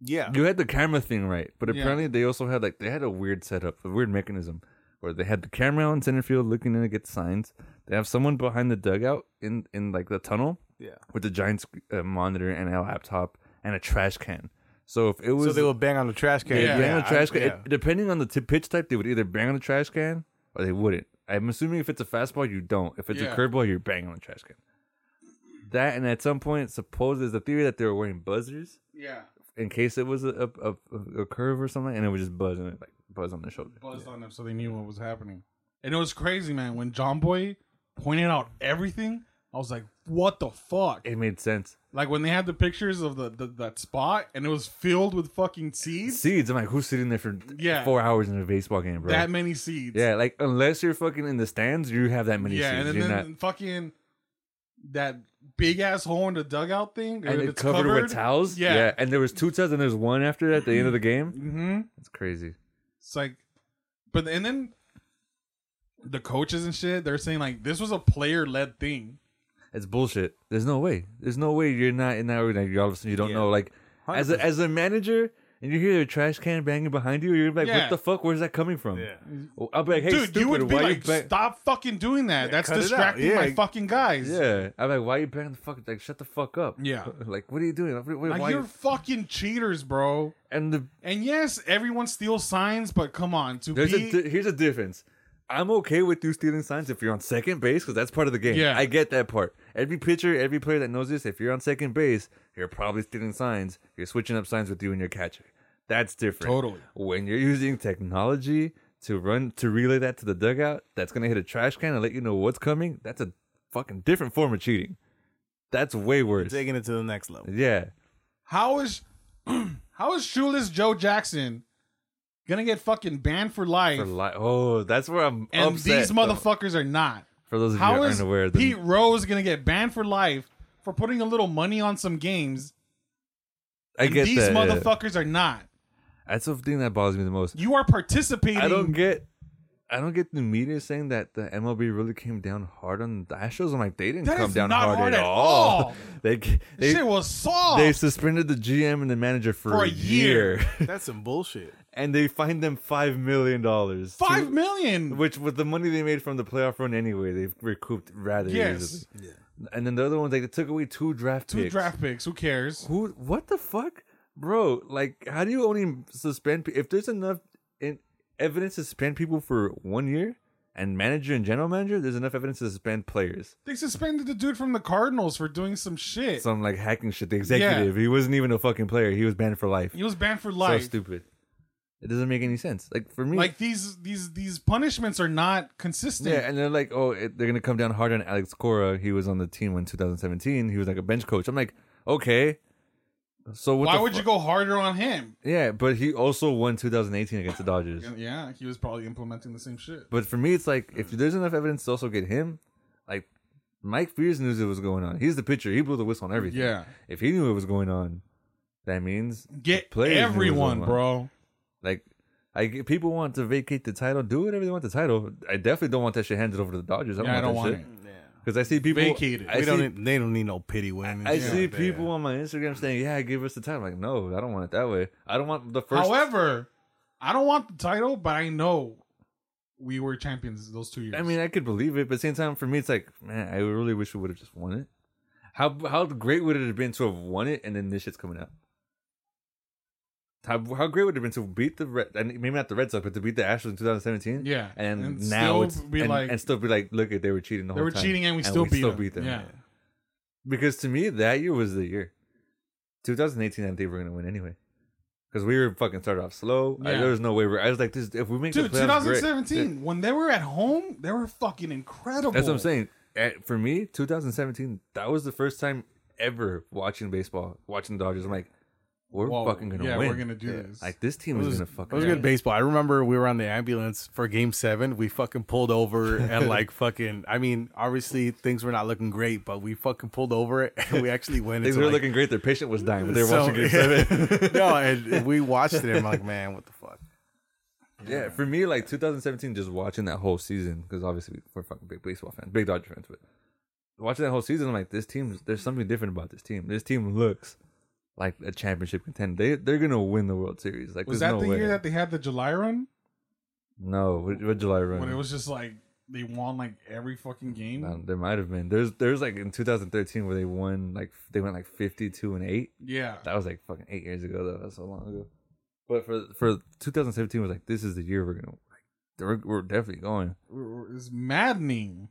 Speaker 4: Yeah.
Speaker 1: you had the camera thing right, but
Speaker 3: Yeah.
Speaker 1: apparently they also had like they had a weird setup, a weird mechanism where they had the camera on center field looking in to get signs. They have someone behind the dugout in in like the tunnel
Speaker 4: Yeah.
Speaker 1: with a giant sc- uh, monitor and a laptop and a trash can. So if it was
Speaker 4: So they will bang on the trash can.
Speaker 1: They
Speaker 3: Yeah.
Speaker 1: bang on the
Speaker 4: I-
Speaker 1: trash can.
Speaker 4: yeah.
Speaker 1: it- depending on the t- pitch type, they would either bang on the trash can or they wouldn't. I'm assuming if it's a fastball, you don't. If it's
Speaker 3: Yeah.
Speaker 1: a curveball, you're banging on the trash can. That and at some point, suppose there's a theory that they were wearing buzzers
Speaker 3: Yeah.
Speaker 1: in case it was a a, a, a curve or something, and it was just buzzing, like buzz on the shoulder.
Speaker 3: Buzzed on them so they knew what was happening. And it was crazy, man. When John Boy pointed out everything, I was like, what the fuck?
Speaker 1: It made sense.
Speaker 3: Like when they had the pictures of the, the that spot and it was filled with fucking seeds.
Speaker 1: Seeds. I'm like, who's sitting there for
Speaker 3: Yeah.
Speaker 1: four hours in a baseball game, bro?
Speaker 3: That many seeds.
Speaker 1: yeah, like unless you're fucking in the stands, you have that many
Speaker 3: yeah,
Speaker 1: seeds.
Speaker 3: and then,
Speaker 1: You're not-
Speaker 3: then fucking that big ass hole in the dugout thing,
Speaker 1: and
Speaker 3: if
Speaker 1: it's covered, with towels.
Speaker 3: Yeah,
Speaker 1: and there was two towels, and there's one after at the end of the game.
Speaker 3: hmm
Speaker 1: It's crazy.
Speaker 3: it's like, but and then the coaches and shit, they're saying like this was a player led thing.
Speaker 1: It's bullshit. There's no way. There's no way you're not in that. Like, all of a sudden, you don't
Speaker 4: Yeah.
Speaker 1: know. Like as a, as a manager, and you hear a trash can banging behind you, you're like,
Speaker 3: Yeah.
Speaker 1: "What the fuck? Where's that coming from?"
Speaker 4: Yeah.
Speaker 1: Oh, I'll be like, "Hey,
Speaker 3: Dude,
Speaker 1: stupid,
Speaker 3: you would be
Speaker 1: why
Speaker 3: like,
Speaker 1: you bang-"
Speaker 3: stop fucking doing that. That's
Speaker 4: cut it out.
Speaker 3: distracting
Speaker 4: Yeah.
Speaker 3: my fucking guys.
Speaker 1: Yeah, I'm like, "Why you banging the fuck? Like, shut the fuck up."
Speaker 3: Yeah.
Speaker 1: like, what are you doing? What- what-
Speaker 3: Like,
Speaker 1: why
Speaker 3: you're
Speaker 1: you-
Speaker 3: fucking cheaters, bro.
Speaker 1: And the
Speaker 3: And yes, everyone steals signs, but come on, to
Speaker 1: There's
Speaker 3: be
Speaker 1: a di- here's a difference. I'm okay with you stealing signs if you're on second base because that's part of the game.
Speaker 3: Yeah.
Speaker 1: I get that part. Every pitcher, every player that knows this, if you're on second base, you're probably stealing signs. You're switching up signs with you and your catcher. That's different.
Speaker 3: Totally.
Speaker 1: When you're using technology to run to relay that to the dugout, that's gonna hit a trash can and let you know what's coming. That's a fucking different form of cheating. That's way worse.
Speaker 4: Taking it to the next level.
Speaker 1: Yeah.
Speaker 3: How is how is shoeless Joe Jackson gonna get fucking banned for life?
Speaker 1: For li- oh, that's where I'm
Speaker 3: and
Speaker 1: upset.
Speaker 3: these
Speaker 1: though.
Speaker 3: motherfuckers are not.
Speaker 1: For those of you
Speaker 3: How
Speaker 1: who
Speaker 3: is
Speaker 1: aren't aware, the-
Speaker 3: Pete Rose gonna get banned for life for putting a little money on some games?
Speaker 1: I
Speaker 3: And
Speaker 1: get
Speaker 3: these
Speaker 1: that, yeah.
Speaker 3: motherfuckers are not.
Speaker 1: That's the thing that bothers me the most.
Speaker 3: You are participating.
Speaker 1: I don't get. I don't get the media saying that the MLB really came down hard on the Astros. I'm like, they didn't
Speaker 3: That
Speaker 1: come
Speaker 3: is
Speaker 1: down
Speaker 3: not
Speaker 1: hard,
Speaker 3: hard
Speaker 1: at,
Speaker 3: at
Speaker 1: all.
Speaker 3: all.
Speaker 1: they
Speaker 3: This
Speaker 1: they,
Speaker 3: shit was soft.
Speaker 1: they suspended the GM and the manager for,
Speaker 3: For a
Speaker 1: a year,
Speaker 4: That's some bullshit.
Speaker 1: and they fined them five million dollars.
Speaker 3: Five
Speaker 1: million,
Speaker 3: million.
Speaker 1: which with the money they made from the playoff run anyway, they've recouped rather
Speaker 3: yes,
Speaker 1: easily. And then the other ones, like they took away two draft
Speaker 3: two
Speaker 1: picks.
Speaker 3: draft picks. Who cares?
Speaker 1: Who? What the fuck, bro? Like, how do you only suspend pe- if there's enough in evidence to suspend people for one year? And manager and general manager, there's enough evidence to suspend players.
Speaker 3: They suspended the dude from the Cardinals for doing some shit.
Speaker 1: Some like hacking shit. The executive, he wasn't even a fucking player. He was banned for life.
Speaker 3: he was banned for
Speaker 1: so
Speaker 3: life.
Speaker 1: stupid. It doesn't make any sense. Like for me,
Speaker 3: Like these these these punishments are not consistent.
Speaker 1: yeah, and they're like, oh, it, they're gonna come down hard on Alex Cora. He was on the team in 2017. He was like a bench coach. I'm like, okay. So what
Speaker 3: Why
Speaker 1: the
Speaker 3: would
Speaker 1: fu-
Speaker 3: you go harder on him?
Speaker 1: Yeah, but he also won 2018 against the Dodgers.
Speaker 3: Yeah, he was probably implementing the same shit.
Speaker 1: But for me, it's like if
Speaker 3: Mm.
Speaker 1: there's enough evidence to also get him, like Mike Fears knew what was going on. He's the pitcher. He blew the whistle on everything.
Speaker 3: Yeah.
Speaker 1: If he knew what was going on, that means
Speaker 3: Get
Speaker 1: players knew what was
Speaker 3: everyone,
Speaker 1: going on.
Speaker 3: bro.
Speaker 1: Like, I get- people want to vacate the title. Do whatever they want the title. I definitely don't want that shit handed over to the Dodgers. I don't
Speaker 3: Yeah, I don't
Speaker 1: want that
Speaker 3: want it.
Speaker 1: shit because I see people
Speaker 3: Vacate it.
Speaker 1: I
Speaker 4: we
Speaker 1: see,
Speaker 4: don't. Need, they don't need no pity women.
Speaker 1: I
Speaker 4: Yeah.
Speaker 1: see people on my Instagram saying, "Yeah, give us the title." I'm like, no, I don't want it that way. I don't want the first.
Speaker 3: However, I don't want the title, but I know we were champions those two years.
Speaker 1: I mean, I could believe it, but at the same time, for me, it's like, man, I really wish we would have just won it. How how great would it have been to have won it and then this shit's coming out? How, how great would it have been to beat the Red, and maybe not the Red Sox, but to beat the Astros in 2017?
Speaker 3: Yeah,
Speaker 1: and,
Speaker 3: and
Speaker 1: now
Speaker 3: still
Speaker 1: it's
Speaker 3: be
Speaker 1: and,
Speaker 3: like-
Speaker 1: and still be like, look, at they were cheating the
Speaker 3: they
Speaker 1: whole
Speaker 3: were
Speaker 1: time,
Speaker 3: cheating and we still beat them. Yeah.
Speaker 1: Because to me, that year was the year. 2018, I think we we're gonna win anyway. Because we were fucking started off slow. I,
Speaker 3: Yeah.
Speaker 1: there was no way. We're, I was like, this if we make
Speaker 3: Dude,
Speaker 1: the playoffs, great.
Speaker 3: 2017, when they were at home, they were fucking incredible.
Speaker 1: That's what I'm saying. At, for me, 2017, that was the first time ever watching baseball, watching the Dodgers. I'm like, we're
Speaker 3: Whoa,
Speaker 1: fucking gonna
Speaker 3: yeah,
Speaker 1: win.
Speaker 3: we're gonna do this.
Speaker 1: Like this team
Speaker 4: It
Speaker 1: is
Speaker 4: was,
Speaker 1: gonna
Speaker 4: it
Speaker 1: fucking.
Speaker 4: was
Speaker 1: win.
Speaker 4: good baseball. I remember we were on the ambulance for Game Seven. We fucking pulled over and like fucking. I mean, obviously things were not looking great, but we fucking pulled over it and we actually went.
Speaker 1: They
Speaker 4: into
Speaker 1: were
Speaker 4: like,
Speaker 1: looking great. Their patient was dying, but they were
Speaker 4: so-
Speaker 1: watching Game Seven.
Speaker 4: no, and, and we watched it. and I'm like, man, what the fuck?
Speaker 1: yeah, for me, like 2017, just watching that whole season because obviously we're fucking big baseball fans, big Dodger fans, but watching that whole season, I'm like, this team. There's something different about this team. This team looks like a championship contender. They they're gonna win the World Series. Like
Speaker 3: Was
Speaker 1: there's
Speaker 3: that
Speaker 1: no
Speaker 3: the
Speaker 1: way.
Speaker 3: year that they had the July run?
Speaker 1: no, what, what July run?
Speaker 3: When it was just like they won like every fucking game.
Speaker 1: Um, there might have been. There's there's like in 2013 where they won like they went like 52 and eight.
Speaker 3: yeah.
Speaker 1: That was like fucking eight years ago though. That's so long ago. But for for 2017 was like this is the year we're gonna like we're, we're definitely going.
Speaker 3: It's maddening.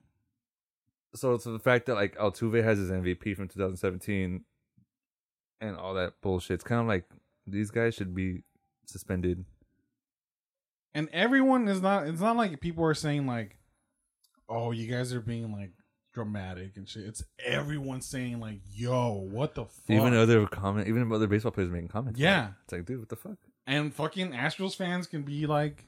Speaker 1: So so the fact that like Altuve has his MVP from 2017 and all that bullshit. It's kind of like these guys should be suspended.
Speaker 3: and everyone is not it's not like people are saying like oh you guys are being like dramatic and shit it's everyone saying like yo what the fuck
Speaker 1: Even other comment, even other baseball players making comments.
Speaker 3: Yeah.
Speaker 1: it's like dude, what the fuck?
Speaker 3: and fucking astros fans can be like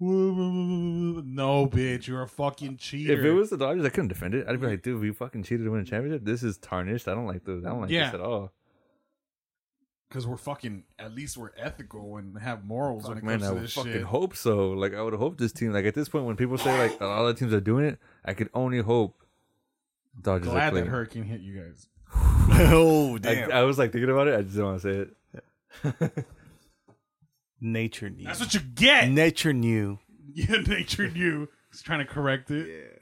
Speaker 3: "Woo, woo, woo, woo, woo." no bitch you're a fucking cheater
Speaker 1: If it was the Dodgers, I couldn't defend it. I'd be like, dude, we fucking cheated to win a championship. This is tarnished. I don't like this. I don't like
Speaker 3: Yeah.
Speaker 1: this at all.
Speaker 3: because we're fucking at least we're ethical and have morals when
Speaker 1: Fuck,
Speaker 3: it
Speaker 1: man,
Speaker 3: comes
Speaker 1: I
Speaker 3: to
Speaker 1: would
Speaker 3: this
Speaker 1: fucking
Speaker 3: shit
Speaker 1: hope so. Like, I would hope this team. Like at this point, when people say like a lot of teams are doing it, I could only hope Dodgers. are
Speaker 3: glad that
Speaker 1: playing.
Speaker 3: hurricane hit you guys
Speaker 4: oh
Speaker 1: I,
Speaker 4: damn!
Speaker 1: I was like thinking about it. I just don't want to say it.
Speaker 4: Nature knew.
Speaker 3: that's what you get
Speaker 4: Nature knew.
Speaker 3: yeah nature knew he's trying to correct it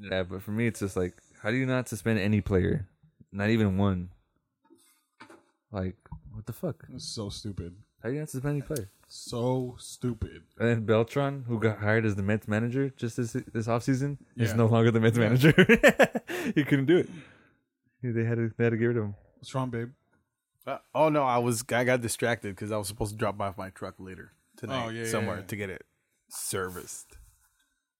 Speaker 1: Yeah, but for me, it's just like, how do you not suspend any player? Not even one. Like, what the fuck?
Speaker 3: it was so stupid
Speaker 1: How do you not suspend any player?
Speaker 3: so stupid
Speaker 1: And then Beltron, who got hired as the Mets manager just this this offseason, is
Speaker 3: Yeah.
Speaker 1: no longer the Mets manager. he couldn't do it. He- They had to they had to get rid of him.
Speaker 3: what's wrong babe
Speaker 4: Uh, oh no, I was I got distracted because I was supposed to drop off my truck later tonight
Speaker 3: Oh, yeah, yeah,
Speaker 4: somewhere
Speaker 3: yeah.
Speaker 4: to get it serviced.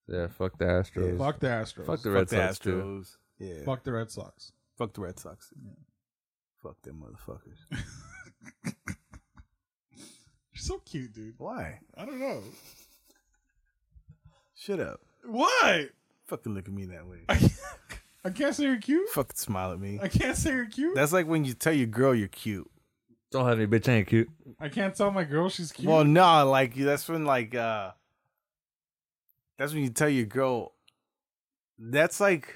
Speaker 1: Yeah, fuck the Astros. Fuck,
Speaker 3: fuck the astros
Speaker 1: the Red
Speaker 4: Fuck the
Speaker 1: Sox too.
Speaker 4: Astros. Yeah. Fuck.
Speaker 3: Fuck the Red Sox.
Speaker 4: the Red Sox. Fuck them motherfuckers.
Speaker 3: You're so cute, dude.
Speaker 4: Why?
Speaker 3: I don't know.
Speaker 4: Shut up.
Speaker 3: What?
Speaker 4: Fucking look at me that way.
Speaker 3: I can't, I can't say you're cute.
Speaker 4: Fucking smile at me.
Speaker 3: I can't say you're cute.
Speaker 4: That's like when you tell your girl you're cute.
Speaker 1: Don't have any bitch I ain't cute.
Speaker 3: I can't tell my girl she's cute.
Speaker 4: Well, no, like that's when like uh that's when you tell your girl that's like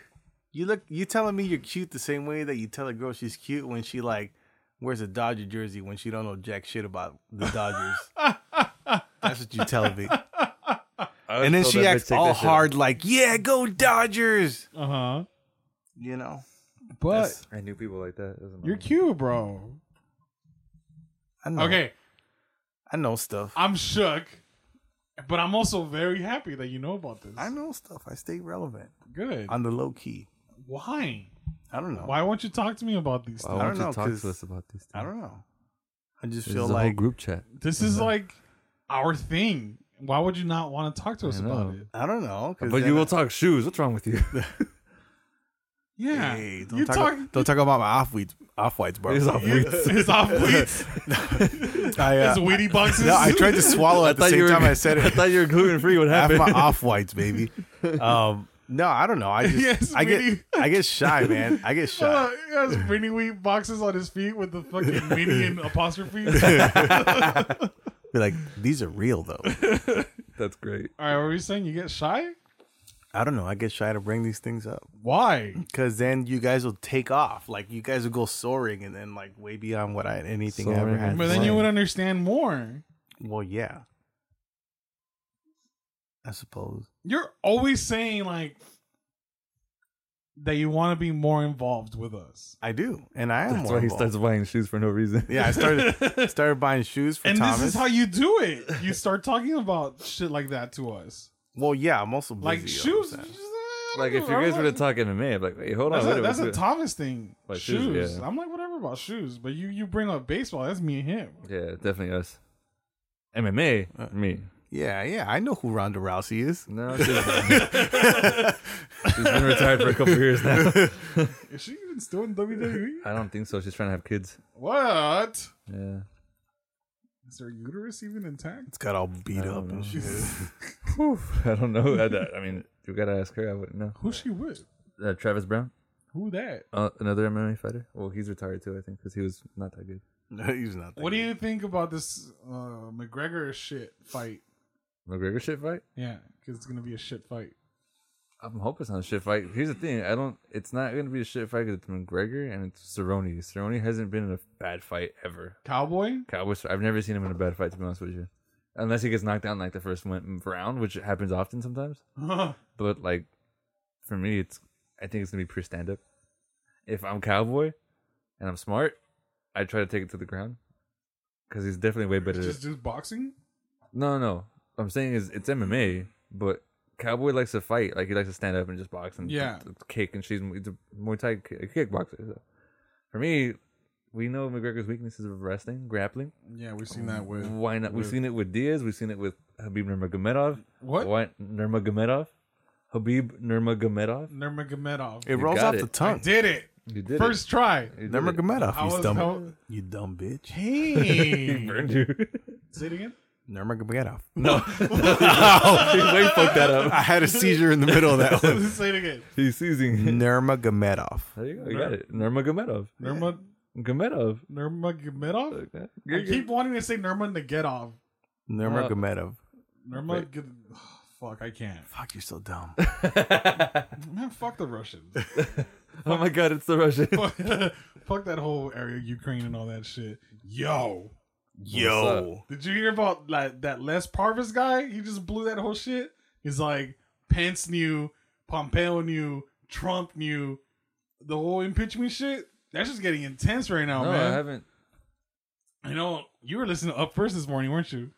Speaker 4: you look you telling me you're cute the same way that you tell a girl she's cute when she like wears a Dodger jersey when she don't know jack shit about the Dodgers. that's what you telling me. And then she acts all hard like, "Yeah, go Dodgers."
Speaker 3: uh huh.
Speaker 4: You know?
Speaker 3: But
Speaker 4: That's-
Speaker 1: I knew people like that.
Speaker 3: you're cute, bro.
Speaker 4: I know.
Speaker 3: Okay,
Speaker 4: I know stuff.
Speaker 3: I'm shook, but I'm also very happy that you know about this.
Speaker 4: I know stuff. I stay relevant
Speaker 3: good.
Speaker 4: on the low key.
Speaker 3: Why?
Speaker 4: I don't know.
Speaker 3: Why won't you talk to me about these?
Speaker 1: Why
Speaker 3: Things?
Speaker 4: don't
Speaker 1: won't you
Speaker 4: know,
Speaker 1: talk
Speaker 4: 'cause
Speaker 1: to us about this?
Speaker 4: I don't know. I just
Speaker 1: This
Speaker 4: feel
Speaker 1: is a whole
Speaker 4: like
Speaker 1: group chat.
Speaker 3: This is like our thing. Why would you not want to talk to us
Speaker 1: I
Speaker 3: about
Speaker 1: know.
Speaker 3: it?
Speaker 4: I don't know. 'cause
Speaker 1: But
Speaker 4: then
Speaker 1: you
Speaker 4: I-
Speaker 1: will talk shoes. What's wrong with you?
Speaker 3: Yeah,
Speaker 4: Hey, don't
Speaker 3: you
Speaker 4: talk,
Speaker 3: talk.
Speaker 4: Don't talk about my off weeds. Off whites, bro.
Speaker 1: It's off
Speaker 4: You-
Speaker 1: weeds.
Speaker 3: it's off weeds.
Speaker 4: I, uh,
Speaker 3: It's weedy boxes.
Speaker 4: no, I tried to swallow at the same
Speaker 1: you were,
Speaker 4: time I said
Speaker 1: I
Speaker 4: it.
Speaker 1: thought you were gluten free. What
Speaker 4: Half
Speaker 1: happened?
Speaker 4: my off whites, baby. Um, no, I don't know. I just
Speaker 3: Yes,
Speaker 4: I
Speaker 3: weedy.
Speaker 4: get I get shy, man. I get
Speaker 3: Uh,
Speaker 4: shy.
Speaker 3: he has mini wheat boxes on his feet with the fucking mini and apostrophes. All
Speaker 4: Be like, these are real though.
Speaker 1: That's great.
Speaker 3: right, what were you saying? You get shy?
Speaker 4: I don't know. I get shy to bring these things up.
Speaker 3: Why?
Speaker 4: Cause then you guys will take off. Like you guys will go soaring and then like way beyond what I anything I ever
Speaker 1: Soaring
Speaker 4: had.
Speaker 1: and
Speaker 3: But
Speaker 4: to
Speaker 3: then
Speaker 4: say.
Speaker 3: you would understand more.
Speaker 4: Well, yeah. I suppose.
Speaker 3: You're always saying like that you want to be more involved with us.
Speaker 4: I do. And I am
Speaker 1: That's
Speaker 4: more
Speaker 1: why he
Speaker 4: involved.
Speaker 1: starts buying shoes for no reason.
Speaker 4: Yeah, I started started buying shoes for
Speaker 3: and
Speaker 4: Thomas.
Speaker 3: this is how you do it. You start talking about shit like that to us.
Speaker 4: well, yeah, I'm also busy
Speaker 3: Like
Speaker 4: all the
Speaker 3: shoes.
Speaker 4: time.
Speaker 1: Like if you guys were to talk MMA, I'm like, wait, hold
Speaker 3: That's,
Speaker 1: on.
Speaker 3: a,
Speaker 1: wait
Speaker 3: that's a
Speaker 1: minute.
Speaker 3: Thomas thing.
Speaker 1: Like
Speaker 3: shoes.
Speaker 1: shoes, yeah.
Speaker 3: I'm like whatever about shoes, but you you bring up baseball. That's me and him.
Speaker 1: yeah, definitely us. MMA, me.
Speaker 4: Yeah, yeah, I know who Ronda Rousey is.
Speaker 1: No, she's, she's been retired for a couple years now.
Speaker 3: Is she even still in WWE?
Speaker 1: I don't think so. She's trying to have kids.
Speaker 3: what?
Speaker 1: Yeah.
Speaker 3: Is her uterus even intact?
Speaker 4: It's got all beat
Speaker 1: don't
Speaker 4: up
Speaker 1: know.
Speaker 4: and shit.
Speaker 1: Whew, I don't know. I, I mean, you gotta ask her. I wouldn't know.
Speaker 3: Who she with?
Speaker 1: Uh, Travis Brown,
Speaker 3: Who that?
Speaker 1: uh, another MMA fighter. Well, he's retired too, I think, because he was not that good.
Speaker 4: No, he's not. that
Speaker 3: What do
Speaker 4: good.
Speaker 3: you think about this uh, McGregor shit fight?
Speaker 1: McGregor shit fight.
Speaker 3: Yeah, because it's gonna be a shit fight.
Speaker 1: I'm hoping it's not a shit fight. Here's the thing: I don't. It's not gonna be a shit fight because it's McGregor and it's Cerrone. Cerrone hasn't been in a bad fight ever.
Speaker 3: Cowboy.
Speaker 1: Cowboys. I've never seen him in a bad fight. To be honest with you, unless he gets knocked down like the first one- round, which happens often sometimes. But like, for me, it's. I think it's gonna be pure stand up. If I'm Cowboy, and I'm smart, I try to take it to the ground. Because he's definitely way better.
Speaker 3: Just do boxing.
Speaker 1: No, no. What I'm saying is it's MMA, but Cowboy likes to fight. Like he likes to stand up and just box and
Speaker 3: Yeah.
Speaker 1: t- t- kick. And she's he's a Muay Thai ki- kickboxer. So. For me, we know McGregor's weaknesses of wrestling, grappling.
Speaker 3: Yeah, we've seen that with
Speaker 1: Why not? We've seen it with Diaz. We've seen it with Habib Nurmagomedov.
Speaker 3: Mm. What?
Speaker 1: Why Nurmagomedov? Habib Nurmagomedov.
Speaker 3: Nurmagomedov.
Speaker 4: It rolls
Speaker 1: got
Speaker 4: off
Speaker 1: it.
Speaker 4: the
Speaker 3: I
Speaker 4: tongue.
Speaker 3: did it
Speaker 1: You did
Speaker 3: first try.
Speaker 1: it. You did
Speaker 4: Never
Speaker 1: it.
Speaker 4: Gamedov,
Speaker 3: How
Speaker 4: you
Speaker 3: was-
Speaker 4: dumb,
Speaker 3: how-
Speaker 4: you dumb bitch.
Speaker 1: He
Speaker 3: Hey,
Speaker 1: burned you.
Speaker 3: say it again.
Speaker 4: Never Gamedov.
Speaker 1: no. Wait, fuck that up.
Speaker 4: I had a seizure in the middle of that one.
Speaker 3: say it again.
Speaker 1: He's seizing.
Speaker 4: Nerma Gamedov.
Speaker 1: There you go. You got it. Nurmagomedov.
Speaker 3: Nurma
Speaker 1: Gamedov.
Speaker 3: Nurmagomedov.
Speaker 1: Okay.
Speaker 3: I keep wanting to say Nurma Nagedov.
Speaker 4: Nerma
Speaker 1: Uh,
Speaker 4: Gamedov.
Speaker 3: Nurma. Ge- fuck, I can't.
Speaker 4: Fuck, you're so dumb.
Speaker 3: Man, fuck the Russians.
Speaker 1: Oh my god, it's the Russian.
Speaker 3: fuck that whole area, Ukraine and all that shit. Yo.
Speaker 4: Yo.
Speaker 3: Did you hear about like that Les Parvis guy? He just blew that whole shit. He's like Pence knew, Pompeo knew, Trump knew, the whole impeachment shit. That's just getting intense right now,
Speaker 1: No, I
Speaker 3: man.
Speaker 1: haven't.
Speaker 3: You know, you were listening to Up First this morning, weren't you?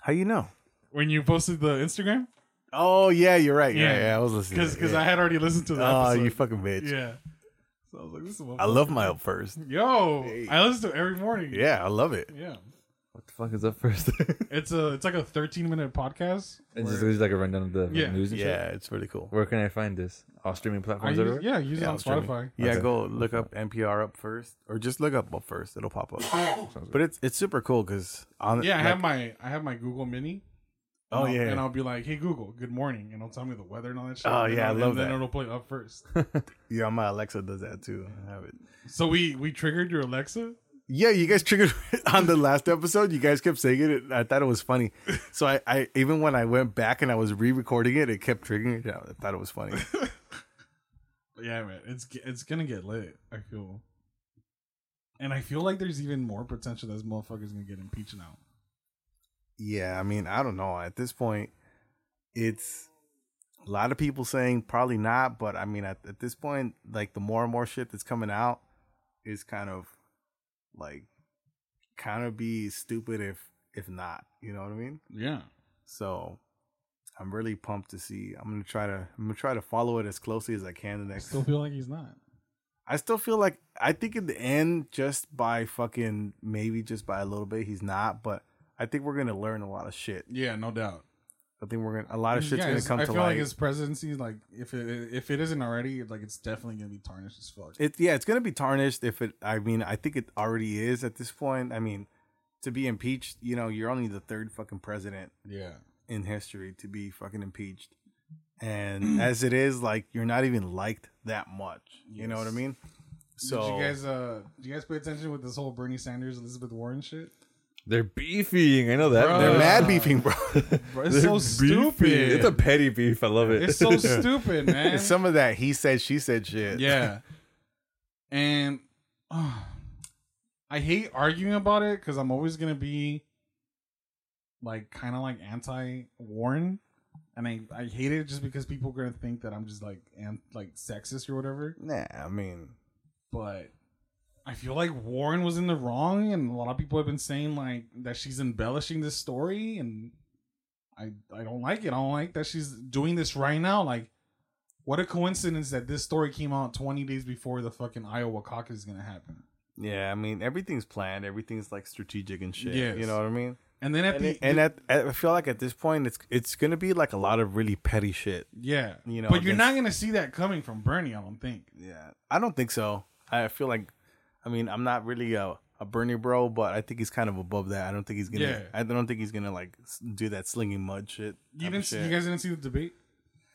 Speaker 4: How you know?
Speaker 3: When you posted the Instagram,
Speaker 4: Oh yeah, you're right. Yeah,
Speaker 3: Yeah.
Speaker 4: yeah, I was listening.
Speaker 3: because
Speaker 4: to that,
Speaker 3: because
Speaker 4: yeah.
Speaker 3: I had already listened to the
Speaker 4: Oh,
Speaker 3: episode.
Speaker 4: you fucking bitch.
Speaker 3: yeah. So I was like, this is what
Speaker 4: I love my up first.
Speaker 3: yo.
Speaker 4: Hey.
Speaker 3: I listen to it every morning.
Speaker 4: Yeah, I love it.
Speaker 3: yeah.
Speaker 1: What the fuck is up first? it's
Speaker 3: It's a it's like a 13 minute podcast.
Speaker 1: just,
Speaker 3: where-
Speaker 1: it's like a rundown of the
Speaker 3: Yeah.
Speaker 1: news and shit.
Speaker 4: Yeah, it's pretty cool.
Speaker 1: Where can I find this? All streaming
Speaker 3: I
Speaker 1: platforms
Speaker 3: use,
Speaker 1: everywhere?
Speaker 3: yeah, use it
Speaker 4: Yeah,
Speaker 3: on
Speaker 4: I'm streaming.
Speaker 3: Spotify.
Speaker 4: Yeah,
Speaker 1: Okay.
Speaker 4: go look up NPR up first, or just look up up first. It'll pop up. but it's it's super cool because on
Speaker 3: Oh, Yeah, I
Speaker 4: like-
Speaker 3: have my I have my Google Mini. And
Speaker 4: oh
Speaker 3: I'll- and
Speaker 4: yeah,
Speaker 3: I'll be like, "Hey Google, good morning," and it'll tell me the weather and all that shit.
Speaker 4: Oh,
Speaker 3: and then
Speaker 4: yeah, I
Speaker 3: I'll-
Speaker 4: love
Speaker 3: and then
Speaker 4: that.
Speaker 3: it'll play up first.
Speaker 4: yeah. My Alexa does that too. I have it.
Speaker 3: so we we triggered your Alexa.
Speaker 4: Yeah, you guys triggered on the last episode. You guys kept saying it. and I thought it was funny. So I, I even when I went back and I was re-recording it, it kept triggering it. I thought it was funny.
Speaker 3: Yeah, man, it's ge- it's gonna get lit. I feel, and I feel like there's even more potential that this motherfucker's gonna get impeached now.
Speaker 4: yeah, I mean, I don't know. At this point, it's a lot of people saying probably not, but I mean, at, at this point, like the more and more shit that's coming out is kind of like kind of be stupid if if not. You know what I mean?
Speaker 3: Yeah,
Speaker 4: So I'm really pumped to see. I'm gonna try to I'm gonna try to follow it as closely as I can the
Speaker 3: I
Speaker 4: next.
Speaker 3: still feel like he's not.
Speaker 4: I still feel like I think in the end, just by fucking maybe just by a little bit, he's not. But I think we're gonna learn a lot of shit.
Speaker 3: Yeah, no doubt.
Speaker 4: I think we're gonna a lot of shit's
Speaker 3: Yeah,
Speaker 4: gonna
Speaker 3: it's-
Speaker 4: come
Speaker 3: Mm, I
Speaker 4: to
Speaker 3: feel
Speaker 4: light.
Speaker 3: like his presidency, like if it if it isn't already, like it's definitely gonna be tarnished as fuck.
Speaker 4: it yeah, it's gonna be tarnished if it. I mean, I think it already is at this point. I mean, to be impeached, you know, you're only the third fucking president
Speaker 3: yeah,
Speaker 4: in history to be fucking impeached.
Speaker 3: Mm.
Speaker 4: And as it is, like you're not even liked that much. You know what I
Speaker 3: Yes.
Speaker 4: mean? So
Speaker 3: did you guys uh do you guys pay attention with this whole Bernie Sanders Elizabeth Warren shit?
Speaker 1: They're beefing. I know that.
Speaker 3: Bro.
Speaker 4: they're
Speaker 3: Uh,
Speaker 4: mad beefing, bro.
Speaker 3: Bro,
Speaker 1: They're
Speaker 3: it's so
Speaker 1: beefing.
Speaker 3: stupid.
Speaker 1: It's a petty beef. I love it.
Speaker 3: It's so stupid, man.
Speaker 4: Some of that he said, she said shit.
Speaker 3: yeah, and uh, I hate arguing about it because I'm always gonna be like kind of like anti Warren, and I I hate it just because people are gonna think that I'm just like and like sexist or whatever.
Speaker 4: Nah, I mean,
Speaker 3: but I feel like Warren was in the wrong, and a lot of people have been saying like that she's embellishing this story, and I I don't like it. I don't like that she's doing this right now. Like, what a coincidence that this story came out 20 days before the fucking Iowa caucus is gonna happen.
Speaker 4: yeah, I mean, everything's planned. Everything's like strategic and shit.
Speaker 3: Yes.
Speaker 4: You know what I mean?
Speaker 3: And then at
Speaker 4: And,
Speaker 3: the
Speaker 4: it- and at, at- I feel like at this point, it's it's gonna be like a lot of really petty shit.
Speaker 3: yeah,
Speaker 4: you know,
Speaker 3: but you're
Speaker 4: against-
Speaker 3: not gonna see that coming from Bernie. I don't think.
Speaker 4: Yeah, I don't think so. I feel like, I mean, I'm not really a, a Bernie bro, but I think he's kind of above that. I don't think he's gonna.
Speaker 3: Yeah.
Speaker 4: I don't think he's gonna like s- do that slinging mud shit.
Speaker 3: You
Speaker 4: type of
Speaker 3: didn't.
Speaker 4: shit.
Speaker 3: You guys didn't see the debate.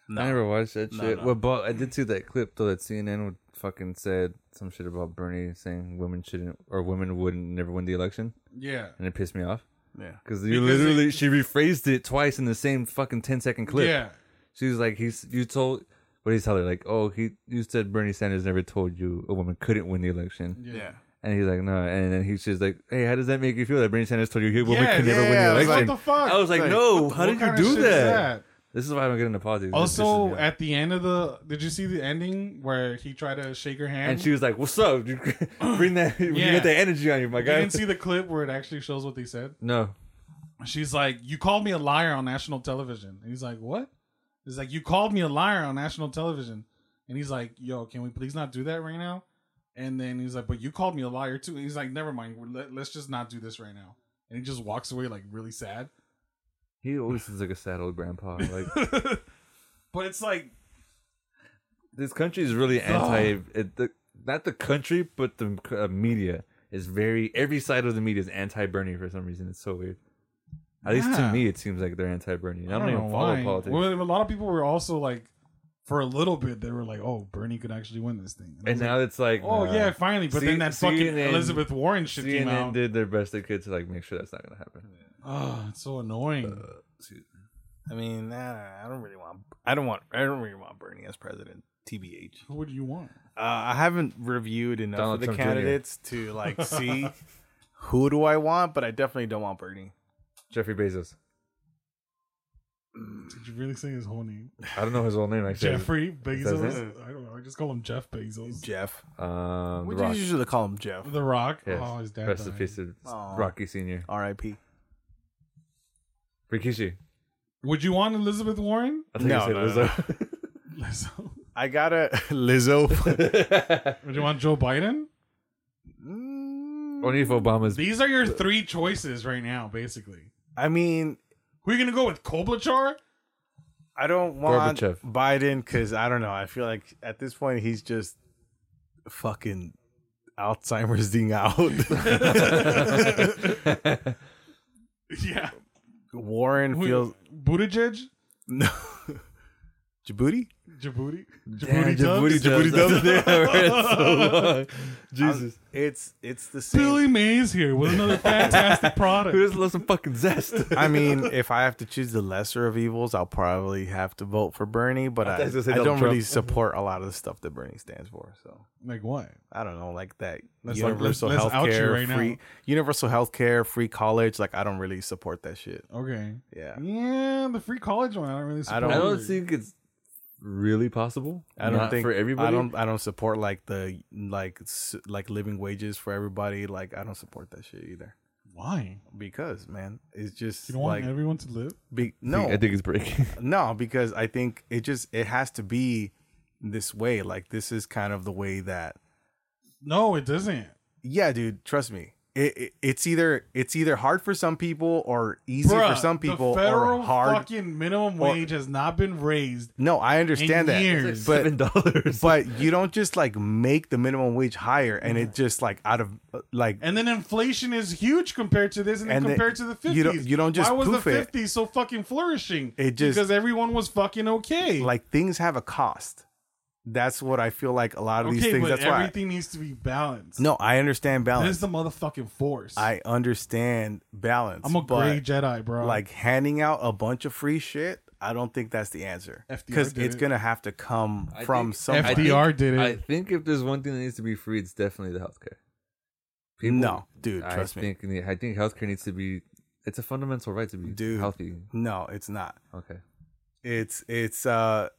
Speaker 4: No.
Speaker 1: I never watched that
Speaker 4: No,
Speaker 1: shit.
Speaker 4: no.
Speaker 1: Well, but I did see that clip though that CNN would fucking said some shit about Bernie saying women shouldn't or women wouldn't never win the election,
Speaker 3: Yeah.
Speaker 1: and it pissed me off
Speaker 4: Yeah.
Speaker 1: because you
Speaker 3: Because
Speaker 1: literally
Speaker 3: it-
Speaker 1: she rephrased it twice in the same fucking 10 second clip.
Speaker 3: Yeah.
Speaker 1: she was like, he's you told what he's telling her like, oh he you said Bernie Sanders never told you a woman couldn't win the election,
Speaker 3: Yeah.
Speaker 4: Yeah.
Speaker 1: and he's like no, and then he's just like, hey, how does that make you feel that Bernie Sanders told you a woman
Speaker 3: Yeah,
Speaker 1: could never
Speaker 4: yeah,
Speaker 1: win the
Speaker 4: yeah, I was
Speaker 1: election?
Speaker 4: like,
Speaker 3: What the fuck?
Speaker 1: I was like,
Speaker 4: Like,
Speaker 1: no, how
Speaker 3: What
Speaker 1: did you
Speaker 3: kind of
Speaker 1: do
Speaker 3: shit is
Speaker 1: that? This is why I'm getting the politics. It pisses me
Speaker 3: Also,
Speaker 1: off.
Speaker 3: at the end of the, did you see the ending where he tried to shake her hand?
Speaker 1: And she was like, "What's up? You bring that. You
Speaker 3: Yeah.
Speaker 1: get the energy on you, my
Speaker 3: you
Speaker 1: guy."
Speaker 3: didn't see the clip where it actually shows what they said.
Speaker 1: no,
Speaker 3: She's like, "You called me a liar on national television." And he's like, "What?" He's like, "You called me a liar on national television," and he's like, "Yo, can we please not do that right now?" And then he's like, "But you called me a liar too." And he's like, "Never mind. We're- Let, let's just not do this right now." And he just walks away like really sad.
Speaker 1: he always seems like a sad old grandpa. Like
Speaker 3: But it's like,
Speaker 1: this country is really anti. It, the, not the country, but the uh, media is very. Every side of the media is anti-Bernie for some reason. It's so weird. At least to
Speaker 3: Yeah.
Speaker 1: me, it seems like they're anti-Bernie. I
Speaker 3: I
Speaker 1: don't,
Speaker 3: don't,
Speaker 1: even
Speaker 3: know
Speaker 1: follow
Speaker 3: why.
Speaker 1: politics.
Speaker 3: Well, a lot of people were also like, for a little bit, they were like, "Oh, Bernie could actually win this thing." I
Speaker 1: and
Speaker 3: was
Speaker 1: now uh, it's like,
Speaker 3: Oh
Speaker 1: nah.
Speaker 3: yeah, finally. But
Speaker 1: C-
Speaker 3: then that fucking
Speaker 1: CNN
Speaker 3: Elizabeth Warren shit came
Speaker 1: CNN
Speaker 3: out.
Speaker 1: did their best they could to like make sure that's not gonna happen.
Speaker 3: oh, it's so annoying.
Speaker 1: Uh,
Speaker 4: I mean, nah, I don't really want. I don't want. I don't really want Bernie as president. Tbh.
Speaker 3: Who would you want?
Speaker 4: Uh, I haven't reviewed enough
Speaker 1: Donald
Speaker 4: of the
Speaker 1: Trump Jr.
Speaker 4: candidates to like see who do I want, but I definitely don't want Bernie.
Speaker 1: Jeffrey Bezos.
Speaker 3: Did you really say his whole name?
Speaker 1: I don't know his whole name actually.
Speaker 3: Jeffrey
Speaker 1: says
Speaker 3: Bezos. I don't know. I just call him Jeff Bezos.
Speaker 4: Jeff.
Speaker 1: Um,
Speaker 4: We
Speaker 1: The Rock.
Speaker 4: usually call him Jeff.
Speaker 3: the Rock.
Speaker 1: Yes.
Speaker 3: Oh, his dad.
Speaker 1: Rest in
Speaker 3: died.
Speaker 1: peace, to
Speaker 4: Aw.
Speaker 1: Rocky Senior.
Speaker 4: R.I.P.
Speaker 1: Rikishi.
Speaker 3: Would you want Elizabeth Warren?
Speaker 1: I think
Speaker 4: No,
Speaker 1: you said
Speaker 4: no, no,
Speaker 3: Lizzo.
Speaker 4: I gotta Lizzo.
Speaker 1: Lizzo.
Speaker 3: Would you want Joe Biden?
Speaker 1: Only if Obama's.
Speaker 3: These are your three choices right now, basically.
Speaker 4: I mean,
Speaker 3: Who are you gonna go with? Klobuchar?
Speaker 4: I don't want
Speaker 1: Gorbachev.
Speaker 4: Biden because I don't know. I feel like at this point he's just fucking Alzheimer's ding out.
Speaker 3: Yeah.
Speaker 4: Warren
Speaker 3: Who,
Speaker 4: feels
Speaker 3: Buttigieg?
Speaker 4: no. Djibouti.
Speaker 3: Djibouti?
Speaker 1: Damn,
Speaker 3: Djibouti
Speaker 1: Djibouti
Speaker 3: Dubs?
Speaker 1: Dubs.
Speaker 4: Djibouti Dubs.
Speaker 1: That's- that's so long. Jesus.
Speaker 4: I'm- Um, it's it's the same.
Speaker 3: Billy Mays here with another fantastic product.
Speaker 1: Who doesn't love some fucking zest?
Speaker 4: I mean, if I have to choose the lesser of evils, I'll probably have to vote for Bernie. But
Speaker 1: I
Speaker 4: I,
Speaker 1: thought you was gonna say
Speaker 4: I
Speaker 1: Donald
Speaker 4: don't really
Speaker 1: Trump.
Speaker 4: support a lot of the stuff that Bernie stands for. So
Speaker 3: Like what?
Speaker 4: I don't know, like that
Speaker 3: Let's- like, let's-
Speaker 4: universal
Speaker 3: let's
Speaker 4: health
Speaker 3: out you
Speaker 4: care,
Speaker 3: right now.
Speaker 4: free universal health care, free college. Like I don't really support that shit.
Speaker 3: Okay.
Speaker 4: Yeah,
Speaker 3: Yeah, the free college one. I don't really. Support
Speaker 4: I don't-
Speaker 1: I don't
Speaker 3: it.
Speaker 1: think it's really possible.
Speaker 4: I don't
Speaker 1: Not
Speaker 4: think
Speaker 1: for everybody.
Speaker 4: I don't. I don't support like the like s- like living wages for everybody. Like I don't support that shit either.
Speaker 3: why.
Speaker 4: Because man, it's just
Speaker 3: You don't
Speaker 4: like
Speaker 3: want everyone to live.
Speaker 4: be, no.
Speaker 1: I think it's breaking.
Speaker 4: No, because I think it just it has to be this way. Like this is kind of the way that
Speaker 3: No, it doesn't.
Speaker 4: yeah, dude, trust me. It, it, it's either it's either hard for some people or easy
Speaker 3: Bruh,
Speaker 4: for some people
Speaker 3: the federal
Speaker 4: or hard.
Speaker 3: fucking minimum
Speaker 4: or-
Speaker 3: wage has not been raised
Speaker 4: no, I
Speaker 3: in
Speaker 4: understand that.
Speaker 3: years.
Speaker 4: But-
Speaker 1: Seven dollars.
Speaker 4: But you don't just like make the minimum wage higher and it just like out of uh, like
Speaker 3: Mm-hmm. and then inflation is huge compared to this, and,
Speaker 4: And
Speaker 3: then
Speaker 4: then
Speaker 3: compared to the fifties.
Speaker 4: you don't- you don't just
Speaker 3: Why was the
Speaker 4: poof it.
Speaker 3: fifties so fucking flourishing?
Speaker 4: It just-
Speaker 3: because everyone was fucking okay.
Speaker 4: like things have a cost. That's what I feel like a lot of
Speaker 3: okay,
Speaker 4: these things.
Speaker 3: but
Speaker 4: That's why.
Speaker 3: everything needs to be balanced.
Speaker 4: no, I understand
Speaker 3: that
Speaker 4: balance.
Speaker 3: is the motherfucking force.
Speaker 4: I understand balance.
Speaker 3: I'm a
Speaker 4: but,
Speaker 3: gray Jedi, bro.
Speaker 4: Like handing out a bunch of free shit, I don't think that's the answer.
Speaker 3: FDR
Speaker 4: Because
Speaker 3: did
Speaker 4: it's
Speaker 3: it.
Speaker 4: gonna have to come
Speaker 1: I
Speaker 4: from
Speaker 1: think-
Speaker 4: somewhere.
Speaker 1: I
Speaker 3: FDR
Speaker 1: think-
Speaker 3: did it.
Speaker 1: I think if there's one thing that needs to be free, it's definitely the healthcare.
Speaker 4: no, dude,
Speaker 1: I
Speaker 4: trust me.
Speaker 1: think ne- I think healthcare needs to be. It's a fundamental right to be
Speaker 4: Dude.
Speaker 1: healthy.
Speaker 4: No, it's not.
Speaker 1: Okay.
Speaker 4: It's it's uh,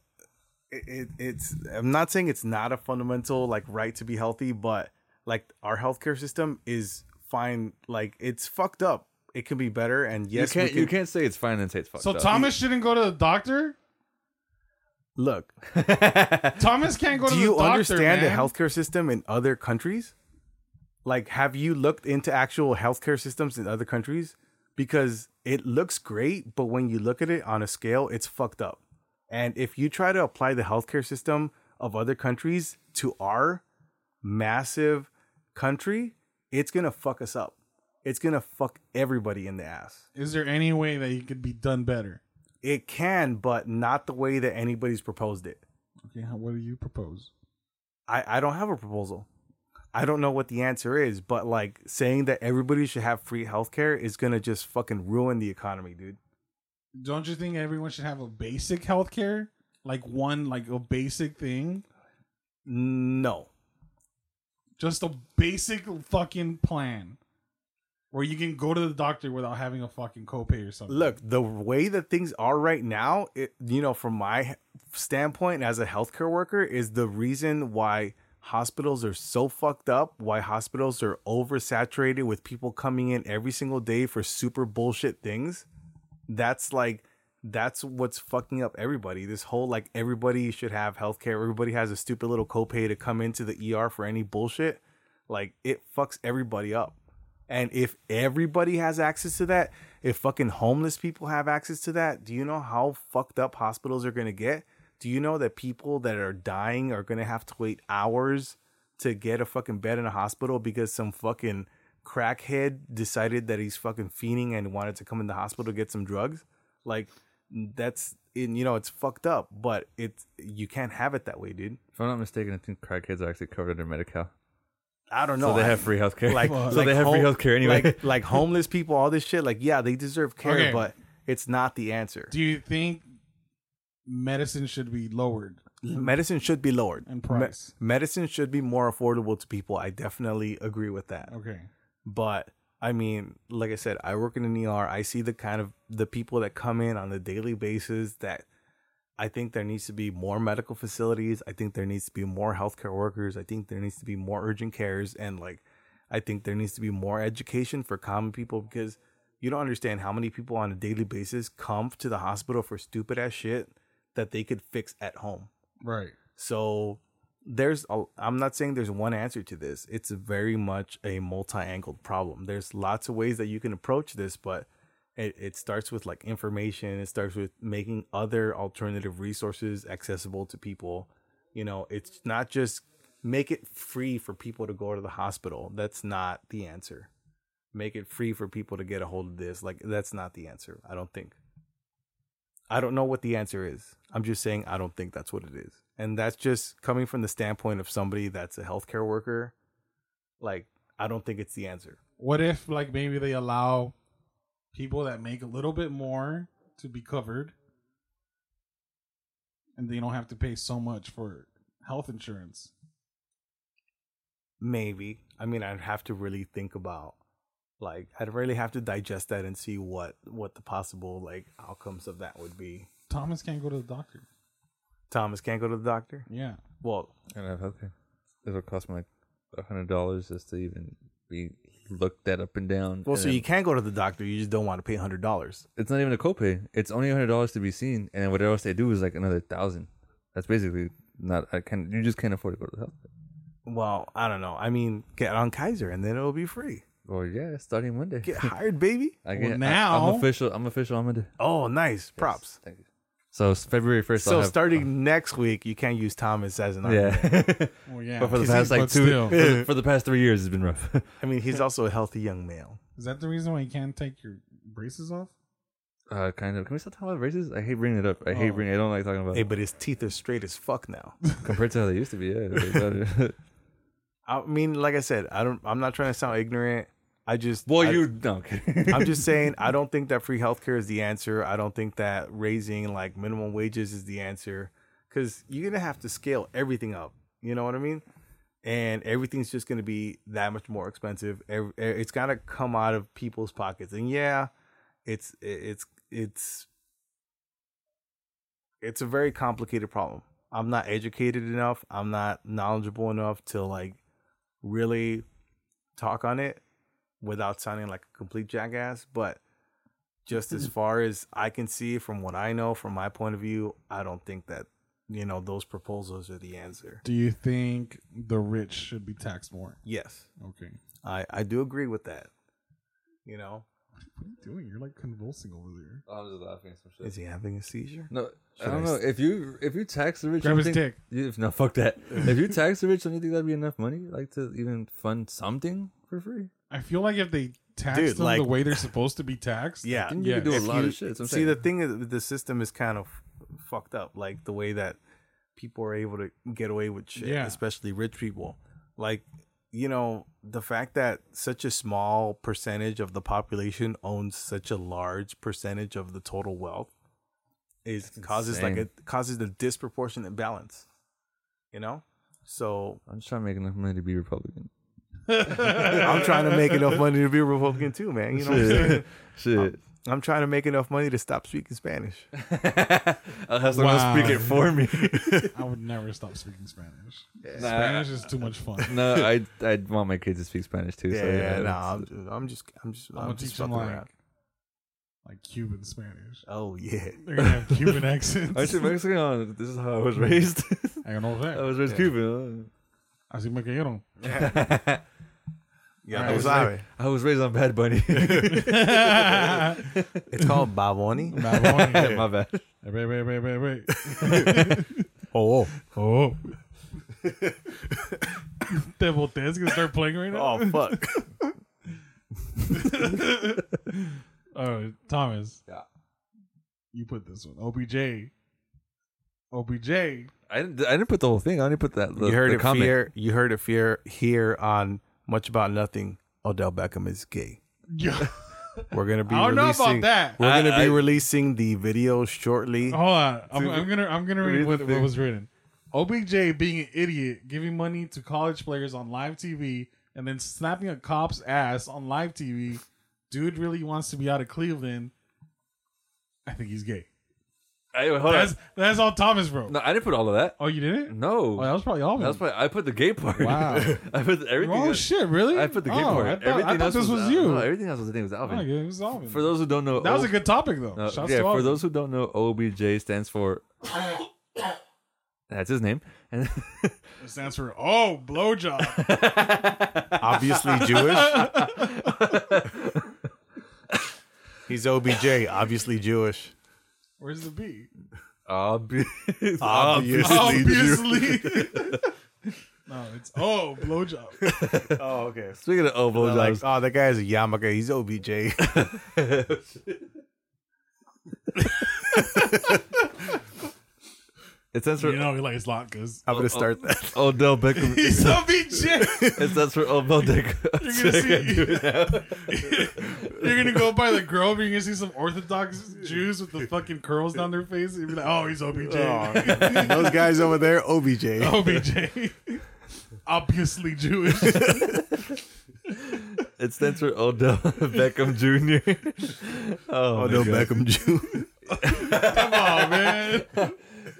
Speaker 4: it, it it's. I'm not saying it's not a fundamental like right to be healthy, but like our healthcare system is fine. Like it's fucked up. It can be better, and yes,
Speaker 1: you
Speaker 4: we
Speaker 1: can't.
Speaker 4: can,
Speaker 1: you can't say it's fine and say it's fucked
Speaker 3: so
Speaker 1: up.
Speaker 3: Thomas shouldn't go to the doctor.
Speaker 4: look.
Speaker 3: Thomas can't go
Speaker 4: do
Speaker 3: to
Speaker 4: you
Speaker 3: the doctor.
Speaker 4: understand
Speaker 3: man.
Speaker 4: the healthcare system in other countries? Like, have you looked into actual healthcare systems in other countries? Because it looks great, but when you look at it on a scale, it's fucked up. And if you try to apply the healthcare system of other countries to our massive country, it's gonna fuck us up. It's gonna fuck everybody in the ass.
Speaker 3: Is there any way that you could be done better?
Speaker 4: It can, but not the way that anybody's proposed it.
Speaker 3: Okay, how- what do you propose?
Speaker 4: I, I don't have a proposal. I don't know what the answer is, but like saying that everybody should have free healthcare is gonna just fucking ruin the economy, dude.
Speaker 3: Don't you think everyone should have a basic health care? Like one, like a basic thing?
Speaker 4: No.
Speaker 3: Just a basic fucking plan. Where you can go to the doctor without having a fucking copay or something.
Speaker 4: Look, the way that things are right now, it, you know, from my standpoint as a healthcare worker, is the reason why hospitals are so fucked up, why hospitals are oversaturated with people coming in every single day for super bullshit things. That's like, that's what's fucking up everybody. This whole like everybody should have healthcare, everybody has a stupid little copay to come into the ER for any bullshit. Like, it fucks everybody up. And if everybody has access to that, if fucking homeless people have access to that, do you know how fucked up hospitals are going to get? Do you know that people that are dying are going to have to wait hours to get a fucking bed in a hospital because some fucking crackhead decided that he's fucking fiending and wanted to come in the hospital to get some drugs? Like that's in you know it's fucked up, but it's you can't have it that way, dude.
Speaker 1: if I'm not mistaken, I think crackheads are actually covered under Medi-Cal,
Speaker 4: I don't know.
Speaker 1: so they
Speaker 4: I-
Speaker 1: have free healthcare.
Speaker 4: like,
Speaker 1: so
Speaker 4: like
Speaker 1: they have free
Speaker 4: home-
Speaker 1: healthcare anyway.
Speaker 4: Like, like homeless people, all this shit. Like, yeah, they deserve care,
Speaker 3: Okay.
Speaker 4: but it's not the answer.
Speaker 3: Do you think medicine should be lowered?
Speaker 4: medicine should be lowered.
Speaker 3: And price.
Speaker 4: Me- medicine should be more affordable to people. I definitely agree with that.
Speaker 3: Okay.
Speaker 4: But I mean, like I said, I work in an ER. I see the kind of the people that come in on a daily basis that I think there needs to be more medical facilities. I think there needs to be more healthcare workers. I think there needs to be more urgent cares and like I think there needs to be more education for common people because you don't understand how many people on a daily basis come to the hospital for stupid ass shit that they could fix at home.
Speaker 3: Right.
Speaker 4: So there's a, I'm not saying there's one answer to this. It's very much a multi-angled problem. There's lots of ways that you can approach this, but it, it starts with like information. It starts with making other alternative resources accessible to people. You know, it's not just make it free for people to go to the hospital. That's not the answer. Make it free for people to get a hold of this. Like that's not the answer. I don't think. I don't know what the answer is. I'm just saying I don't think that's what it is. And that's just coming from the standpoint of somebody that's a healthcare worker. Like, I don't think it's the answer.
Speaker 3: What if, like, maybe they allow people that make a little bit more to be covered and they don't have to pay so much for health insurance?
Speaker 4: Maybe. I mean, I'd have to really think about like I'd really have to digest that and see what what the possible like outcomes of that would be.
Speaker 3: Thomas can't go to the doctor.
Speaker 4: Thomas can't go to the doctor.
Speaker 3: Yeah.
Speaker 4: Well,
Speaker 1: and I have healthcare. It'll cost me like hundred dollars just to even be looked at up and down.
Speaker 4: well,
Speaker 1: and
Speaker 4: so you can go to the doctor. You just don't want to pay hundred dollars.
Speaker 1: it's not even a copay. It's only hundred dollars to be seen, and what else they do is like another thousand. That's basically not. I can. You just can't afford to go to the health.
Speaker 4: Well, I don't know. I mean, get on Kaiser and then it'll be free.
Speaker 1: Or yeah, starting Monday.
Speaker 4: Get hired, baby.
Speaker 1: I
Speaker 3: Well,
Speaker 1: get, I,
Speaker 3: now-
Speaker 1: am official. I'm official. I'm gonna.
Speaker 4: Oh, nice. Props.
Speaker 1: Thank you. So it's February first.
Speaker 4: So starting next week, you can't use Thomas as an argument.
Speaker 1: uh, yeah.
Speaker 3: Well, yeah.
Speaker 1: but for the
Speaker 3: But
Speaker 1: past like two,
Speaker 3: still.
Speaker 1: for the, for the past three years, it's been rough.
Speaker 4: I mean, he's also a healthy young male.
Speaker 3: Is that the reason why you can't take your braces off?
Speaker 1: uh, kind of. Can we still talk about races? I hate bringing it up. I hate
Speaker 3: Oh.
Speaker 1: bringing. I don't like talking about
Speaker 4: Hey,
Speaker 1: it
Speaker 4: but his teeth are straight as fuck now.
Speaker 1: compared to how they used to be. Yeah. it's better.
Speaker 4: I mean, like I said, I don't. I'm not trying to sound ignorant. I just.
Speaker 1: Boy,
Speaker 4: I-
Speaker 1: you don't.
Speaker 4: I'm just saying, I don't think that free healthcare is the answer. I don't think that raising like minimum wages is the answer because you're gonna have to scale everything up. You know what I mean? And everything's just gonna be that much more expensive. Ev- eh, It's gotta come out of people's pockets. And yeah, it's it- it's it's it's a very complicated problem. I'm not educated enough. I'm not knowledgeable enough to like really talk on it without sounding like a complete jackass, but just as far as I can see from what I know from my point of view, I don't think that you know those proposals are the answer.
Speaker 3: Do you think the rich should be taxed more?
Speaker 4: Yes,
Speaker 3: Okay.
Speaker 4: I I do agree with that. You know,
Speaker 3: What are you doing? You're like convulsing over there.
Speaker 1: Oh, I'm just laughing at some shit.
Speaker 4: is he having a seizure?
Speaker 1: No, I
Speaker 4: Should I
Speaker 1: don't know.
Speaker 4: s-
Speaker 1: If you if you tax the rich,
Speaker 3: Grab
Speaker 1: don't
Speaker 3: his
Speaker 1: think,
Speaker 3: dick.
Speaker 1: You, if, no, fuck that. if you tax the rich, don't you think that'd be enough money, like to even fund something for free?
Speaker 3: I feel like if they tax
Speaker 4: Dude,
Speaker 3: them the
Speaker 4: like-
Speaker 3: way they're supposed to be taxed,
Speaker 4: Yeah,
Speaker 1: Then Uh, you
Speaker 3: yeah,
Speaker 1: could do a
Speaker 3: if
Speaker 1: lot
Speaker 4: you-
Speaker 1: of shit. that's what I'm
Speaker 4: See, the
Speaker 1: saying.
Speaker 4: thing is, the system is kind of fucked up. Like the way that people are able to get away with shit,
Speaker 3: Yeah.
Speaker 4: especially rich people. Like, you know, the fact that such a small percentage of the population owns such a large percentage of the total wealth is causes like
Speaker 1: insane.
Speaker 4: it causes a disproportionate balance. You know, so
Speaker 1: I'm just trying to make enough money to be Republican.
Speaker 4: I'm trying to make enough money to be a Republican too, man. You know, what I'm saying?
Speaker 1: Shit.
Speaker 4: I'm trying to make enough money to stop speaking Spanish.
Speaker 1: Um, I'll have someone else speak
Speaker 3: Wow.
Speaker 1: it for me.
Speaker 3: I would never stop speaking Spanish. Spanish is too much fun.
Speaker 1: no, I I want my kids to speak Spanish too.
Speaker 4: Yeah,
Speaker 1: so,
Speaker 4: yeah, no,
Speaker 1: that's-
Speaker 4: I'm just, I'm just, I'm just, I'm,
Speaker 3: I'm gonna
Speaker 4: just
Speaker 3: teach them
Speaker 4: fucking
Speaker 3: like,
Speaker 4: around.
Speaker 3: like Cuban Spanish.
Speaker 4: Oh yeah,
Speaker 3: They're gonna have Cuban accents.
Speaker 1: Aren't you Mexican? Oh, This is how I was raised.
Speaker 3: I don't know
Speaker 1: I
Speaker 3: that.
Speaker 1: was raised
Speaker 4: Yeah.
Speaker 1: Cuban. oh.
Speaker 3: Así me cayeron.
Speaker 4: yeah.
Speaker 3: I
Speaker 4: I'm
Speaker 3: was
Speaker 4: sorry.
Speaker 1: I was raised on Bad Bunny.
Speaker 4: It's called Baboni.
Speaker 3: Baboni.
Speaker 1: My bad.
Speaker 3: Wait, wait, wait, wait, wait.
Speaker 4: oh,
Speaker 3: Oh. Devil Dead's gonna start playing right now.
Speaker 4: oh, fuck.
Speaker 3: Oh, Thomas.
Speaker 1: Yeah.
Speaker 3: You put this one. OBJ. OBJ.
Speaker 1: I didn't. I didn't put the whole thing. I only put that. The,
Speaker 4: you heard
Speaker 1: the
Speaker 4: it
Speaker 1: comment.
Speaker 4: fear. You heard it fear here on Much About Nothing. Odell Beckham is gay.
Speaker 3: Yeah.
Speaker 4: We're gonna be.
Speaker 3: I don't know
Speaker 4: releasing,
Speaker 3: about that.
Speaker 4: We're gonna
Speaker 1: I-
Speaker 4: be
Speaker 1: I-
Speaker 4: releasing the video shortly.
Speaker 3: Hold on. I'm, I'm gonna I'm gonna read
Speaker 1: read
Speaker 3: what,
Speaker 1: the
Speaker 3: what
Speaker 1: thing.
Speaker 3: was written. OBJ being an idiot, giving money to college players on live TV, and then snapping a cop's ass on live TV. Dude really wants to be out of Cleveland. I think he's gay.
Speaker 1: I, hold on.
Speaker 3: That's that's all Thomas wrote.
Speaker 1: No, I didn't put all of that.
Speaker 3: Oh, you didn't?
Speaker 1: No,
Speaker 3: Oh, that was probably all. of
Speaker 1: that's
Speaker 3: it.
Speaker 1: why I put the gay part.
Speaker 3: Wow.
Speaker 1: I put everything.
Speaker 3: Oh
Speaker 1: else-
Speaker 3: shit! Really?
Speaker 1: I put the gay
Speaker 3: oh,
Speaker 1: part.
Speaker 3: I thought,
Speaker 1: everything
Speaker 3: I thought
Speaker 1: else
Speaker 3: this was,
Speaker 1: uh,
Speaker 3: you.
Speaker 1: No, everything else was the name was Alvin.
Speaker 3: Oh, yeah, it was Alvin.
Speaker 1: For those who don't know,
Speaker 3: that was
Speaker 1: O-
Speaker 3: a good topic though.
Speaker 1: uh,
Speaker 3: Shouts
Speaker 1: yeah.
Speaker 3: to
Speaker 1: For
Speaker 3: Alvin.
Speaker 1: those who don't know, OBJ stands for. That's his name, and
Speaker 3: It stands for oh blowjob.
Speaker 4: Obviously Jewish. He's OBJ. Obviously Jewish.
Speaker 3: Where's the B?
Speaker 1: obvi-
Speaker 4: Obviously.
Speaker 3: Obviously. no, it's oh blowjob.
Speaker 4: Oh, okay.
Speaker 1: Speaking of elbow
Speaker 4: They're like,
Speaker 1: jobs,
Speaker 4: oh, that guy's a yarmulke. He's OBJ.
Speaker 1: it stands for
Speaker 3: You know he likes latkes.
Speaker 4: I'm gonna start that.
Speaker 1: Odell Beckham.
Speaker 3: He's OBJ.
Speaker 1: it stands for Odell Beckham.
Speaker 3: You're gonna see. you're gonna go by the Grove. You're gonna see some Orthodox Jews with the fucking curls down their face. And you'll be like, oh, he's OBJ.
Speaker 4: Those guys over there,
Speaker 1: Oh,
Speaker 4: OBJ.
Speaker 3: OBJ. Obviously Jewish.
Speaker 1: It stands for Odell Beckham Jr. oh,
Speaker 4: Odell
Speaker 1: my God.
Speaker 4: Beckham Jr.
Speaker 3: Come on, man.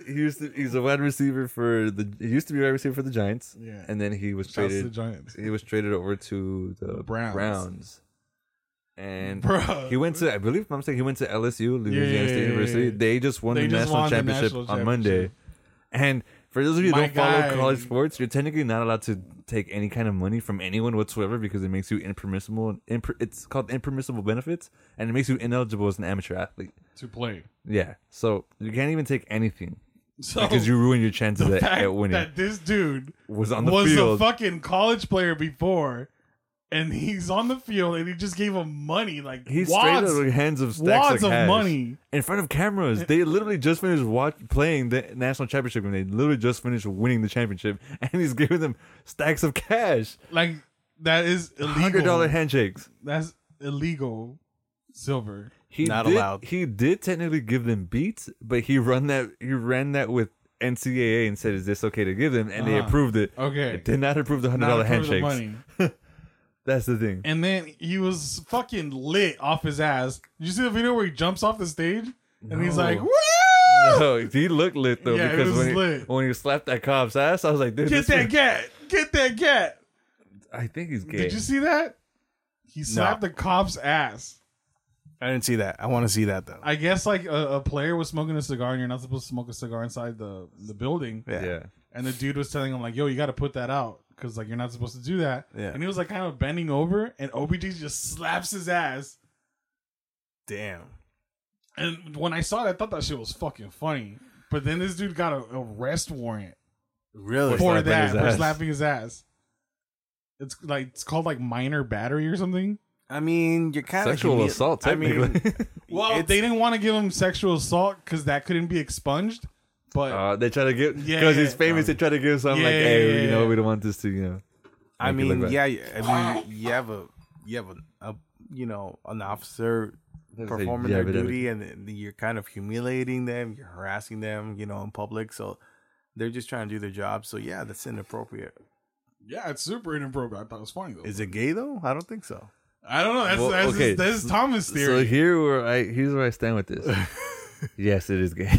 Speaker 1: He used to, he's a wide receiver for the. He used to be a wide receiver for the Giants.
Speaker 3: Yeah.
Speaker 1: and then he was
Speaker 3: Shouts to the
Speaker 1: traded.
Speaker 3: Giants.
Speaker 1: He was traded over to the,
Speaker 3: Browns.
Speaker 1: Browns. And
Speaker 3: Bruh.
Speaker 1: he went to, I believe, if I'm saying he went to LSU, Louisiana
Speaker 3: yeah,
Speaker 1: State
Speaker 3: yeah, yeah,
Speaker 1: University.
Speaker 3: yeah.
Speaker 1: They just won the
Speaker 3: They just
Speaker 1: national
Speaker 3: won the
Speaker 1: championship
Speaker 3: national
Speaker 1: on
Speaker 3: championship.
Speaker 1: Monday, and For those of you who
Speaker 3: My
Speaker 1: don't follow
Speaker 3: guy.
Speaker 1: college sports, you're technically not allowed to take any kind of money from anyone whatsoever because it makes you impermissible. Imper, it's called impermissible benefits, and it makes you ineligible as an amateur athlete.
Speaker 3: to play.
Speaker 1: Yeah, so you can't even take anything
Speaker 3: So
Speaker 1: because you ruin your chances
Speaker 3: the
Speaker 1: at,
Speaker 3: fact
Speaker 1: at winning.
Speaker 3: that this dude
Speaker 1: was on the
Speaker 3: was
Speaker 1: field.
Speaker 3: a fucking college player before, and he's on the field, and he just gave him money like
Speaker 1: He straight
Speaker 3: wads,
Speaker 1: up like, hands of stacks
Speaker 3: wads
Speaker 1: like
Speaker 3: of
Speaker 1: hash
Speaker 3: money.
Speaker 1: in front of cameras. They literally just finished watch, playing the national championship, and they literally just finished winning the championship. And he's giving them stacks of cash,
Speaker 3: Like that is
Speaker 1: hundred dollar
Speaker 3: illegal.
Speaker 1: handshakes.
Speaker 3: That's illegal silver.
Speaker 1: He
Speaker 4: Not
Speaker 1: did,
Speaker 4: allowed.
Speaker 1: He did technically give them beats, but he run that he ran that with NCAA and said, "Is this okay to give them?" And they
Speaker 3: Uh-huh.
Speaker 1: approved it.
Speaker 3: Okay.
Speaker 1: It did not approve the hundred dollar
Speaker 3: Not approve the
Speaker 1: handshakes. That's the thing.
Speaker 3: And then he was fucking lit off his ass. Did you see the video where he jumps off the stage and he's
Speaker 1: No.
Speaker 3: like, "Woo!
Speaker 1: no, he looked lit though
Speaker 3: Yeah, it
Speaker 1: because
Speaker 3: was
Speaker 1: when he,
Speaker 3: lit.
Speaker 1: when he slapped that cop's ass, I was like, "Dude,
Speaker 3: Get
Speaker 1: this
Speaker 3: that
Speaker 1: was-
Speaker 3: gat! Get that gat!"
Speaker 1: I think he's gay."
Speaker 3: Did you see that? He slapped the cop's ass.
Speaker 4: I didn't see that. I want to see that though.
Speaker 3: I guess like a, a player was smoking a cigar and you're not supposed to smoke a cigar inside the the building.
Speaker 4: Yeah.
Speaker 1: yeah.
Speaker 3: And the dude was telling him like, "Yo, you got to put that out because like you're not supposed to do that."
Speaker 4: Yeah.
Speaker 3: And he was like kind of bending over, and OBG just slaps his ass.
Speaker 4: Damn.
Speaker 3: And when I saw it, I thought that shit was fucking funny. But then this dude got a arrest warrant
Speaker 4: Really?
Speaker 1: Poor-
Speaker 3: for
Speaker 1: slapping
Speaker 3: that
Speaker 1: his
Speaker 3: for
Speaker 1: ass.
Speaker 3: slapping his ass. It's like it's called like minor battery or something.
Speaker 4: I mean, you're kind of
Speaker 1: Sexual assault,
Speaker 4: I mean,
Speaker 1: technically.
Speaker 3: Well,
Speaker 4: It's-
Speaker 3: they didn't want to give him sexual assault because that couldn't be expunged. But
Speaker 1: uh, they try to give because
Speaker 3: Yeah,
Speaker 1: he's
Speaker 3: yeah.
Speaker 1: famous. they try to give something like,
Speaker 3: Yeah,
Speaker 1: "Hey,
Speaker 3: yeah,
Speaker 1: you know,
Speaker 3: yeah.
Speaker 1: we don't want this to, you know."
Speaker 4: I
Speaker 1: make it
Speaker 4: mean,
Speaker 1: look
Speaker 4: yeah.
Speaker 1: bad."
Speaker 4: you- I mean, you have a, you have a, a you know, an officer
Speaker 1: Let's say,
Speaker 4: performing
Speaker 1: yeah,
Speaker 4: their
Speaker 1: but that-
Speaker 4: duty, and then you're kind of humiliating them, you're harassing them, you know, in public. So they're just trying to do their job. So yeah, that's inappropriate.
Speaker 3: yeah, it's super inappropriate. I thought it was funny though.
Speaker 4: Is it gay though? I don't think so.
Speaker 3: I don't know. That's
Speaker 1: Well,
Speaker 3: that's,
Speaker 1: okay,
Speaker 3: that's
Speaker 1: so-
Speaker 3: Thomas
Speaker 1: So
Speaker 3: theory.
Speaker 1: here where I here's where I stand with this. yes, it is gay.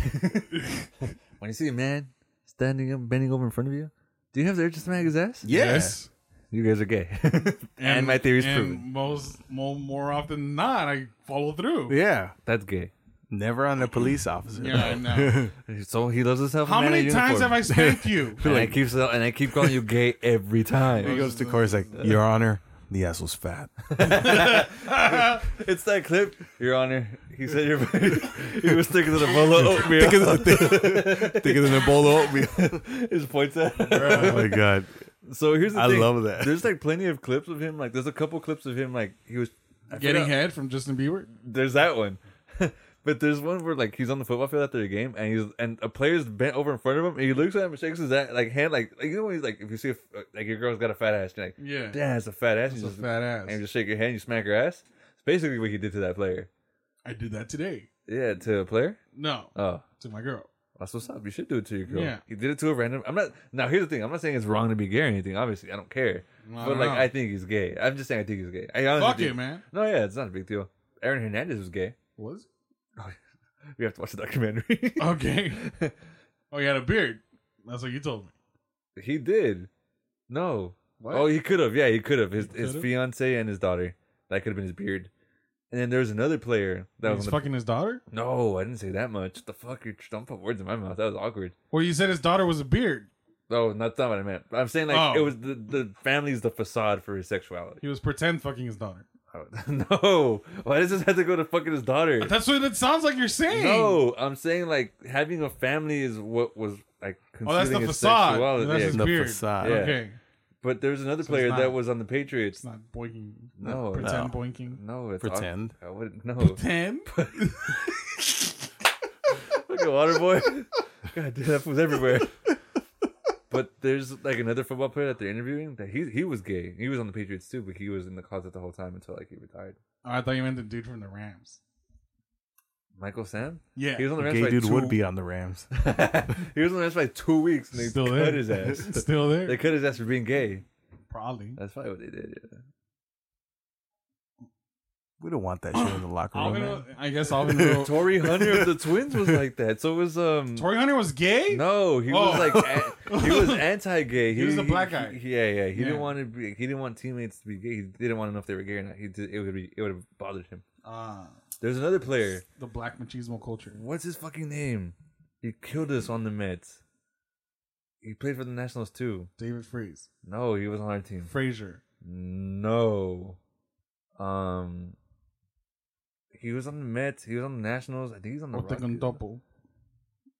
Speaker 1: when you see a man standing up, bending over in front of you, do you have the urge to smack his ass?
Speaker 3: yes,
Speaker 1: You guys are gay. and, my theory's
Speaker 3: and
Speaker 1: proven.
Speaker 3: Most more, more often than not, I follow through.
Speaker 4: Yeah.
Speaker 1: That's gay.
Speaker 4: Never on a police officer.
Speaker 3: Yeah, I know.
Speaker 1: So he loves himself.
Speaker 3: How many times have I spanked you?
Speaker 1: And I keep so- and I keep calling you gay every
Speaker 4: He
Speaker 1: time.
Speaker 4: goes to court. He's like, Your Honor, the ass was fat.
Speaker 1: it's that clip, Your Honor. He said your he was sticking to the bowl of oatmeal.
Speaker 4: Thinking in a bowl of oatmeal.
Speaker 1: His points out.
Speaker 4: oh my god.
Speaker 1: So here's the
Speaker 4: I
Speaker 1: thing.
Speaker 4: love that.
Speaker 1: There's like plenty of clips of him. Like there's a couple clips of him. Like he was I
Speaker 3: Getting
Speaker 1: forgot-
Speaker 3: head from Justin Bieber.
Speaker 1: There's that one. but there's one where like he's on the football field after the game and he's and a player's bent over in front of him and he looks at him and shakes his ass, like hand like, like you know when he's like if you see a, f- like your girl's got a fat ass you're like
Speaker 3: Yeah.
Speaker 1: damn it's a fat ass you
Speaker 3: It's a
Speaker 1: just
Speaker 3: fat ass.
Speaker 1: and you just shake your hand you smack her ass. It's basically what he did to that player.
Speaker 3: I did that today.
Speaker 1: Yeah, to a player.
Speaker 3: No,
Speaker 1: Oh.
Speaker 3: to my girl.
Speaker 1: That's what's up. You should do it to your girl.
Speaker 3: Yeah.
Speaker 1: He did it to a random. I'm not. Now here's the thing. I'm not saying it's wrong to be gay or anything. Obviously, I don't care.
Speaker 3: I
Speaker 1: but
Speaker 3: don't
Speaker 1: like,
Speaker 3: know.
Speaker 1: I think he's gay. I'm just saying I think he's gay. I honestly
Speaker 3: Fuck
Speaker 1: do.
Speaker 3: it, man.
Speaker 1: No, yeah, it's not a big deal. Aaron Hernandez was gay.
Speaker 3: Was
Speaker 1: We have to watch the documentary.
Speaker 3: okay. oh, he had a beard. That's what you told me.
Speaker 1: he did. No.
Speaker 3: What?
Speaker 1: Oh, he could have. Yeah, he could have. His his
Speaker 3: could've?
Speaker 1: fiance and his daughter. That could have been his beard. And then there was another player that was
Speaker 3: He's
Speaker 1: on the-
Speaker 3: fucking his daughter.
Speaker 1: No, I didn't say that much. The fuck, you don't put words in my mouth. That was awkward.
Speaker 3: Well, you said his daughter was a beard.
Speaker 1: Oh, that's not what I meant. I'm saying like
Speaker 3: Oh.
Speaker 1: it was the the family's the facade for his sexuality.
Speaker 3: He was pretend fucking his daughter.
Speaker 1: Oh, No. Why does this have to go to fucking his daughter?
Speaker 3: That's what it sounds like you're saying.
Speaker 1: No, I'm saying like having a family is what was like
Speaker 3: Oh, that's the
Speaker 1: concealing his
Speaker 3: facade.
Speaker 1: sexuality.
Speaker 3: That's
Speaker 1: Yeah,
Speaker 3: his
Speaker 4: The
Speaker 3: beard.
Speaker 4: facade.
Speaker 1: Yeah.
Speaker 3: Okay.
Speaker 1: But there was another
Speaker 3: it's
Speaker 1: player
Speaker 3: not-
Speaker 1: that was on the Patriots.
Speaker 3: It's not boinking.
Speaker 1: No,
Speaker 3: pretend
Speaker 4: no.
Speaker 3: boinking.
Speaker 1: No, it's
Speaker 4: Pretend.
Speaker 1: I wouldn't know.
Speaker 3: Pretend. Oh,
Speaker 1: Like a water boy. God, dude, that was everywhere. But there's like another football player that they're interviewing that he he was gay. He was on the Patriots too, but he was in the closet the whole time until like he retired.
Speaker 3: Oh, I thought you meant the dude from the Rams.
Speaker 1: Michael Sam?
Speaker 3: Yeah.
Speaker 1: He was on the Rams
Speaker 4: Gay
Speaker 1: by
Speaker 4: dude
Speaker 1: two,
Speaker 4: would be on the Rams.
Speaker 1: He was on the Rams by two weeks and they
Speaker 3: Still
Speaker 1: cut
Speaker 3: there.
Speaker 1: his ass.
Speaker 3: Still there.
Speaker 1: they cut his ass for being gay.
Speaker 3: Probably.
Speaker 1: That's probably what they did. Yeah.
Speaker 4: We don't want that shit in the locker room.
Speaker 3: Alvin,
Speaker 4: man.
Speaker 3: was- I guess Alvin. Will,
Speaker 1: Tory Hunter of the Twins was like that. So was um.
Speaker 3: Oh. Tory Hunter was gay.
Speaker 1: no, he was
Speaker 3: Oh.
Speaker 1: like a- he was anti-gay. He,
Speaker 3: was the black
Speaker 1: he-
Speaker 3: guy.
Speaker 1: he- yeah, yeah. He
Speaker 3: Yeah.
Speaker 1: didn't want to be. He didn't want teammates to be gay. He didn't want to know if they were gay or not. He did, it would be. It would have bothered him.
Speaker 3: Ah,
Speaker 1: There's another player.
Speaker 3: the black machismo culture.
Speaker 1: What's his fucking name? He killed us on the Mets. He played for the Nationals too.
Speaker 3: David Freeze,
Speaker 1: No, he was on our team.
Speaker 3: Frazier.
Speaker 1: No. Um. He was on the Mets. He was on the Nationals. I think he's on the. Rockets.
Speaker 3: Otekundopo.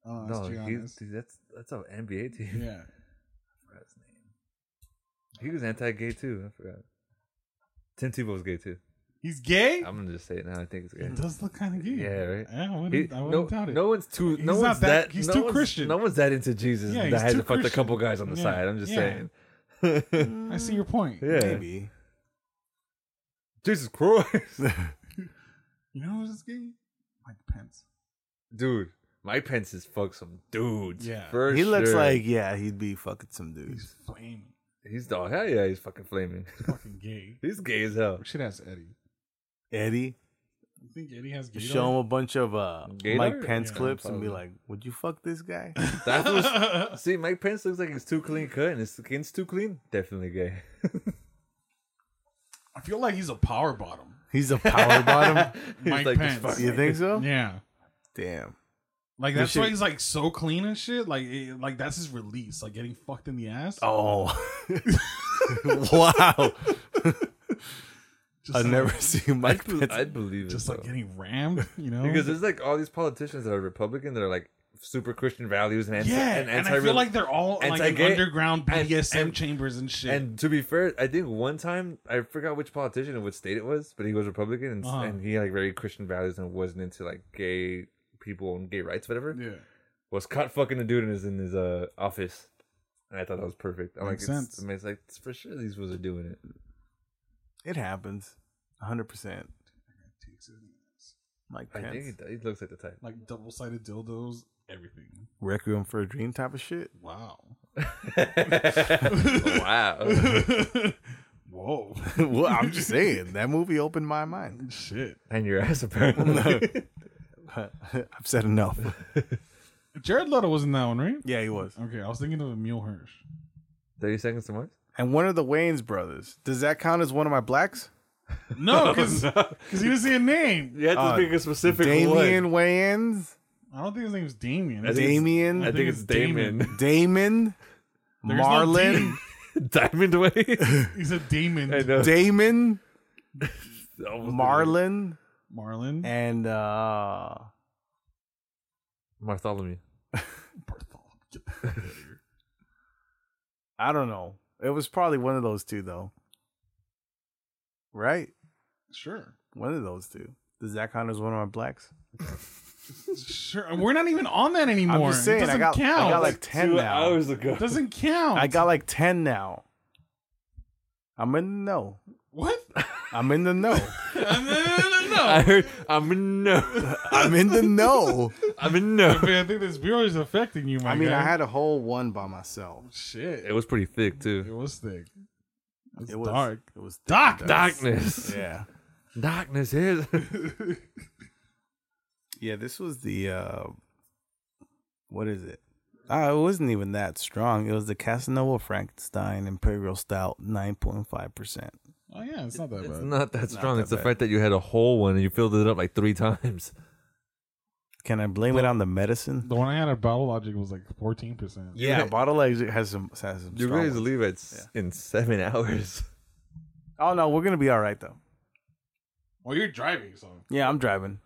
Speaker 3: Oh, that's
Speaker 1: No, he,
Speaker 3: Giannis.
Speaker 1: dude, that's that's an NBA team.
Speaker 3: Yeah,
Speaker 1: I forgot his name. He was anti-gay too. I forgot. Tim Tebow's gay too.
Speaker 3: he's gay.
Speaker 1: I'm gonna just say it now. I think it's gay.
Speaker 3: It does look kind of gay.
Speaker 1: Yeah, right.
Speaker 3: Yeah, I
Speaker 1: He-
Speaker 3: wouldn't, I wouldn't
Speaker 1: no,
Speaker 3: doubt it.
Speaker 1: no one's too. No
Speaker 3: He's
Speaker 1: one's
Speaker 3: not
Speaker 1: that.
Speaker 3: that- he's
Speaker 1: no
Speaker 3: too
Speaker 1: one's-
Speaker 3: Christian.
Speaker 1: No one's that into Jesus
Speaker 3: Yeah,
Speaker 1: that
Speaker 3: he's too
Speaker 1: hasn't fucked a
Speaker 3: Christian.
Speaker 1: couple guys on the
Speaker 3: Yeah,
Speaker 1: side. I'm just
Speaker 3: yeah. Mm,
Speaker 1: saying.
Speaker 3: I see your point.
Speaker 1: yeah.
Speaker 4: Maybe.
Speaker 1: Jesus Christ,
Speaker 3: You know who's this gay? Mike Pence.
Speaker 1: dude. Mike Pence has fucked some dudes.
Speaker 3: Yeah.
Speaker 1: for
Speaker 4: he looks
Speaker 1: sure.
Speaker 4: like yeah, he'd be fucking some dudes.
Speaker 3: He's flaming.
Speaker 1: he's dog. Hell yeah, he's fucking flaming.
Speaker 3: Fucking gay.
Speaker 1: he's gay as hell.
Speaker 3: We should ask Eddie.
Speaker 4: Eddie,
Speaker 3: You think Eddie has gay?
Speaker 4: show him a bunch of uh,
Speaker 1: Gator?
Speaker 4: Mike Pence
Speaker 3: Yeah,
Speaker 4: clips and be
Speaker 1: probably.
Speaker 4: like, "Would you fuck this guy?"
Speaker 1: That's what. See, Mike Pence looks like he's too clean cut, and his skin's too clean. Definitely gay.
Speaker 3: I feel like he's a power bottom.
Speaker 4: He's a power bottom.
Speaker 1: He's
Speaker 3: Mike
Speaker 1: like,
Speaker 3: Pence.
Speaker 1: "Fuck
Speaker 4: You
Speaker 1: it."
Speaker 4: think so?
Speaker 3: Yeah.
Speaker 4: Damn.
Speaker 3: Like that's
Speaker 4: should-
Speaker 3: why he's like so clean and shit. Like, it, like that's his release. Like getting fucked in the ass.
Speaker 4: Oh. wow.
Speaker 3: just
Speaker 4: I've
Speaker 3: like,
Speaker 4: never seen Mike
Speaker 1: I'd, be-
Speaker 4: Pence.
Speaker 1: I'd believe it.
Speaker 3: Just
Speaker 1: though.
Speaker 3: like getting rammed, you know?
Speaker 1: because there's like all these politicians that are Republican that are like super Christian values and anti
Speaker 3: yeah,
Speaker 1: and
Speaker 3: and,
Speaker 1: anti
Speaker 3: I feel like they're all in, like in
Speaker 1: anti-gay-
Speaker 3: underground
Speaker 1: and-
Speaker 3: BDSM
Speaker 1: and-
Speaker 3: chambers and shit.
Speaker 1: And to be fair, I think one time I forgot which politician and which state it was, but he was Republican and,
Speaker 3: Uh-huh.
Speaker 1: and he had like very Christian values and wasn't into like gay people and gay rights, whatever.
Speaker 3: yeah,
Speaker 1: Was caught fucking a dude in his in his uh office, and I thought that was perfect. I'm
Speaker 3: Makes
Speaker 1: like, it's-
Speaker 3: sense.
Speaker 1: I mean, it's like it's for sure these was are doing it.
Speaker 4: It happens. 100%.
Speaker 3: Takes it in the ass.
Speaker 4: Mike
Speaker 1: I think he,
Speaker 4: Pence.
Speaker 1: does- he looks like the type.
Speaker 3: like double sided dildos, everything.
Speaker 4: Requiem for a Dream type of shit.
Speaker 3: Wow.
Speaker 1: wow.
Speaker 3: Whoa.
Speaker 4: well, I'm just saying. That movie opened my mind.
Speaker 3: shit.
Speaker 1: And your ass apparently.
Speaker 4: I've said enough.
Speaker 3: Jared Leto was in that one, right?
Speaker 4: Yeah, he was.
Speaker 3: Okay, I was thinking of Emil Hirsch.
Speaker 1: Thirty seconds to Mars.
Speaker 4: And one of the Wayans brothers. Does that count as one of my blacks?
Speaker 3: No, because he didn't see a name.
Speaker 1: You have to
Speaker 4: Uh,
Speaker 1: pick a specific
Speaker 4: Damien
Speaker 1: one.
Speaker 4: Wayans?
Speaker 3: I don't think his name is Damien.
Speaker 1: I think it's-
Speaker 4: Damien?
Speaker 1: I think it's
Speaker 3: Damon.
Speaker 1: Damon.
Speaker 4: Damon?
Speaker 3: There's no
Speaker 4: Marlon?
Speaker 1: Diamond Way.
Speaker 3: He's a Damon.
Speaker 1: I know.
Speaker 4: Damon?
Speaker 1: Almost
Speaker 4: Marlon?
Speaker 3: Marlon.
Speaker 4: And, uh,
Speaker 1: Bartholomew.
Speaker 3: Barthol- get the fuck out of here.
Speaker 4: I don't know. It was probably one of those two, though. Right?
Speaker 3: Sure.
Speaker 4: One of those two. Does that count as one of my blacks?
Speaker 3: Sure. We're not even on that anymore.
Speaker 4: I'm just saying.
Speaker 3: it doesn't
Speaker 4: I got,
Speaker 3: count.
Speaker 4: I got like ten
Speaker 1: Two
Speaker 4: now.
Speaker 1: hours ago.
Speaker 3: it doesn't count.
Speaker 4: I got like ten now. I'm in the no.
Speaker 3: what?
Speaker 4: I'm in the no.
Speaker 3: no, no, no, no,
Speaker 1: I
Speaker 3: no.
Speaker 1: heard. I'm in no.
Speaker 4: I'm in the no.
Speaker 1: I'm in no.
Speaker 3: I, mean, I think this beer is affecting you, my
Speaker 4: I mean,
Speaker 3: guy.
Speaker 4: I had a whole one by myself.
Speaker 3: shit.
Speaker 1: It was pretty thick
Speaker 3: It
Speaker 1: too.
Speaker 3: was thick. It was,
Speaker 4: It was
Speaker 3: dark.
Speaker 4: It was thick
Speaker 3: Dark,
Speaker 4: and
Speaker 1: Darkness.
Speaker 4: Yeah.
Speaker 1: Darkness is.
Speaker 4: Yeah. This was the. uh What is it? Ah, it wasn't even that strong. It was the Casanova Frankenstein Imperial Stout, nine point five percent.
Speaker 3: Oh yeah, it's not that
Speaker 1: It's
Speaker 3: bad.
Speaker 1: not that strong.
Speaker 4: that
Speaker 1: it's the
Speaker 4: bad.
Speaker 1: fact that you had a whole one and you filled it up like three times.
Speaker 4: Can I blame it on the medicine?
Speaker 3: the one I had at Battle Logic was like fourteen percent.
Speaker 4: Yeah, bottle exit has some has some.
Speaker 1: You
Speaker 4: strong
Speaker 1: guys
Speaker 4: ones.
Speaker 1: leave at s in seven hours.
Speaker 4: Oh no, we're gonna be all right though.
Speaker 3: Well, you're driving, so
Speaker 4: Yeah, I'm driving.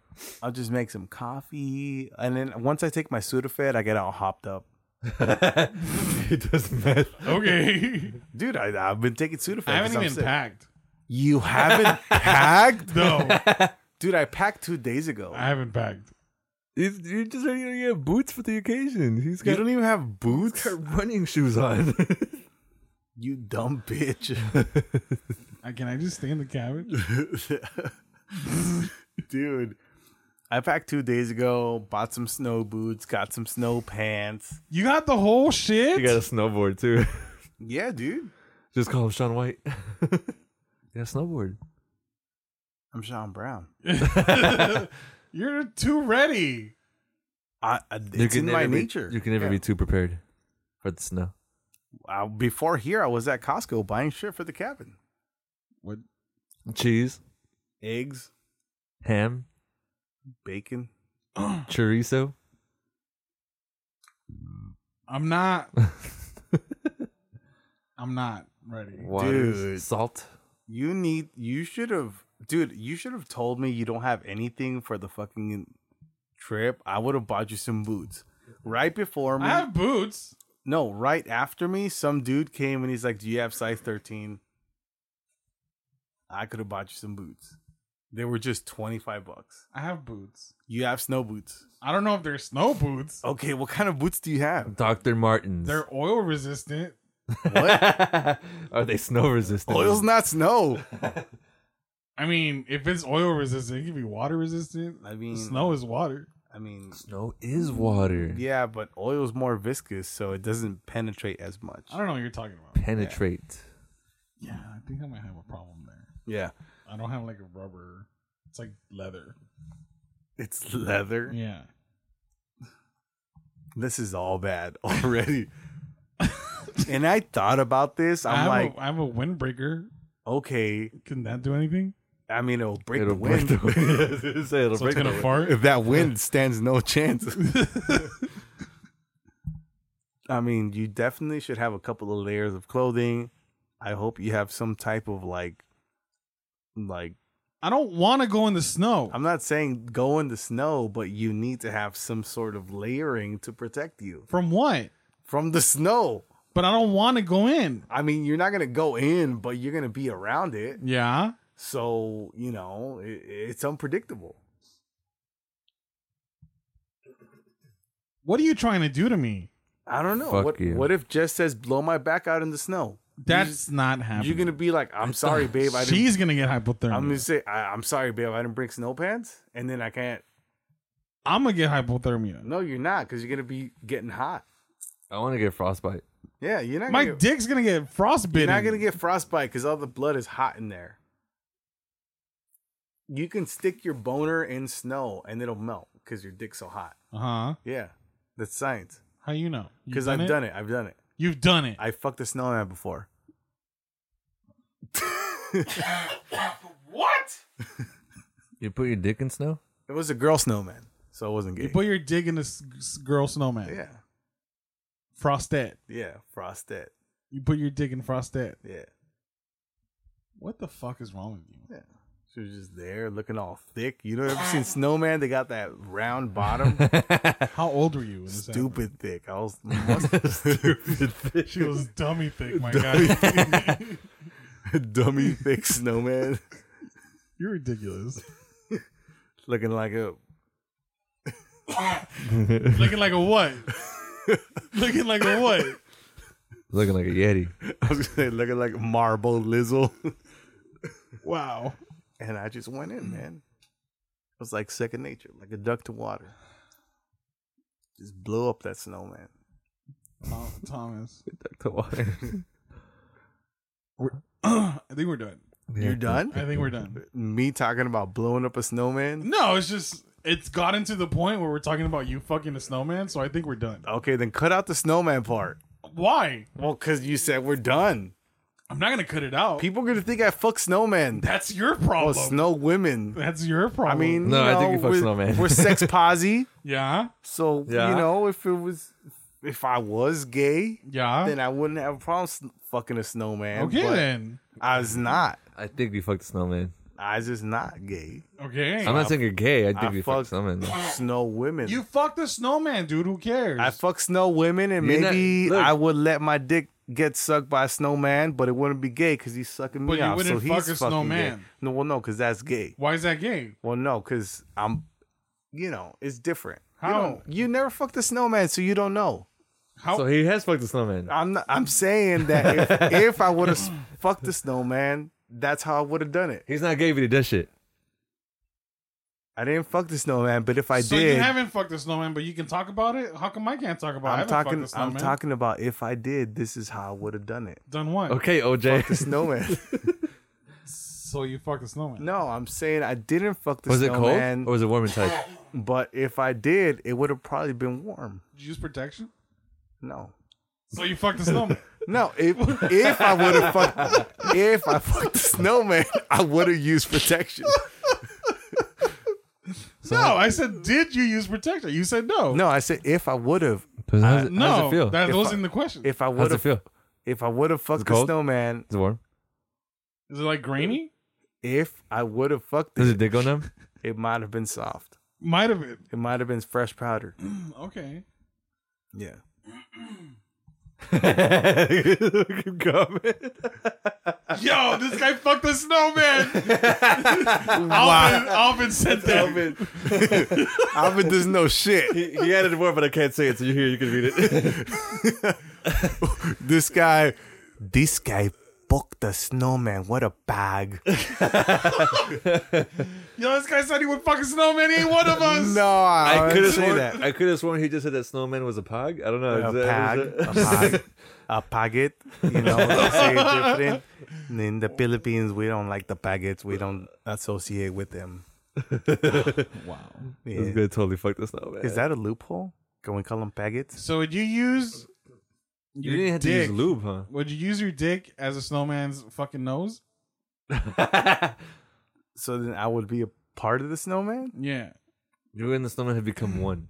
Speaker 4: I'll just make some coffee, and then once I take my Sudafed, I get all hopped up.
Speaker 1: it doesn't matter.
Speaker 3: okay.
Speaker 4: Dude, I, I've been taking Sudafed.
Speaker 3: I
Speaker 4: 'cause
Speaker 3: haven't
Speaker 4: I'm
Speaker 3: even
Speaker 4: sick.
Speaker 3: packed.
Speaker 4: You haven't packed,
Speaker 3: No,
Speaker 4: dude. I packed two days ago.
Speaker 3: I haven't packed.
Speaker 1: He's, you just ready to get boots for the occasion. He's
Speaker 4: you
Speaker 1: got,
Speaker 4: don't even have
Speaker 1: he's
Speaker 4: boots,
Speaker 1: got running shoes on.
Speaker 4: you dumb bitch,
Speaker 3: I, can I just stay in the cabin?
Speaker 4: dude. I packed two days ago. Bought some snow boots. Got some snow pants.
Speaker 3: You got the whole shit.
Speaker 1: you got a snowboard too.
Speaker 4: Yeah, dude.
Speaker 1: Just call him Sean White. you got a snowboard.
Speaker 4: I'm Sean Brown.
Speaker 3: you're too ready.
Speaker 4: I, I,
Speaker 1: You
Speaker 4: it's
Speaker 1: can
Speaker 4: in my
Speaker 1: never be-
Speaker 4: nature.
Speaker 1: you can never
Speaker 4: Yeah.
Speaker 1: be too prepared for the snow.
Speaker 4: Uh, before here, I was at Costco buying shit for the cabin.
Speaker 3: What?
Speaker 1: Cheese,
Speaker 4: Eggs,
Speaker 1: ham,
Speaker 4: bacon.
Speaker 1: chorizo.
Speaker 3: I'm not. I'm not ready.
Speaker 1: Waters,
Speaker 4: Dude.
Speaker 1: salt.
Speaker 4: You need. You should have, dude. You should have told me you don't have anything for the fucking trip. I would have bought you some boots right before me.
Speaker 3: I have boots.
Speaker 4: no, right after me, some dude came and he's like, "Do you have size 13?" I could have bought you some boots. They were just twenty five bucks.
Speaker 3: I have boots.
Speaker 4: You have snow boots.
Speaker 3: I don't know if they're snow boots.
Speaker 4: Okay, what kind of boots do you have?
Speaker 1: Dr. Martens.
Speaker 3: They're oil resistant.
Speaker 1: Are they snow resistant?
Speaker 4: Oil's not snow.
Speaker 3: I mean, if it's oil resistant, it can be water resistant.
Speaker 4: I mean,
Speaker 3: Snow is water.
Speaker 4: I mean,
Speaker 1: Snow is water.
Speaker 4: yeah, but oil's more viscous, so it doesn't penetrate as much.
Speaker 3: I don't know what you're talking about.
Speaker 1: Penetrate.
Speaker 3: Yeah, I think I might have a problem there.
Speaker 4: Yeah,
Speaker 3: I don't have like a rubber. It's like leather.
Speaker 4: it's leather.
Speaker 3: Yeah.
Speaker 4: This is all bad already. and I thought about this.
Speaker 3: I
Speaker 4: I'm
Speaker 3: have,
Speaker 4: like,
Speaker 3: a, I have a windbreaker.
Speaker 4: okay.
Speaker 3: Can that do anything?
Speaker 4: I mean, it'll break
Speaker 1: It'll
Speaker 4: the wind.
Speaker 1: break the wind. Say it'll
Speaker 3: So
Speaker 1: break
Speaker 3: it's
Speaker 1: the
Speaker 3: gonna
Speaker 1: wind.
Speaker 3: fart.
Speaker 4: if that wind stands no chance. I mean, you definitely should have a couple of layers of clothing. I hope you have some type of like, like
Speaker 3: I don't want to go in the snow.
Speaker 4: I'm not saying go in the snow, but you need to have some sort of layering to protect you
Speaker 3: From what?
Speaker 4: from the snow.
Speaker 3: But I don't want to go in.
Speaker 4: I mean, you're not gonna go in, but you're gonna be around it.
Speaker 3: Yeah.
Speaker 4: So you know it, it's unpredictable.
Speaker 3: What are you trying to do to me?
Speaker 4: I don't know.
Speaker 1: Fuck
Speaker 4: what
Speaker 1: you.
Speaker 4: what if Jess says blow my back out in the snow?
Speaker 3: That's not happening.
Speaker 4: You're gonna be like, I'm sorry, babe. I didn't.
Speaker 3: She's gonna get hypothermia.
Speaker 4: I'm
Speaker 3: I'm,
Speaker 4: gonna say, I, I'm sorry, babe. I didn't bring snow pants, and then I can't.
Speaker 3: gonna get hypothermia.
Speaker 4: No, you're not, because you're gonna be getting hot.
Speaker 1: I want to get frostbite.
Speaker 4: Yeah, you're not.
Speaker 3: My
Speaker 4: gonna, get-
Speaker 3: dick's gonna get frostbitten.
Speaker 4: You're not gonna get frostbite because all the blood is hot in there. You can stick your boner in snow and it'll melt because your dick's so hot.
Speaker 3: Uh huh.
Speaker 4: Yeah, that's science.
Speaker 3: How you know? You've
Speaker 4: Because I've done it. I've done it.
Speaker 3: You've done it.
Speaker 4: I fucked a snowman before.
Speaker 3: what?
Speaker 1: You put your dick in snow?
Speaker 4: It was a girl snowman, so it wasn't gay.
Speaker 3: You put your dick in this s- girl snowman.
Speaker 4: yeah,
Speaker 3: Frostet.
Speaker 4: yeah, frosted.
Speaker 3: You put your dick in Frostet.
Speaker 4: Yeah,
Speaker 3: What the fuck is wrong with you?
Speaker 4: yeah. She was just there, looking all thick. You know, ever seen snowman? They got that round bottom,
Speaker 3: How old were you? When this happened?
Speaker 4: stupid thick. I was must-
Speaker 3: She was dummy thick, my guy.
Speaker 4: dummy thick snowman,
Speaker 3: You're ridiculous.
Speaker 4: looking like a
Speaker 3: Looking like a what? Looking like a what?
Speaker 1: Looking like a Yeti.
Speaker 4: I was gonna say looking like marble lizzle.
Speaker 3: Wow.
Speaker 4: And I just went in, man. It was like second nature, like a duck to water. Just blew up that snowman.
Speaker 3: Tom- Thomas.
Speaker 1: Duck to water.
Speaker 3: I think we're done.
Speaker 4: You're done?
Speaker 3: I think we're done.
Speaker 4: Me talking about blowing up a snowman?
Speaker 3: No, it's just it's gotten to the point where we're talking about you fucking a snowman, so I think we're done.
Speaker 4: Okay, then cut out the snowman part.
Speaker 3: Why?
Speaker 4: Well, because you said we're done.
Speaker 3: I'm not gonna cut it out.
Speaker 4: People are gonna think I fuck snowman.
Speaker 3: That's your
Speaker 4: Oh,
Speaker 3: problem.
Speaker 4: snow women.
Speaker 3: That's your problem.
Speaker 4: I mean,
Speaker 1: No,
Speaker 4: you
Speaker 1: I think
Speaker 4: know,
Speaker 1: you fuck
Speaker 4: we're,
Speaker 1: snowman.
Speaker 4: We're sex posy,
Speaker 3: yeah,
Speaker 4: so
Speaker 1: Yeah.
Speaker 4: you know if it was, if I was gay,
Speaker 3: yeah.
Speaker 4: then I wouldn't have a problem s- fucking a snowman.
Speaker 3: okay
Speaker 4: but
Speaker 3: then.
Speaker 4: I was not.
Speaker 1: I think you fucked a snowman.
Speaker 4: I was just not gay.
Speaker 3: Okay.
Speaker 1: I'm not saying you're gay. I think
Speaker 4: I
Speaker 1: you
Speaker 4: fucked
Speaker 1: fucked snowman. though.
Speaker 4: snow women.
Speaker 3: you fucked a snowman, dude. Who cares?
Speaker 4: I fuck snow women, and
Speaker 1: You're not-
Speaker 4: maybe
Speaker 1: look.
Speaker 4: I would let my dick get sucked by a snowman, but it wouldn't be gay because he's sucking me
Speaker 3: But you
Speaker 4: off. so
Speaker 3: wouldn't
Speaker 4: he's
Speaker 3: fuck a
Speaker 4: fucking
Speaker 3: snowman.
Speaker 4: Gay. No, well, no, because that's gay.
Speaker 3: Why is that gay?
Speaker 4: Well, no, because I'm, you know, it's different. You
Speaker 3: How?
Speaker 4: don't- You, never fucked a snowman, so you don't know.
Speaker 3: How?
Speaker 1: So he has fucked a snowman.
Speaker 4: I'm not, I'm saying that if, if I would have fucked a snowman, that's how I would have done it.
Speaker 1: He's not gay, but he does shit.
Speaker 4: I didn't fuck the snowman, but if I
Speaker 3: so
Speaker 4: did,
Speaker 3: you haven't fucked a snowman, but you can talk about it. How come I can't talk about? it? I
Speaker 4: I'm
Speaker 3: haven't fucked
Speaker 4: talking.
Speaker 3: a
Speaker 4: I'm
Speaker 3: snowman.
Speaker 4: talking about if I did. This is how I would have done it.
Speaker 3: Done what?
Speaker 1: Okay,
Speaker 4: The
Speaker 1: OJ.
Speaker 4: snowman.
Speaker 3: So you fucked a snowman.
Speaker 4: No, I'm saying I didn't fuck the
Speaker 1: Was it cold
Speaker 4: snowman.
Speaker 1: or was it warm inside?
Speaker 4: but if I did, it would have probably been warm.
Speaker 3: Did you use protection?
Speaker 4: No.
Speaker 3: So you fucked a snowman.
Speaker 4: No, if if I would have fucked if I fucked the snowman, I would have used protection.
Speaker 3: no, I said, did you use protection? You said no.
Speaker 4: No, I said if I would have
Speaker 1: How's it,
Speaker 3: uh, no.
Speaker 1: how's it feel?
Speaker 3: That
Speaker 4: If
Speaker 3: wasn't
Speaker 4: I-
Speaker 3: the question.
Speaker 4: if I
Speaker 1: How's
Speaker 4: would
Speaker 1: it
Speaker 4: have
Speaker 1: feel?
Speaker 4: If I would have fucked the
Speaker 1: cold?
Speaker 4: snowman,
Speaker 1: Is it warm?
Speaker 3: Is it like grainy?
Speaker 4: if I would have fucked
Speaker 1: Does
Speaker 4: it,
Speaker 1: it dick go numb?
Speaker 4: it might have been soft.
Speaker 3: Might have been.
Speaker 4: It might have been fresh powder.
Speaker 3: Hmm, Okay.
Speaker 4: Yeah.
Speaker 3: Yo, this guy fucked the snowman. Alvin, Alvin said that.
Speaker 4: Alvin doesn't know shit.
Speaker 1: he, he added more, but I can't say it. So you here, you can read it.
Speaker 4: This guy, this guy fucked the snowman. What a bag.
Speaker 3: Yo, this guy said he would fuck a snowman. He ain't one of us.
Speaker 4: No, I,
Speaker 1: Oh, I could
Speaker 4: couldn't
Speaker 1: have
Speaker 4: say
Speaker 1: sworn.
Speaker 4: that.
Speaker 1: I could have sworn he just said that snowman was a pug. I don't know.
Speaker 4: A
Speaker 1: Is that-
Speaker 4: pag,
Speaker 1: is
Speaker 4: a
Speaker 1: that-
Speaker 4: pag, a paget. You know, they say it different. And in the Philippines, we don't like the pagets. We don't associate with them. wow.
Speaker 1: This guy totally fucked the snowman.
Speaker 4: Is that a loophole? Can we call them pagets?
Speaker 3: So would you use
Speaker 1: you
Speaker 3: your
Speaker 1: didn't have
Speaker 3: dick?
Speaker 1: to use lube, huh?
Speaker 3: Would you use your dick as a snowman's fucking nose?
Speaker 4: So then I would be a part of the snowman?
Speaker 3: Yeah.
Speaker 1: You and the snowman have become one.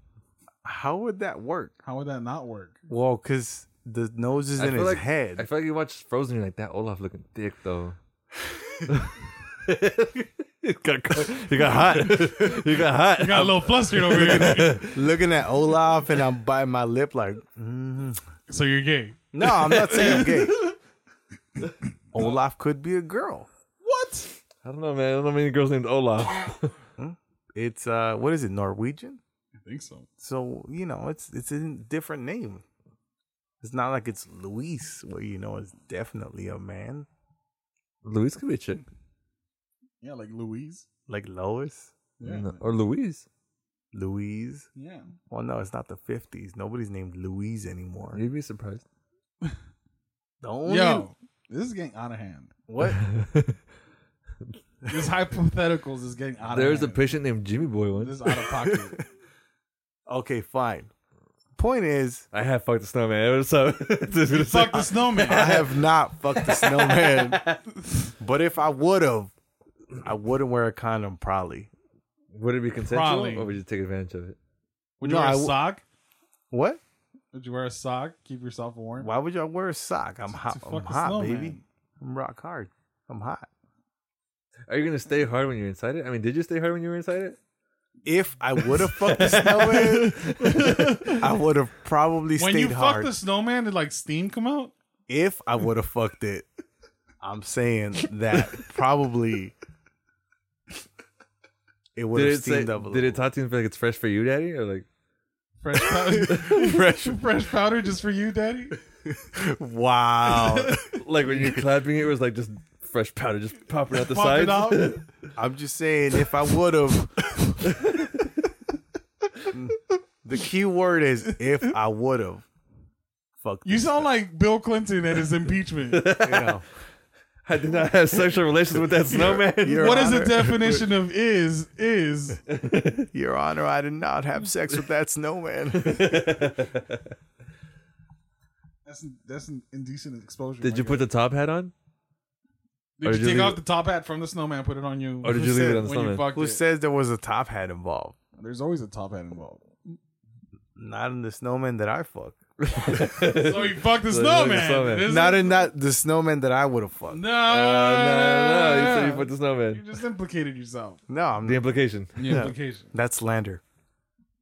Speaker 4: How would that work?
Speaker 3: How would that not work?
Speaker 4: Well, because the nose is
Speaker 1: I
Speaker 4: in
Speaker 1: feel
Speaker 4: his
Speaker 1: like-
Speaker 4: head.
Speaker 1: I feel like you watched Frozen. You're like that Olaf looking thick though. it got
Speaker 4: you got hot.
Speaker 1: you got hot.
Speaker 3: Got a little flustered over here.
Speaker 4: Looking at Olaf and I'm biting my lip like, mm.
Speaker 3: so you're gay.
Speaker 4: no, I'm not saying I'm gay. Olaf could be a girl.
Speaker 3: What?
Speaker 1: I don't know, man. I don't know many girls named Olaf.
Speaker 4: It's uh, what is it, Norwegian?
Speaker 3: I think so.
Speaker 4: So you know, it's it's a different name. It's not like it's Luis, where you know it's definitely a man,
Speaker 1: Louise could be a chick,
Speaker 3: Yeah, like Louise.
Speaker 4: like Lois,
Speaker 3: Yeah.
Speaker 1: No, or Louise.
Speaker 4: Louise.
Speaker 3: Yeah.
Speaker 4: Well, no, it's not the '50s. Nobody's named Louise anymore.
Speaker 1: You'd be surprised.
Speaker 4: The only
Speaker 3: Yo, this is getting out of hand.
Speaker 4: what?
Speaker 3: This hypotheticals is getting out
Speaker 1: There's a
Speaker 3: of hand.
Speaker 1: patient named Jimmy Boy once.
Speaker 3: This is out of pocket.
Speaker 4: Okay, fine. Point is,
Speaker 1: I have fucked the snowman. So this is
Speaker 3: Fuck the snowman.
Speaker 4: I have not fucked the snowman. but if I would have, I wouldn't wear a condom. Probably.
Speaker 1: Would it be consensual,
Speaker 3: Probably.
Speaker 1: or would you take advantage of it?
Speaker 3: Would you
Speaker 4: No,
Speaker 3: wear a
Speaker 4: I w-
Speaker 3: sock?
Speaker 4: What?
Speaker 3: Would you wear a sock? Keep yourself warm.
Speaker 4: Why would y'all wear a sock? I'm hot.
Speaker 3: To fuck
Speaker 4: I'm
Speaker 3: the
Speaker 4: hot,
Speaker 3: snowman.
Speaker 4: baby. I'm rock hard. I'm hot.
Speaker 1: Are you gonna stay hard when you're inside it? I mean, did you stay hard when you were inside it?
Speaker 4: If I would have fucked the snowman, I would have probably
Speaker 3: When you
Speaker 4: stayed
Speaker 3: fuck
Speaker 4: hard.
Speaker 3: the snowman, did like steam come out?
Speaker 4: if I would have fucked it, I'm saying that probably it would
Speaker 1: Did
Speaker 4: have
Speaker 1: it say,
Speaker 4: steamed up a
Speaker 1: Did it
Speaker 4: little.
Speaker 1: talk to you like it's fresh for you, daddy, or like
Speaker 3: Fresh powder,
Speaker 4: Fresh.
Speaker 3: fresh powder just for you, daddy.
Speaker 4: Wow.
Speaker 1: like when you're clapping, it was like just fresh powder just popping out the
Speaker 3: Pop it
Speaker 1: sides.
Speaker 3: out.
Speaker 4: I'm just saying, if I would have. the key word is if I would have. Fuck
Speaker 3: You sound like Bill Clinton at his impeachment. What
Speaker 4: you know.
Speaker 1: I did not have sexual relations with that snowman.
Speaker 4: Your
Speaker 3: is the
Speaker 4: Honor.
Speaker 3: definition of is? Is
Speaker 4: Your Honor, I did not have sex with that snowman.
Speaker 3: that's that's an indecent exposure.
Speaker 1: Did
Speaker 3: my
Speaker 1: you
Speaker 3: guy.
Speaker 1: put the top hat on, or did
Speaker 3: Did you
Speaker 1: you
Speaker 3: take
Speaker 1: leave
Speaker 3: off
Speaker 1: it-
Speaker 3: the top hat from the snowman? and Put it on you.
Speaker 1: or did you
Speaker 4: Who
Speaker 1: leave
Speaker 4: said
Speaker 1: it on the
Speaker 3: when you
Speaker 1: snowman?
Speaker 3: fucked
Speaker 4: Who
Speaker 3: it?
Speaker 4: says there was a top hat involved?
Speaker 3: There's always a top hat involved.
Speaker 4: Not in the snowman that I fucked.
Speaker 3: So he fucked the
Speaker 1: So he fucked the
Speaker 3: snowman.
Speaker 1: snowman.
Speaker 3: This-
Speaker 4: Not in that the snowman that I would have fucked.
Speaker 3: no,
Speaker 1: Uh, no, no, no. You said
Speaker 3: you,
Speaker 1: you put the snowman.
Speaker 3: just implicated yourself.
Speaker 4: No, I'm
Speaker 1: The implication.
Speaker 3: The implication.
Speaker 4: that's slander.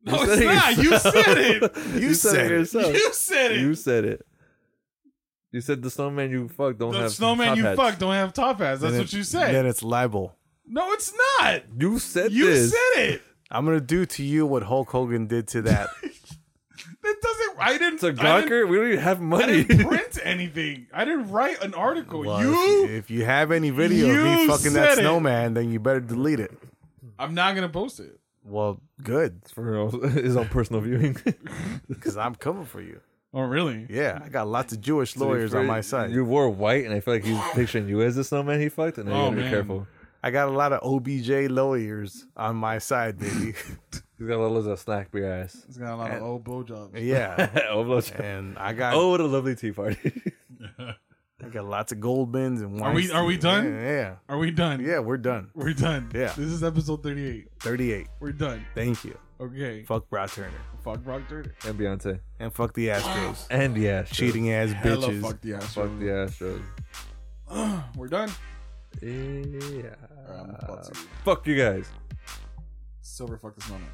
Speaker 3: No,
Speaker 1: said
Speaker 3: it's
Speaker 1: it
Speaker 3: not. You said it.
Speaker 4: You,
Speaker 1: said it yourself.
Speaker 3: You said it.
Speaker 1: You said it. You said the snowman you fucked don't
Speaker 3: the
Speaker 1: have
Speaker 3: snowman
Speaker 1: top
Speaker 3: you
Speaker 1: hats.
Speaker 3: fucked don't have top hats. That's what you
Speaker 4: Then
Speaker 3: said.
Speaker 4: it's libel.
Speaker 3: No, it's not.
Speaker 1: You said
Speaker 3: You
Speaker 1: this.
Speaker 3: said it.
Speaker 4: I'm gonna do to you what Hulk Hogan did to that.
Speaker 3: That doesn't. I didn't.
Speaker 1: It's a
Speaker 3: I didn't-
Speaker 1: Gawker. We don't even have
Speaker 3: I
Speaker 1: money.
Speaker 3: didn't print anything. I didn't write an article.
Speaker 4: Well,
Speaker 3: you,
Speaker 4: if, if you have any video of
Speaker 3: you
Speaker 4: me fucking that
Speaker 3: said it.
Speaker 4: snowman, then you better delete it.
Speaker 3: I'm not gonna post it.
Speaker 4: Well, good,
Speaker 1: For his own- his own personal viewing.
Speaker 4: because I'm coming for you.
Speaker 3: Oh, really?
Speaker 4: Yeah, I got lots of Jewish lawyers on my side.
Speaker 1: You wore white, and I feel like he's picturing you as the snowman he fucked. And now
Speaker 3: Oh,
Speaker 1: you gotta
Speaker 3: man.
Speaker 1: be careful.
Speaker 4: I got a lot of OBJ lawyers on my side, baby.
Speaker 1: He's got a little of slack for your ass.
Speaker 3: It's got a lot of old blowjobs.
Speaker 4: yeah,
Speaker 1: oh, blow job.
Speaker 4: and I got
Speaker 1: Oh, what a lovely tea party.
Speaker 4: I got lots of Goldmans and
Speaker 3: Are we- are we done?
Speaker 4: Yeah,
Speaker 3: Are we
Speaker 4: yeah,
Speaker 3: done?
Speaker 4: yeah. We're done.
Speaker 3: We're done.
Speaker 4: Yeah.
Speaker 3: This is episode 38.
Speaker 4: Thirty-eight.
Speaker 3: We're done.
Speaker 4: Thank you.
Speaker 3: Okay.
Speaker 4: Fuck Brad Turner
Speaker 3: Fuck Brock Turner.
Speaker 1: and Beyonce
Speaker 4: and fuck the Astros.
Speaker 1: and the Astros.
Speaker 4: Cheating ass
Speaker 3: Hella
Speaker 4: bitches.
Speaker 3: fuck the Astros.
Speaker 1: Fuck the Astros.
Speaker 3: We're done.
Speaker 1: Yeah.
Speaker 4: Uh,
Speaker 3: Alright, I'm about to
Speaker 1: Fuck you guys.
Speaker 3: silver fuck this moment.